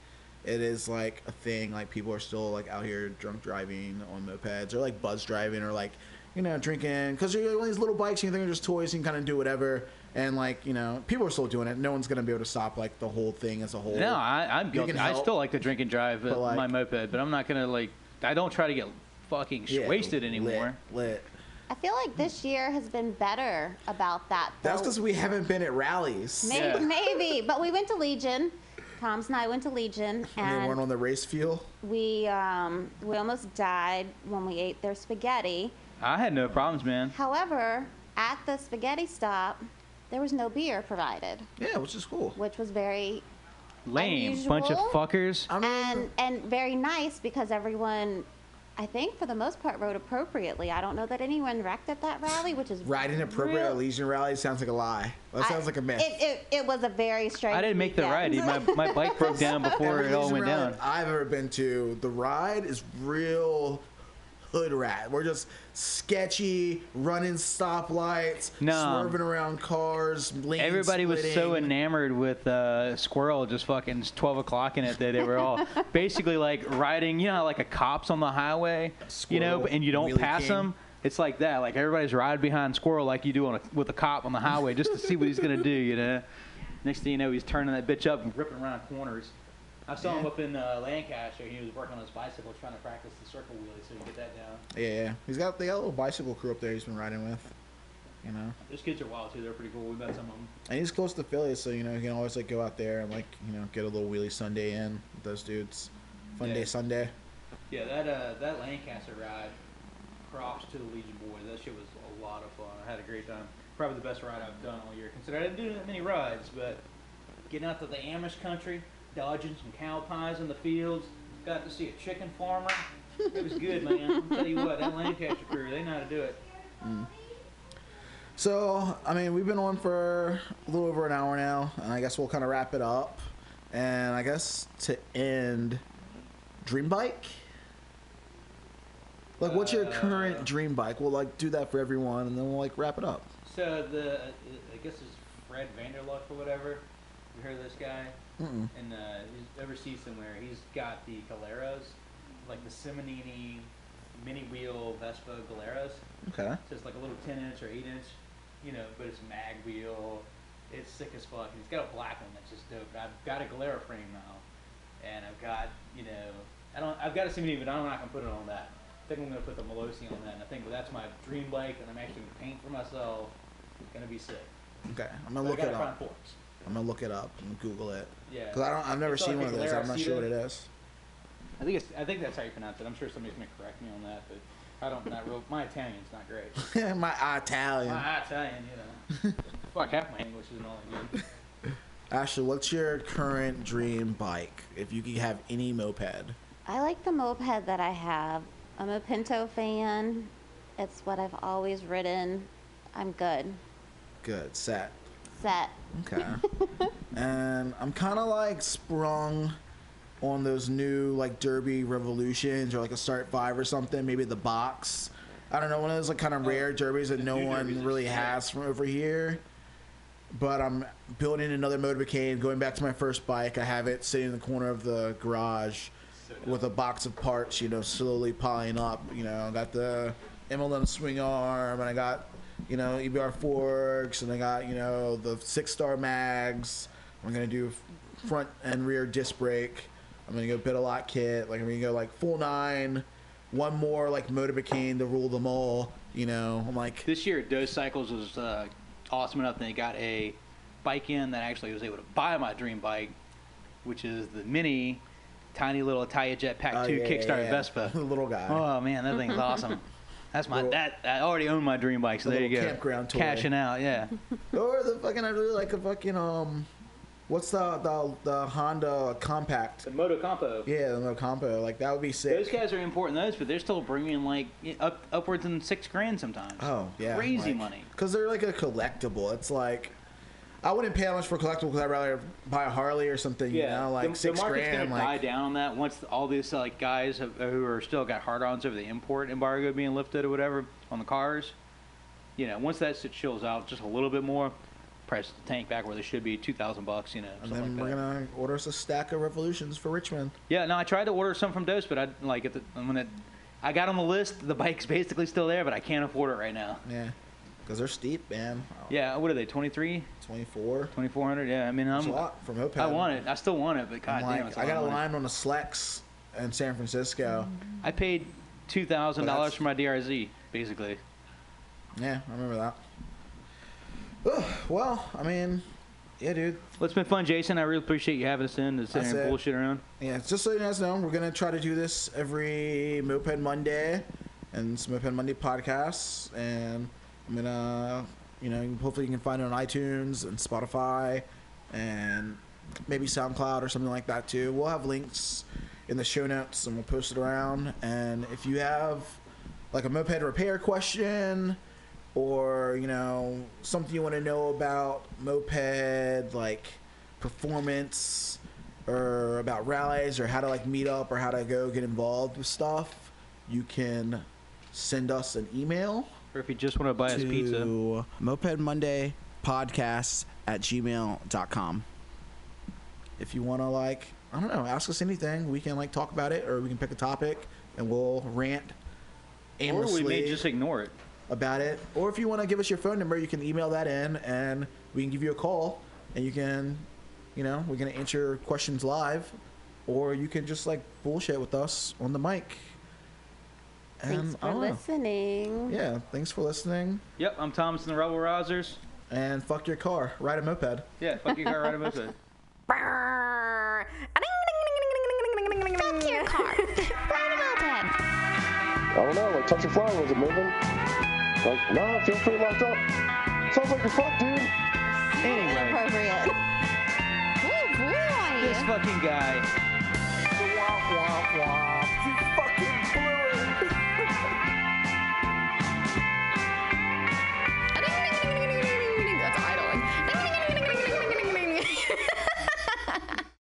Speaker 4: it is like a thing. Like people are still like out here drunk driving on mopeds or like buzz driving or like you know drinking because you're on these little bikes and you think they're just toys and you kind of do whatever. And like you know, people are still doing it. No one's gonna be able to stop like the whole thing as a whole.
Speaker 5: no, I, I'm guilty.
Speaker 4: can
Speaker 5: I
Speaker 4: help.
Speaker 5: still like to drink and drive
Speaker 4: But,
Speaker 5: uh,
Speaker 4: like-
Speaker 5: my moped, but I'm not gonna like. I don't try to get fucking sh-
Speaker 4: Yeah,
Speaker 5: wasted
Speaker 4: lit,
Speaker 5: anymore.
Speaker 4: Lit.
Speaker 6: I feel like this year has been better about that.
Speaker 4: That's
Speaker 6: though.
Speaker 4: because we haven't been at rallies.
Speaker 6: May-
Speaker 5: Yeah.
Speaker 6: Maybe, but we went to Legion. Tom's and I went to Legion,
Speaker 4: And they weren't
Speaker 6: and
Speaker 4: on the race fuel.
Speaker 6: we um, we almost died when we ate their spaghetti.
Speaker 5: I had no problems, man.
Speaker 6: However, at the spaghetti stop, there was no beer provided,
Speaker 4: Yeah, which is cool.
Speaker 6: which was very
Speaker 5: Lame bunch of
Speaker 6: Unusual.
Speaker 5: fuckers.
Speaker 4: I mean,
Speaker 6: and and very nice because everyone, I think for the most part, rode appropriately. I don't know that anyone wrecked at that rally, which is
Speaker 4: Riding appropriate at
Speaker 6: real-
Speaker 4: Legion Rally sounds like a lie. That
Speaker 6: I-
Speaker 4: sounds like a myth.
Speaker 6: It, it, it was a very strange.
Speaker 5: I didn't make the ride.
Speaker 6: weekend.
Speaker 5: My my bike broke
Speaker 4: [LAUGHS]
Speaker 5: down before
Speaker 4: Every
Speaker 5: it all
Speaker 4: Legion
Speaker 5: went
Speaker 4: rally
Speaker 5: down.
Speaker 4: I've ever been to, the ride is real hood rat. We're just sketchy, running stoplights,
Speaker 5: No.
Speaker 4: swerving around cars, lanes
Speaker 5: Everybody was so
Speaker 4: splitting.
Speaker 5: enamored with uh, Squirrel just fucking 12 o'clock in it that they
Speaker 4: [LAUGHS]
Speaker 5: were all basically like riding, you know, how, like a cop's on the highway, you know,
Speaker 4: Squirrel,
Speaker 5: and you don't
Speaker 4: Wheelie
Speaker 5: pass
Speaker 4: King.
Speaker 5: them. It's like that. Like everybody's riding behind Squirrel like you do on a, with a cop on the highway just to see what he's going to do, you know. Next thing you know, he's turning that bitch up and ripping around corners. I saw him up in uh, Lancaster. He was working on his bicycle trying to practice the circle wheelie so he could get that down.
Speaker 4: Yeah, yeah. He's got, they got a little bicycle crew up there he's been riding with. You know?
Speaker 5: Those kids are wild too. They're pretty cool. We met some of them.
Speaker 4: And he's close to Philly, so you know he can always like go out there and like you know get a little wheelie Sunday in with those dudes. Fun
Speaker 5: Yeah.
Speaker 4: day Sunday.
Speaker 5: Yeah, that uh, that Lancaster ride, props to the Legion Boys. That shit was a lot of fun. I had a great time. Probably the best ride I've done all year. Consider I didn't do that many rides, but getting out to the Amish country, dodging some cow pies in the fields, got to see a chicken farmer. It was good, man. I'll tell you what, that Lancaster crew, they know how to do it.
Speaker 4: So, I mean, we've been on for a little over an hour now, and I guess we'll kind of wrap it up. And I guess to end, dream bike. Like, what's your
Speaker 5: Uh,
Speaker 4: current dream bike? We'll like do that for everyone, and then we'll like wrap it up.
Speaker 5: So the uh, I guess it's Fred Vanderluck or whatever. You heard of this guy?
Speaker 4: Mm-mm.
Speaker 5: And uh, he's overseas somewhere. He's got the Galeros, like the Simonini mini wheel Vespa Galeros.
Speaker 4: Okay.
Speaker 5: So it's like a little 10 inch or 8 inch, you know, but it's mag wheel. It's sick as fuck. And he's got a black one that's just dope. And I've got a Galera frame now. And I've got, you know, I don't, I've got a Simonini, but I'm not going to put it on that. I think I'm going to put the Melosi on that. And I think that's my dream bike. And I'm actually going to paint for myself. It's going to be sick.
Speaker 4: Okay. I'm
Speaker 5: But
Speaker 4: gonna look
Speaker 5: I
Speaker 4: it
Speaker 5: got to find
Speaker 4: up.
Speaker 5: forks.
Speaker 4: I'm gonna look it up and Google it.
Speaker 5: Yeah.
Speaker 4: Cause I don't. I've never
Speaker 5: It's
Speaker 4: seen
Speaker 5: like
Speaker 4: one
Speaker 5: a
Speaker 4: of those. I'm not sure what it
Speaker 5: Galera
Speaker 4: is.
Speaker 5: I think it's, I think that's how you pronounce it. I'm sure somebody's gonna correct me on that, but I don't not real. My Italian's not
Speaker 4: [LAUGHS]
Speaker 5: great.
Speaker 4: My Italian.
Speaker 5: My Italian,
Speaker 4: [LAUGHS]
Speaker 5: you know. Fuck, half my English isn't all that good.
Speaker 4: Ashley, what's your current dream bike? If you could have any moped.
Speaker 6: I like the moped that I have. I'm a Pinto fan. It's what I've always ridden. I'm good.
Speaker 4: Good, set.
Speaker 6: Set.
Speaker 4: Okay. [LAUGHS] and I'm kind of like sprung on those new like Derby Revolutions or like a Start Five or something, maybe the box. I don't know, one of those like kind of rare derbies that no
Speaker 5: Oh, new derbies
Speaker 4: one
Speaker 5: are
Speaker 4: really
Speaker 5: sick.
Speaker 4: has from over here. But I'm building another motorbike. Going back to my first bike, I have it sitting in the corner of the garage with a box of parts, you know, slowly piling up. You know, I got the MLM swing arm, and I got, you know, EBR forks, and I got, you know, the six star mags. I'm gonna do f- front and rear disc brake. I'm gonna go bit a lot kit. Like I'm gonna go like full nine. One more like motorbike to rule them all. You know, I'm like
Speaker 5: This year, Dose Cycles was uh, awesome enough that they got a bike in that actually was able to buy my dream bike, which is the mini, tiny little Italia Jet Pack
Speaker 4: oh,
Speaker 5: Two
Speaker 4: yeah, yeah,
Speaker 5: Kickstarter
Speaker 4: yeah.
Speaker 5: Vespa.
Speaker 4: the [LAUGHS] little guy.
Speaker 5: Oh man, that thing's awesome. That's my
Speaker 4: Little-
Speaker 5: that I already own my dream bike, so
Speaker 4: A
Speaker 5: there you
Speaker 4: little
Speaker 5: go.
Speaker 4: campground toy.
Speaker 5: Cashing out, yeah.
Speaker 4: Or the fucking I really like a fucking um, what's the the, the Honda Compact?
Speaker 5: The Moto Compo.
Speaker 4: Yeah, the little Compo. Like that would be sick.
Speaker 5: Those guys are important, those, but they're still bringing like i- up upwards in six grand sometimes.
Speaker 4: Oh yeah,
Speaker 5: crazy money.
Speaker 4: Because they're like a collectible. It's like I wouldn't pay that much for collectibles. 'cause I'd rather buy a Harley or something. you know, like
Speaker 5: the,
Speaker 4: six
Speaker 5: the market's
Speaker 4: grand.
Speaker 5: gonna die
Speaker 4: Like,
Speaker 5: down on that once all these like guys have, who are still got hard-ons over the import embargo being lifted or whatever on the cars. You know, once that shit chills out just a little bit more, price the tank back where they should be, two thousand bucks. You know,
Speaker 4: and
Speaker 5: something
Speaker 4: then
Speaker 5: like
Speaker 4: we're
Speaker 5: that.
Speaker 4: gonna order us a stack of Revolutions for Richmond.
Speaker 5: Yeah, no, I tried to order some from Dose, but I like at the, when it, I got on the list, the bike's [LAUGHS] basically still there, but I can't afford it right now.
Speaker 4: Yeah, because they're steep, man. Oh,
Speaker 5: Yeah, what are they? 23,
Speaker 4: twenty four.
Speaker 5: 2400? Yeah, I mean,
Speaker 4: That's
Speaker 5: I'm,
Speaker 4: a lot for moped.
Speaker 5: I want it. I still want it, but
Speaker 4: I'm
Speaker 5: god
Speaker 4: like,
Speaker 5: damn, it's a
Speaker 4: I
Speaker 5: lot
Speaker 4: got a
Speaker 5: of money.
Speaker 4: line on a Slex in San Francisco.
Speaker 5: I paid two thousand
Speaker 4: But
Speaker 5: dollars
Speaker 4: that's-
Speaker 5: for my DRZ, basically.
Speaker 4: Yeah, I remember that. Ugh, well, I mean, yeah, dude.
Speaker 5: Well, it's been fun, Jason. I really appreciate you having us in to sit
Speaker 4: That's
Speaker 5: here and
Speaker 4: it.
Speaker 5: bullshit around.
Speaker 4: Yeah, just so you guys know, we're gonna try to do this every Moped Monday, and it's Moped Monday podcasts, and I'm gonna, you know, hopefully you can find it on iTunes and Spotify, and maybe SoundCloud or something like that too. We'll have links in the show notes, and we'll post it around. And if you have like a moped repair question, or you know something you want to know about moped like performance or about rallies or how to like meet up or how to go get involved with stuff you can send us an email
Speaker 5: Or if you just want to buy us pizza,
Speaker 4: to moped monday podcast at gmail.com if you want to like i don't know ask us anything we can like talk about it or we can pick a topic and we'll rant
Speaker 5: or
Speaker 4: aimlessly
Speaker 5: we may just ignore it.
Speaker 4: about it. Or if you want to give us your phone number, you can email that in and we can give you a call and you can, you know, we're going to answer your questions live or you can just like bullshit with us on the mic.
Speaker 6: Thanks
Speaker 4: I
Speaker 6: for
Speaker 4: don't know.
Speaker 6: listening.
Speaker 4: Yeah, thanks for listening
Speaker 5: Yep, I'm Thomas and the Rebel Rousers.
Speaker 4: and fuck your car, ride a moped.
Speaker 5: Yeah, fuck you, car right about that.
Speaker 2: Back your car. Ride a moped.
Speaker 3: I don't know, like touch your flower, is it moving? Like, nah, feel pretty locked up. Sounds like you're fucked, dude.
Speaker 5: Anyway,
Speaker 6: Inappropriate. Good boy.
Speaker 5: this fucking guy.
Speaker 4: Womp, womp, womp. You fucking